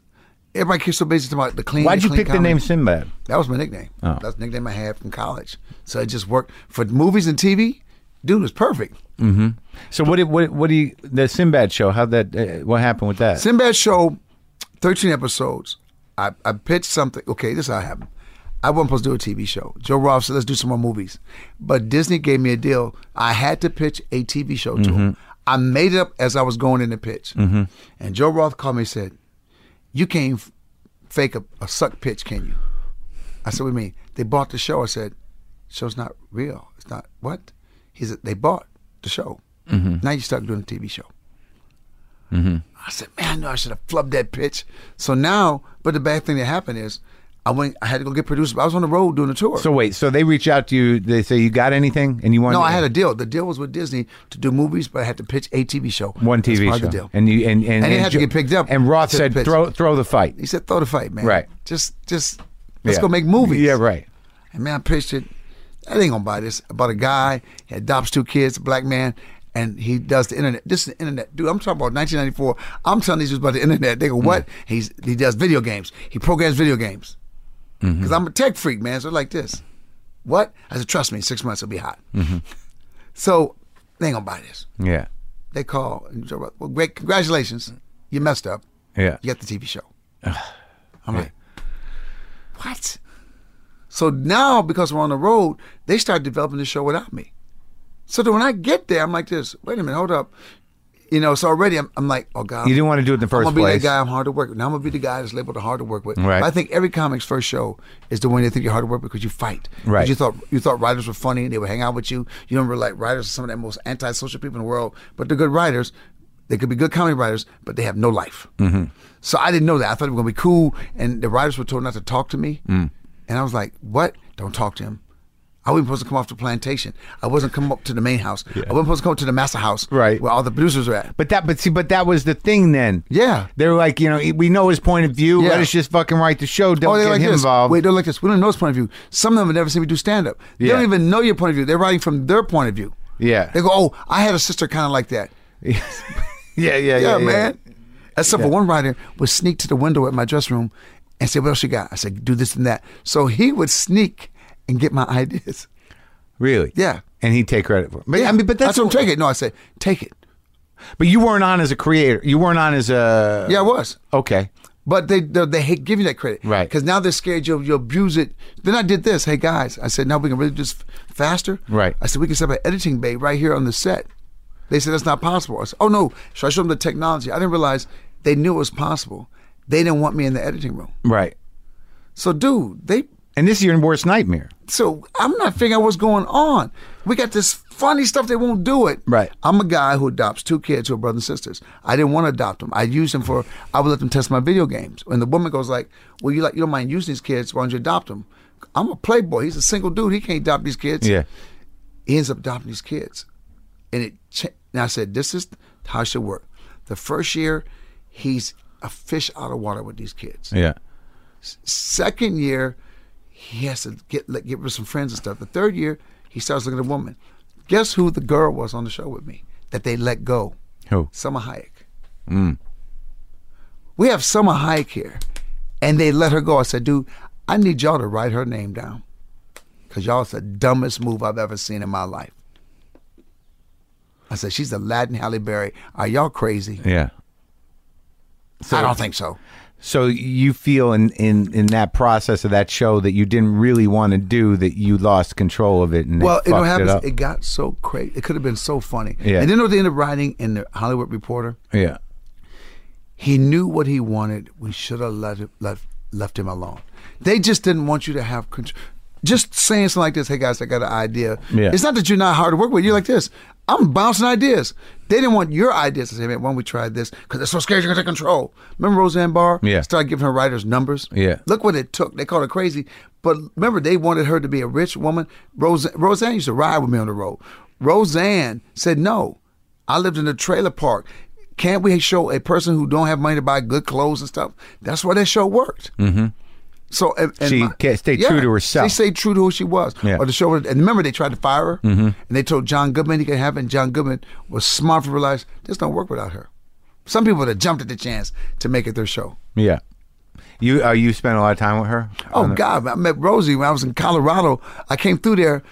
Speaker 3: Everybody keeps so busy talking about the clean.
Speaker 4: Why'd
Speaker 3: the
Speaker 4: you
Speaker 3: clean
Speaker 4: pick the
Speaker 3: comedy.
Speaker 4: name Oh. Sinbad?
Speaker 3: That was my nickname. That's the nickname I had from college. So it just worked for movies and TV. Dude was perfect.
Speaker 4: So what? did- What? What do you? The Sinbad show? How that? Uh, what happened with that?
Speaker 3: Sinbad show, thirteen episodes. I, I pitched something. Okay, this is how it happened. I wasn't supposed to do a TV show. Joe Roth said, "Let's do some more movies," but Disney gave me a deal. I had to pitch a TV show to him. I made it up as I was going in the pitch, and Joe Roth called me and said, "You can't f- fake a, a suck pitch, can you?" I said, "What do you mean?" They bought the show. I said, "Show's not real. It's not what." He said, "They bought the show.
Speaker 4: Mm-hmm.
Speaker 3: Now you're stuck doing a TV show." I said, man, I knew I should have flubbed that pitch. So now, but the bad thing that happened is, I went. I had to go get produced. but I was on the road doing a tour.
Speaker 4: So wait. So they reach out to you. They say you got anything, and you want?
Speaker 3: no, I had a deal. The deal was with Disney to do movies, but I had to pitch a TV show.
Speaker 4: one
Speaker 3: That's
Speaker 4: TV
Speaker 3: part of
Speaker 4: show.
Speaker 3: the deal.
Speaker 4: And you and and,
Speaker 3: And it had to
Speaker 4: Jo-
Speaker 3: get picked up
Speaker 4: And Roth
Speaker 3: to
Speaker 4: said,
Speaker 3: pitch.
Speaker 4: "Throw throw the fight."
Speaker 3: he said, "Throw the fight, man.
Speaker 4: Right.
Speaker 3: Just, just let's
Speaker 4: Yeah.
Speaker 3: go make movies."
Speaker 4: Yeah. Right.
Speaker 3: And man, I pitched it. I ain't gonna buy this. About a guy he adopts two kids, a black man, and he does the internet. This is the internet, dude. I'm talking about 1994. I'm telling these dudes about the internet. They go, what? He's he does video games. He programs video games. Because I'm a tech freak, man. So like this, what? I said, trust me. in Six months it'll be hot. So they ain't gonna buy this.
Speaker 4: Yeah.
Speaker 3: They call and Joe Roth, well, great, congratulations. You messed up.
Speaker 4: Yeah.
Speaker 3: You got the TV show. I'm like, what? So now, because we're on the road, they start developing the show without me. So then when I get there, I'm like this. Wait a minute, hold up. You know, so already I'm, I'm like, oh God.
Speaker 4: You didn't want to do it in the
Speaker 3: I'm
Speaker 4: first
Speaker 3: gonna be
Speaker 4: place.
Speaker 3: that guy. I'm hard to work with. Now I'm gonna be the guy that's labeled the hard to work with.
Speaker 4: Right.
Speaker 3: But I think every comic's first show is the one they think you're hard to work with because you fight. 'Cause
Speaker 4: Right.
Speaker 3: You thought you thought writers were funny and they would hang out with you. You don't really like writers are some of the most antisocial people in the world, but they're good writers. They could be good comedy writers, but they have no life. Mm-hmm. So I didn't know that. I thought it was gonna be cool, and the writers were told not to talk to me,
Speaker 4: Mm.
Speaker 3: and I was like, "What? Don't talk to him." I wasn't supposed to come off the plantation. I wasn't come up to the main house. I wasn't supposed to come up to the master house,
Speaker 4: Right.
Speaker 3: Where all the producers are at.
Speaker 4: But that, but see, but that was the thing then.
Speaker 3: Yeah.
Speaker 4: They're like, you know, we know his point of view. Let
Speaker 3: Yeah.
Speaker 4: us just fucking write the show. Don't
Speaker 3: oh, they're
Speaker 4: get
Speaker 3: like
Speaker 4: him
Speaker 3: this.
Speaker 4: involved.
Speaker 3: Wait, they're like this. We don't know his point of view. Some of them have never seen me do stand up. They
Speaker 4: Yeah.
Speaker 3: don't even know your point of view. They're writing from their point of view.
Speaker 4: Yeah.
Speaker 3: They go, oh, I had a sister kind of like that.
Speaker 4: yeah, yeah, yeah,
Speaker 3: Yeah,
Speaker 4: yeah.
Speaker 3: man. Except for one writer would sneak to the window at my dressing room and say, what else you got? I said, do this and that. So he would sneak and get my ideas.
Speaker 4: Really?
Speaker 3: Yeah.
Speaker 4: And he'd take credit for it. But
Speaker 3: Yeah.
Speaker 4: I mean, but that's
Speaker 3: I told him, take it. No, I said, take it.
Speaker 4: But you weren't on as a creator. You weren't on as a.
Speaker 3: Yeah, I was.
Speaker 4: Okay.
Speaker 3: But they they, they hate giving you that credit,
Speaker 4: Right.
Speaker 3: Because now they're scared you'll, you'll abuse it. Then I did this. Hey guys, I said now we can really do this f- faster,
Speaker 4: Right.
Speaker 3: I said we can set up an editing bay right here on the set. They said that's not possible. I said, oh no! So I showed them the technology. I didn't realize they knew it was possible. They didn't want me in the editing room.
Speaker 4: Right.
Speaker 3: So dude, they
Speaker 4: And this is your worst nightmare.
Speaker 3: so I'm not figuring out what's going on. We got this funny stuff. They won't do it.
Speaker 4: Right.
Speaker 3: I'm a guy who adopts two kids who are brothers and sisters. I didn't want to adopt them. I used them for. I would let them test my video games. And the woman goes like, "Well, you like you don't mind using these kids? Why don't you adopt them?" I'm a playboy. He's a single dude. He can't adopt these kids.
Speaker 4: Yeah.
Speaker 3: He ends up adopting these kids, and it. Cha- and I said, "This is how it should work." The first year, he's a fish out of water with these kids
Speaker 4: Yeah.
Speaker 3: second year, he has to get like, get rid of some friends and stuff. The third year, he starts looking at a woman. Guess who the girl was on the show with me that they let go?
Speaker 4: Who?
Speaker 3: Summer Hayek. We have Summer Hayek here, and they let her go. I said, dude, I need y'all to write her name down, cause y'all is the dumbest move I've ever seen in my life. I said, she's Aladdin Halle Berry. Are y'all crazy?
Speaker 4: Yeah.
Speaker 3: I don't think so.
Speaker 4: So you feel in, in, in that process of that show that you didn't really want to do that you lost control of it and
Speaker 3: Well,
Speaker 4: it
Speaker 3: you know what
Speaker 4: fucked it
Speaker 3: happens?
Speaker 4: up.
Speaker 3: It, got so crazy. It could have been so funny.
Speaker 4: Yeah.
Speaker 3: And then what they ended up writing in the Hollywood Reporter,
Speaker 4: yeah.
Speaker 3: he knew what he wanted. We should have let him, left left him alone. They just didn't want you to have control. Just saying something like this, hey guys, I got an idea.
Speaker 4: Yeah.
Speaker 3: It's not that you're not hard to work with. You're like this. I'm bouncing ideas. They didn't want your ideas to say, man, why don't we try this? Because they're so scared you're going to take control. Remember Roseanne Barr?
Speaker 4: Yeah.
Speaker 3: Started giving her writers numbers.
Speaker 4: Yeah.
Speaker 3: Look what it took. They called her crazy. But remember, they wanted her to be a rich woman. Rose, Roseanne used to ride with me on the road. Roseanne said, no, I lived in a trailer park. Can't we show a person who don't have money to buy good clothes and stuff? That's why that show worked. Mm-hmm. So and, and
Speaker 4: She
Speaker 3: my-
Speaker 4: ca- stayed true to herself.
Speaker 3: She stayed true to who she was.
Speaker 4: Yeah. Mm-hmm.
Speaker 3: Or the show, and remember, they tried to fire her, and they told John Goodman he could have it. And John Goodman was smart to realize this don't work without her. Some people would have jumped at the chance to make it their show.
Speaker 4: Yeah. You uh, you spent a lot of time with her.
Speaker 3: Oh God, I met Rosie when I was in Colorado. I came through there,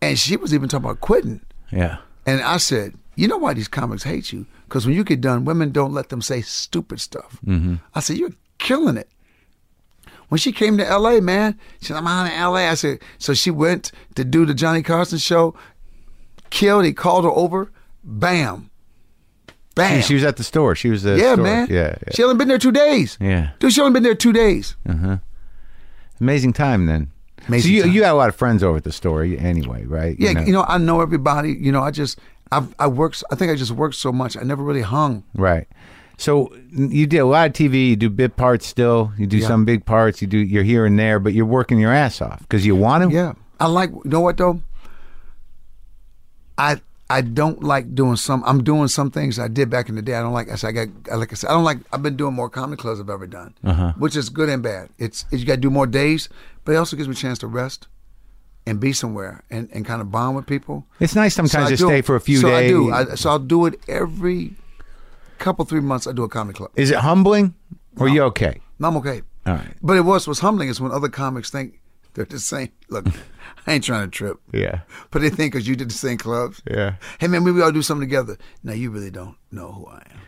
Speaker 3: and she was even talking about quitting.
Speaker 4: Yeah.
Speaker 3: And I said, you know why these comics hate you? Because when you get done, women don't let them say stupid stuff.
Speaker 4: Mm-hmm.
Speaker 3: I said, you're killing it. When she came to L.A., man, she said, I'm out in L.A. I said, so she went to do the Johnny Carson show, killed, he called her over, bam, bam.
Speaker 4: She, she was at the store. She was the
Speaker 3: yeah,
Speaker 4: store.
Speaker 3: man.
Speaker 4: Yeah, yeah.
Speaker 3: She only been there two days.
Speaker 4: Yeah.
Speaker 3: Dude, she only been there two days.
Speaker 4: Amazing time then.
Speaker 3: Amazing
Speaker 4: so you
Speaker 3: time.
Speaker 4: you had a lot of friends over at the store anyway, right?
Speaker 3: Yeah, you know, I know everybody. You know, I just, I've, I worked, I think I just worked so much. I never really hung.
Speaker 4: Right. So n- you did a lot of TV. You do bit parts still. You do some big parts. You do you're here and there, but you're working your ass off because you want to.
Speaker 3: Yeah, I like. You know what though? I I don't like doing some. I'm doing some things I did back in the day. I don't like. I said I got. I Like I said, I don't like. I've been doing more comedy clubs I've ever done,
Speaker 4: Uh-huh.
Speaker 3: which is good and bad. It's you got to do more days, but it also gives me a chance to rest and be somewhere and and kind of bond with people.
Speaker 4: It's nice sometimes
Speaker 3: I
Speaker 4: to
Speaker 3: do-
Speaker 4: stay for a few
Speaker 3: so
Speaker 4: days.
Speaker 3: I do. I, so I'll do it every couple three months. I do a comedy club.
Speaker 4: Is it humbling? Or are you okay?
Speaker 3: No, I'm okay.
Speaker 4: All right.
Speaker 3: But it was what's humbling is when other comics think they're the same. Look, I ain't trying to trip.
Speaker 4: Yeah.
Speaker 3: But they think because you did the same clubs.
Speaker 4: Yeah.
Speaker 3: Hey man, maybe we all do something together. No, you really don't know who I am.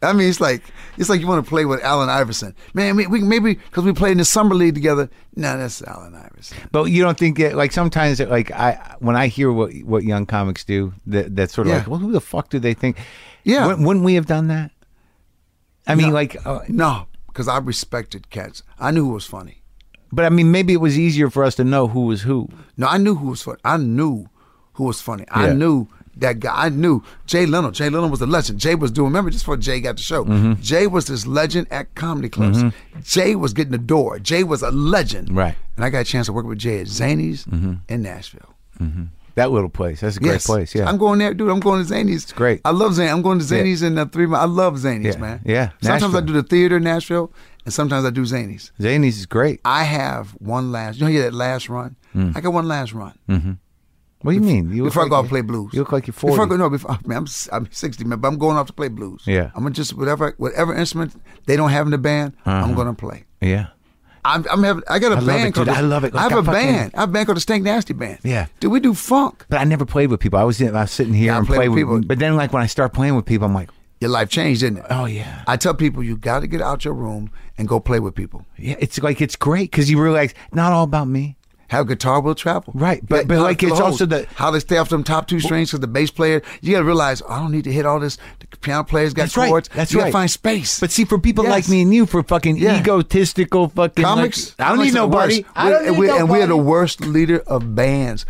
Speaker 3: I mean, it's like it's like you want to play with Allen Iverson. Man, we, we maybe because we played in the summer league together. No, that's Allen Iverson.
Speaker 4: But you don't think that like sometimes like I when I hear what what young comics do that that's sort of
Speaker 3: Yeah.
Speaker 4: like well who the fuck do they think?
Speaker 3: Yeah.
Speaker 4: Wouldn't- wouldn't we have done that? I mean,
Speaker 3: No.
Speaker 4: like, uh,
Speaker 3: No, because I respected cats. I knew who was funny.
Speaker 4: but I mean, maybe it was easier for us to know who was who.
Speaker 3: No, I knew who was funny. I knew who was funny.
Speaker 4: Yeah.
Speaker 3: I knew that guy. I knew Jay Leno. Jay Leno was a legend. Jay was doing. Remember, just before Jay got the show,
Speaker 4: Mm-hmm.
Speaker 3: Jay was this legend at comedy clubs. Jay was getting the door. Jay was a legend.
Speaker 4: Right.
Speaker 3: And I got a chance to work with Jay at Zanies in Nashville.
Speaker 4: That little place. That's a great
Speaker 3: Yes.
Speaker 4: place. Yeah.
Speaker 3: I'm going there, dude. I'm going to Zanies. It's
Speaker 4: great.
Speaker 3: I love Zanies. I'm going to Zanies in uh, three. mi- I love Zanies,
Speaker 4: Yeah.
Speaker 3: man.
Speaker 4: Yeah.
Speaker 3: Sometimes
Speaker 4: Nashville.
Speaker 3: I do the theater in Nashville, and sometimes I do Zanies.
Speaker 4: Zanies is great.
Speaker 3: I have one last. You know, yeah, that last run.
Speaker 4: Hmm.
Speaker 3: I got one last run.
Speaker 4: What do you mean? You look
Speaker 3: before I
Speaker 4: like
Speaker 3: go out
Speaker 4: you-
Speaker 3: and play blues.
Speaker 4: You look like you're
Speaker 3: Before I go,
Speaker 4: 40.
Speaker 3: no, before, man, I'm s- I'm 60, man, but I'm going off to play blues.
Speaker 4: Yeah.
Speaker 3: I'm gonna just whatever whatever instrument they don't have in the band, I'm gonna play.
Speaker 4: Yeah.
Speaker 3: I'm, I'm having I got a
Speaker 4: Uh-huh. I love
Speaker 3: band
Speaker 4: it, dude.
Speaker 3: called the-
Speaker 4: I love it.
Speaker 3: I have
Speaker 4: Like,
Speaker 3: a
Speaker 4: I fucking-
Speaker 3: band. I have a band called the Stank Nasty Band.
Speaker 4: Yeah.
Speaker 3: dude, we do funk.
Speaker 4: But I never played with people. I was, in, I was sitting here
Speaker 3: Yeah, I
Speaker 4: and
Speaker 3: play
Speaker 4: played
Speaker 3: with
Speaker 4: with
Speaker 3: people.
Speaker 4: But then, like, when I start playing with people, I'm like,
Speaker 3: Your life changed, didn't it?
Speaker 4: oh, yeah.
Speaker 3: I tell people you got to get out your room and go play with people.
Speaker 4: Yeah, it's like it's great because you realize not all about me.
Speaker 3: How guitar will travel,
Speaker 4: Right, but- but
Speaker 3: how to
Speaker 4: like,
Speaker 3: fill
Speaker 4: it's
Speaker 3: holes.
Speaker 4: also the-
Speaker 3: how they stay off them top two strings because the bass player. You got to realize I don't need to hit all this. The piano player's got
Speaker 4: That's right.
Speaker 3: chords.
Speaker 4: That's
Speaker 3: you
Speaker 4: right.
Speaker 3: got to find space.
Speaker 4: But see, for people
Speaker 3: Yes.
Speaker 4: like me and you, for fucking
Speaker 3: Yeah.
Speaker 4: egotistical fucking like-
Speaker 3: comics.
Speaker 4: I don't
Speaker 3: comics
Speaker 4: need
Speaker 3: are the
Speaker 4: nobody.
Speaker 3: worst.
Speaker 4: I
Speaker 3: We're-
Speaker 4: don't need
Speaker 3: and we're,
Speaker 4: nobody.
Speaker 3: And we're the worst leader of bands.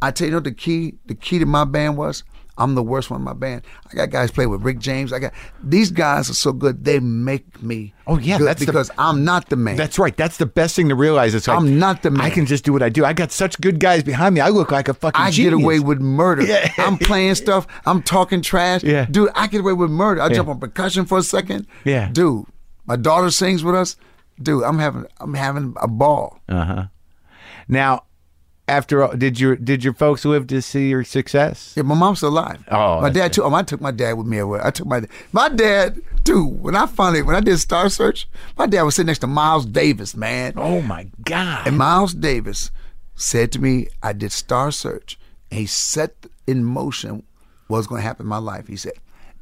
Speaker 3: I tell you, know what the key, the key to my band was I'm the worst one in my band. I got guys play with Rick James. I got these guys are so good. They make me.
Speaker 4: Oh, yeah,
Speaker 3: good
Speaker 4: that's the-
Speaker 3: because I'm not the man.
Speaker 4: That's right. That's the best thing to realize. It's like,
Speaker 3: I'm not the man.
Speaker 4: I can just do what I do. I got such good guys behind me. I look like a fucking.
Speaker 3: I
Speaker 4: genius.
Speaker 3: get away with murder. I'm playing stuff. I'm talking trash.
Speaker 4: Yeah.
Speaker 3: Dude, I get away with murder. I jump on percussion for a second.
Speaker 4: Yeah.
Speaker 3: Dude, my daughter sings with us. Dude, I'm having I'm having a ball.
Speaker 4: Now, after all, did your did your folks live to see your success?
Speaker 3: Yeah, my mom's still alive.
Speaker 4: Oh,
Speaker 3: my
Speaker 4: that's
Speaker 3: dad too. Um, I took my dad with me everywhere. I took my my dad, dude. When I finally when I did Star Search, my dad was sitting next to Miles Davis, man.
Speaker 4: Oh my god!
Speaker 3: And Miles Davis said to me, I did Star Search, and he set in motion what's going to happen in my life. He said,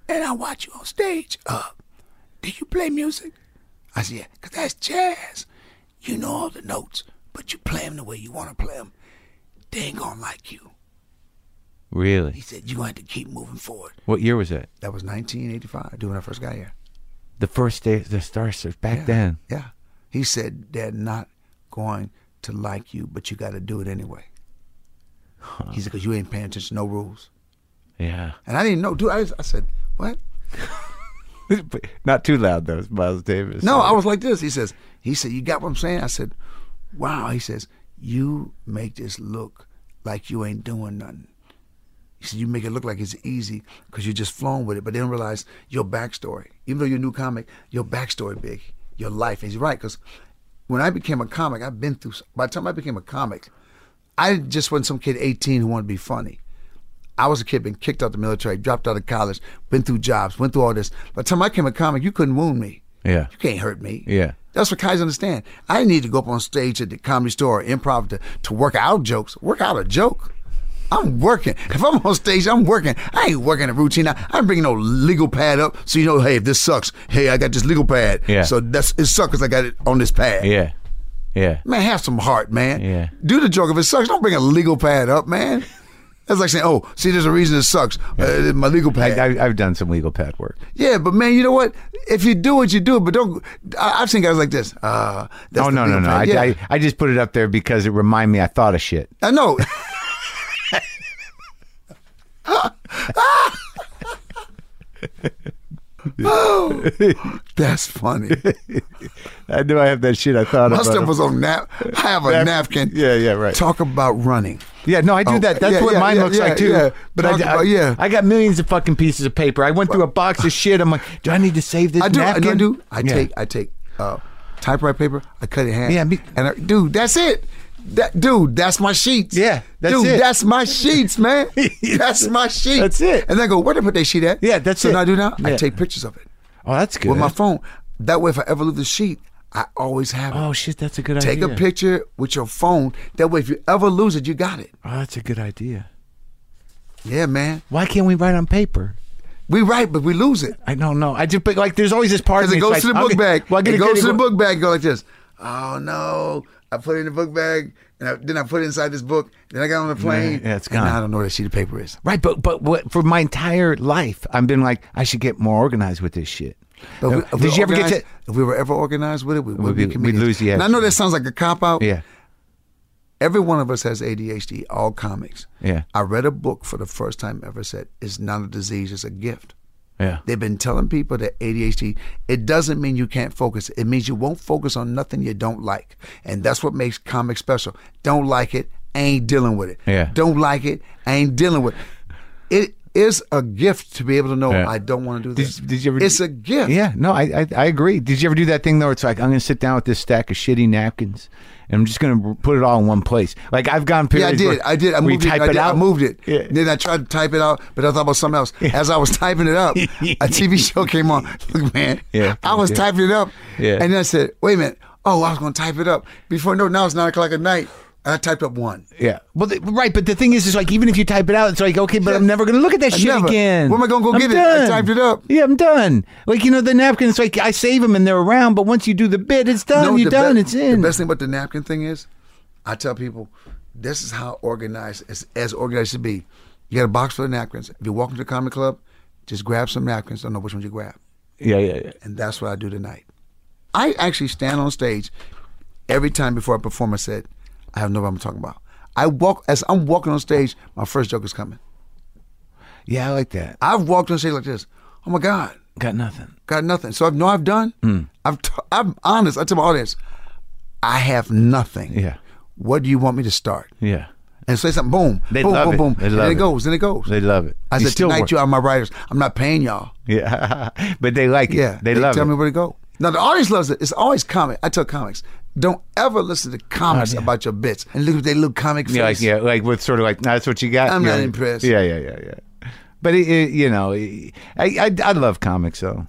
Speaker 3: And I watch you on stage. Uh, do you play music? I said, Yeah, because that's jazz. You know all the notes, but you play them the way you want to play them. They ain't going to like you. He
Speaker 4: Really?
Speaker 3: said, You're going to have to keep moving forward.
Speaker 4: What year was it?
Speaker 3: That was 1985, dude, when I first got here.
Speaker 4: The first day, the Star Search back then.
Speaker 3: Yeah. He said, They're not going to like you, but you got to do it anyway. He said, Because you ain't paying attention to no rules.
Speaker 4: Yeah.
Speaker 3: And I didn't know, dude. I, just, I said, What?
Speaker 4: Not too loud though, Miles Davis.
Speaker 3: No, I was like this. He says, He said, You got what I'm saying? I said, Wow. He says, You make this look like you ain't doing nothing. He said, You make it look like it's easy because you're just flowing with it, but they don't realize your backstory. Even though you're a new comic, your backstory big, your life is right. Because when I became a comic, I've been through. By the time I became a comic, I just wasn't some kid 18 who wanted to be funny. I was a kid, been kicked out the military, dropped out of college, been through jobs, went through all this. By the time I became a comic, you couldn't wound me.
Speaker 4: Yeah.
Speaker 3: You can't hurt me.
Speaker 4: Yeah.
Speaker 3: That's what guys understand. I didn't need to go up on stage at the comedy store or improv to, to work out jokes. Work out a joke. I'm working. If I'm on stage, I'm working. I ain't working a routine. I, I ain't bringing no legal pad up so you know, hey, if this sucks, hey, I got this legal pad.
Speaker 4: Yeah.
Speaker 3: So that's it sucks 'cause I got it on this pad.
Speaker 4: Yeah. Yeah.
Speaker 3: Man, have some heart, man.
Speaker 4: Yeah.
Speaker 3: Do the joke. If it sucks, don't bring a legal pad up, man. That's like saying, oh, see, there's a reason it sucks. Uh, my legal
Speaker 4: I,
Speaker 3: pad.
Speaker 4: I, I've done some legal pad work.
Speaker 3: Yeah, but man, you know what? If you do it, you do it. But don't. I, I've seen guys like this. Uh, that's
Speaker 4: oh
Speaker 3: the
Speaker 4: no no
Speaker 3: legal
Speaker 4: no! I,
Speaker 3: pad. Yeah.
Speaker 4: I, I just put it up there because it reminded me I thought of shit.
Speaker 3: I know. oh, that's funny.
Speaker 4: I knew I have that shit. I thought
Speaker 3: My
Speaker 4: about
Speaker 3: stuff
Speaker 4: it.
Speaker 3: was on nap. I have a
Speaker 4: Nap-
Speaker 3: napkin.
Speaker 4: Yeah, yeah, right.
Speaker 3: Talk about running.
Speaker 4: Yeah, no, I do
Speaker 3: Oh,
Speaker 4: that. That's
Speaker 3: yeah,
Speaker 4: what
Speaker 3: yeah,
Speaker 4: mine
Speaker 3: yeah,
Speaker 4: looks
Speaker 3: yeah,
Speaker 4: like too.
Speaker 3: yeah.
Speaker 4: But I,
Speaker 3: Talk
Speaker 4: I-
Speaker 3: about- yeah.
Speaker 4: I got millions of fucking pieces of paper. I went through a box of shit. I'm like, do I need to save this
Speaker 3: I do. I do. I,
Speaker 4: napkin?
Speaker 3: do. I
Speaker 4: Yeah.
Speaker 3: take. I take uh, typewriter paper. I cut it in half.
Speaker 4: Yeah, me-
Speaker 3: and I, dude, that's it. That dude, that's my sheets.
Speaker 4: Yeah, that's
Speaker 3: dude,
Speaker 4: it.
Speaker 3: that's my sheets, man. that's my sheets.
Speaker 4: That's it.
Speaker 3: And then I go, where they put that sheet at?
Speaker 4: Yeah, that's
Speaker 3: so
Speaker 4: it.
Speaker 3: So I do now.
Speaker 4: Yeah.
Speaker 3: I take pictures of it
Speaker 4: Oh, that's good.
Speaker 3: with my phone. That way, if I ever lose the sheet, I always have it.
Speaker 4: oh shit, that's a good
Speaker 3: take
Speaker 4: idea.
Speaker 3: a picture with your phone. That way, if you ever lose it, you got it.
Speaker 4: Oh, that's a good idea.
Speaker 3: Yeah, man.
Speaker 4: Why can't we write on paper?
Speaker 3: We write, but we lose it.
Speaker 4: I don't know. I just but like there's always this part of
Speaker 3: Because
Speaker 4: me.
Speaker 3: it
Speaker 4: it's
Speaker 3: goes to the
Speaker 4: like, I'm
Speaker 3: book
Speaker 4: gonna-
Speaker 3: bag.
Speaker 4: Well, I
Speaker 3: it
Speaker 4: gotta
Speaker 3: goes
Speaker 4: get
Speaker 3: to the
Speaker 4: it-
Speaker 3: book bag. and Go like this. Oh no! I put it in the book bag, and I, then I put it inside this book. Then I got on the plane.
Speaker 4: yeah, it's
Speaker 3: and
Speaker 4: gone.
Speaker 3: now I don't know where that sheet of paper is.
Speaker 4: Right, but but what for my entire life I've been like I should get more organized with this shit.
Speaker 3: But we- if we
Speaker 4: Did you ever get
Speaker 3: organized-
Speaker 4: to?
Speaker 3: If we were ever organized with it, we would
Speaker 4: be-
Speaker 3: be
Speaker 4: we'd
Speaker 3: comedians.
Speaker 4: lose the
Speaker 3: And I
Speaker 4: edge.
Speaker 3: know that sounds like a cop out.
Speaker 4: Yeah,
Speaker 3: Every one of us has ADHD. All comics.
Speaker 4: Yeah.
Speaker 3: I read a book for the first time ever. Said it's not a disease. It's a gift.
Speaker 4: yeah.
Speaker 3: They've been telling people that ADHD, it doesn't mean you can't focus. It means you won't focus on nothing you don't like. And that's what makes comics special. Don't like it, ain't dealing with it.
Speaker 4: Yeah.
Speaker 3: Don't like it, ain't dealing with it. It is a gift to be able to know
Speaker 4: Yeah.
Speaker 3: I don't want to do
Speaker 4: Did-
Speaker 3: this.
Speaker 4: did you ever-
Speaker 3: it's a gift.
Speaker 4: Yeah, no, I, I I agree. Did you ever do that thing though? Where it's like I'm going to sit down with this stack of shitty napkins, and I'm just going to put it all in one place. Like I've gone
Speaker 3: Yeah, I
Speaker 4: periods.
Speaker 3: did.
Speaker 4: where-
Speaker 3: I did. I
Speaker 4: where you
Speaker 3: moved it.
Speaker 4: type
Speaker 3: I, did.
Speaker 4: out.
Speaker 3: I moved it.
Speaker 4: Yeah.
Speaker 3: Then I tried to type it out, but I thought about something else. As I was typing it up, a TV show came on. Look, man,
Speaker 4: Yeah.
Speaker 3: I was
Speaker 4: Yeah.
Speaker 3: typing it up,
Speaker 4: Yeah.
Speaker 3: and then I said, "Wait a minute! Oh, I was going to type it up before no. Now it's nine o'clock at night, and I typed up one.
Speaker 4: Yeah. Well, the, right, but the thing is, is like even if you type it out, it's like okay, but
Speaker 3: Yeah.
Speaker 4: I'm never going to look at that
Speaker 3: I
Speaker 4: shit
Speaker 3: never-
Speaker 4: again.
Speaker 3: Where am I gonna go
Speaker 4: I'm
Speaker 3: get it? I
Speaker 4: done.
Speaker 3: typed it up.
Speaker 4: Yeah, I'm done. Like you know, the napkins. It's like I save them and they're around, but once you do the bit, it's done.
Speaker 3: No,
Speaker 4: You're
Speaker 3: the be-
Speaker 4: done. it's in.
Speaker 3: The best thing about the napkin thing is, I tell people, this is how organized as, as organized should be. You got a box full of napkins. If you walk into the comedy club, just grab some napkins. Don't know which ones you grab.
Speaker 4: yeah, yeah, yeah.
Speaker 3: and that's what I do tonight. I actually stand on stage every time before I perform. I said, I have no problem talking about. I walk as I'm walking on stage. My first joke is coming.
Speaker 4: Yeah, I like that.
Speaker 3: I've walked on stage like this. Oh my God,
Speaker 4: Got nothing.
Speaker 3: got nothing. So I know I've done.
Speaker 4: Mm.
Speaker 3: I've t- I'm honest. I tell my audience, I have nothing.
Speaker 4: Yeah.
Speaker 3: What do you want me to start?
Speaker 4: Yeah.
Speaker 3: And say something. Boom.
Speaker 4: They
Speaker 3: boom.
Speaker 4: love
Speaker 3: boom.
Speaker 4: it.
Speaker 3: Boom.
Speaker 4: They
Speaker 3: and
Speaker 4: love
Speaker 3: then
Speaker 4: it.
Speaker 3: it goes. Then it goes.
Speaker 4: They love it.
Speaker 3: I
Speaker 4: You
Speaker 3: said
Speaker 4: still
Speaker 3: tonight
Speaker 4: work-
Speaker 3: you are my writers. I'm not paying y'all.
Speaker 4: Yeah, but they like it.
Speaker 3: Yeah,
Speaker 4: they, love
Speaker 3: tell
Speaker 4: it.
Speaker 3: me where to go. Now the audience loves it. It's always comic. I tell comics, don't ever listen to comics
Speaker 4: Oh, yeah.
Speaker 3: about your bits and look at their little comic face.
Speaker 4: yeah, like, yeah, like with sort of like that's what you got.
Speaker 3: I'm
Speaker 4: you
Speaker 3: not
Speaker 4: know?
Speaker 3: impressed.
Speaker 4: Yeah, yeah, yeah, yeah. But it, it, you know, I, I I love comics though.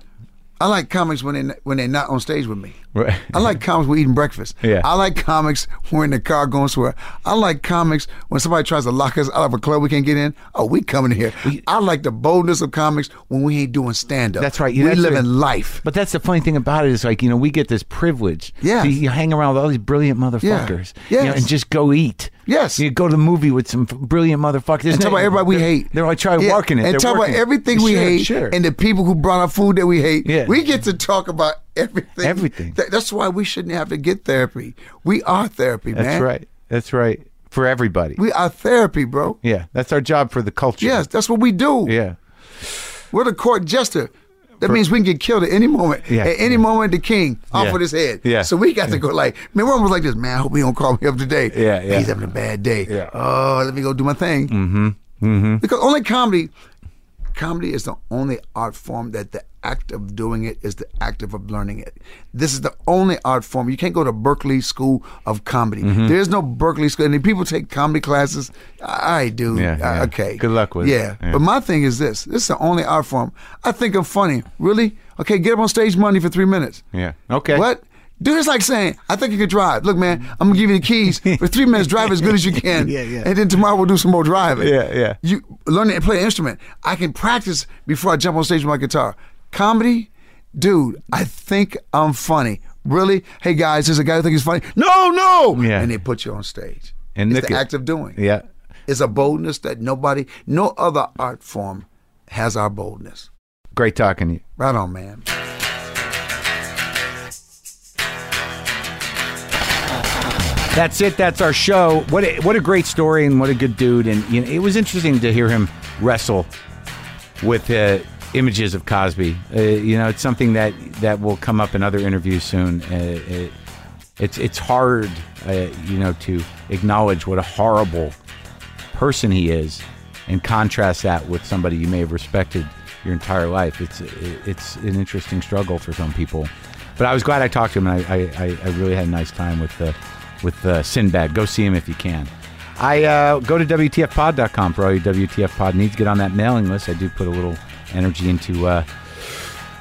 Speaker 3: I like comics when they when they're not on stage with me.
Speaker 4: Right.
Speaker 3: I like comics when eating breakfast.
Speaker 4: Yeah.
Speaker 3: I like comics when we're in the car going somewhere. I like comics when somebody tries to lock us out of a club we can't get in. Oh, we coming here. I like the boldness of comics when we ain't doing stand up.
Speaker 4: That's right.
Speaker 3: We
Speaker 4: Yeah, that's
Speaker 3: living
Speaker 4: right.
Speaker 3: life.
Speaker 4: But that's the funny thing about it is like you know we get this privilege.
Speaker 3: Yes.
Speaker 4: So you hang around with all these brilliant motherfuckers. you know,
Speaker 3: Yes.
Speaker 4: and just go eat.
Speaker 3: Yes.
Speaker 4: You go to the movie with some f- brilliant motherfuckers.
Speaker 3: and talk about everybody we hate.
Speaker 4: They're like trying
Speaker 3: Yeah,
Speaker 4: working it.
Speaker 3: And
Speaker 4: They're
Speaker 3: talk about
Speaker 4: working it.
Speaker 3: everything we
Speaker 4: Sure,
Speaker 3: hate
Speaker 4: Sure.
Speaker 3: and the people who brought our food that we hate.
Speaker 4: Yeah.
Speaker 3: We get to talk about everything.
Speaker 4: Everything.
Speaker 3: Th- that's why we shouldn't have to get therapy. We are therapy, man.
Speaker 4: that's right. That's right. For everybody.
Speaker 3: eh? We are therapy, bro.
Speaker 4: yeah. That's our job for the culture.
Speaker 3: Yes, that's what we do.
Speaker 4: Yeah.
Speaker 3: We're the court jester. That means we can get killed at any moment.
Speaker 4: Yeah.
Speaker 3: At any moment, the king off
Speaker 4: Yeah.
Speaker 3: with his head.
Speaker 4: Yeah.
Speaker 3: So we got to go like, man, we're almost like this. Man, I hope he don't call me up today.
Speaker 4: Yeah, yeah.
Speaker 3: He's having a bad day.
Speaker 4: Yeah.
Speaker 3: Oh, let me go do my thing. Mm-hmm. Mm-hmm. Because only comedy, comedy is the only art form that the act of doing it is the act of learning it. This is the only art form. You can't go to Berkeley School of Comedy.
Speaker 4: Mm-hmm.
Speaker 3: There's no Berkeley School. And if people take comedy classes, I do.
Speaker 4: Yeah, yeah.
Speaker 3: Okay.
Speaker 4: Good luck with it.
Speaker 3: yeah.
Speaker 4: Yeah.
Speaker 3: But my thing is this this is the only art form. I think I'm funny. Really? Okay, get up on stage Monday for three minutes.
Speaker 4: Yeah. Okay.
Speaker 3: What? Dude, it's like saying, I think you could drive. Look, man, I'm gonna give you the keys for three minutes. Drive as good as you can,
Speaker 4: Yeah, yeah.
Speaker 3: and then tomorrow we'll do some more driving.
Speaker 4: Yeah, yeah.
Speaker 3: You learn to play an instrument. I can practice before I jump on stage with my guitar. Comedy, dude, I think I'm funny. Really? Hey guys, there's a guy who thinks he's funny. No, no.
Speaker 4: Yeah.
Speaker 3: And they put you on stage.
Speaker 4: And
Speaker 3: it's
Speaker 4: look
Speaker 3: the
Speaker 4: at-
Speaker 3: act of doing.
Speaker 4: Yeah.
Speaker 3: It's a boldness that nobody, no other art form, has our boldness.
Speaker 4: Great talking to you.
Speaker 3: Right on, man.
Speaker 4: That's it. That's our show. What a, what a great story and what a good dude. And you know, it was interesting to hear him wrestle with uh, images of Cosby. Uh, you know, it's something that that will come up in other interviews soon. Uh, it, it's it's hard, uh, you know, to acknowledge what a horrible person he is, and contrast that with somebody you may have respected your entire life. It's it's an interesting struggle for some people. But I was glad I talked to him, and I I, I- I really had a nice time with uh, with uh, Sinbad. Go see him if you can. I uh, go to WTFpod.com for all your WTF pod needs. Get on that mailing list. I do put a little energy into. Uh,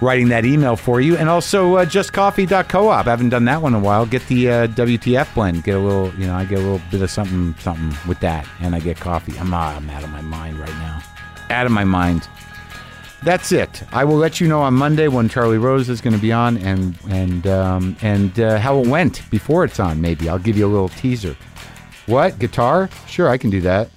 Speaker 4: writing that email for you. And also uh, justcoffee.coop. I haven't done that one in a while. Get the uh, WTF blend. Get a little, you know, I get a little bit of something, something with that. And I get coffee. I'm, uh, I'm out of my mind right now. Out of my mind. That's it. I will let you know on Monday when Charlie Rose is going to be on and and um, and uh, how it went before it's on. Maybe I'll give you a little teaser. What guitar? Sure, I can do that.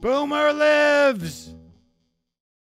Speaker 4: Boomer lives.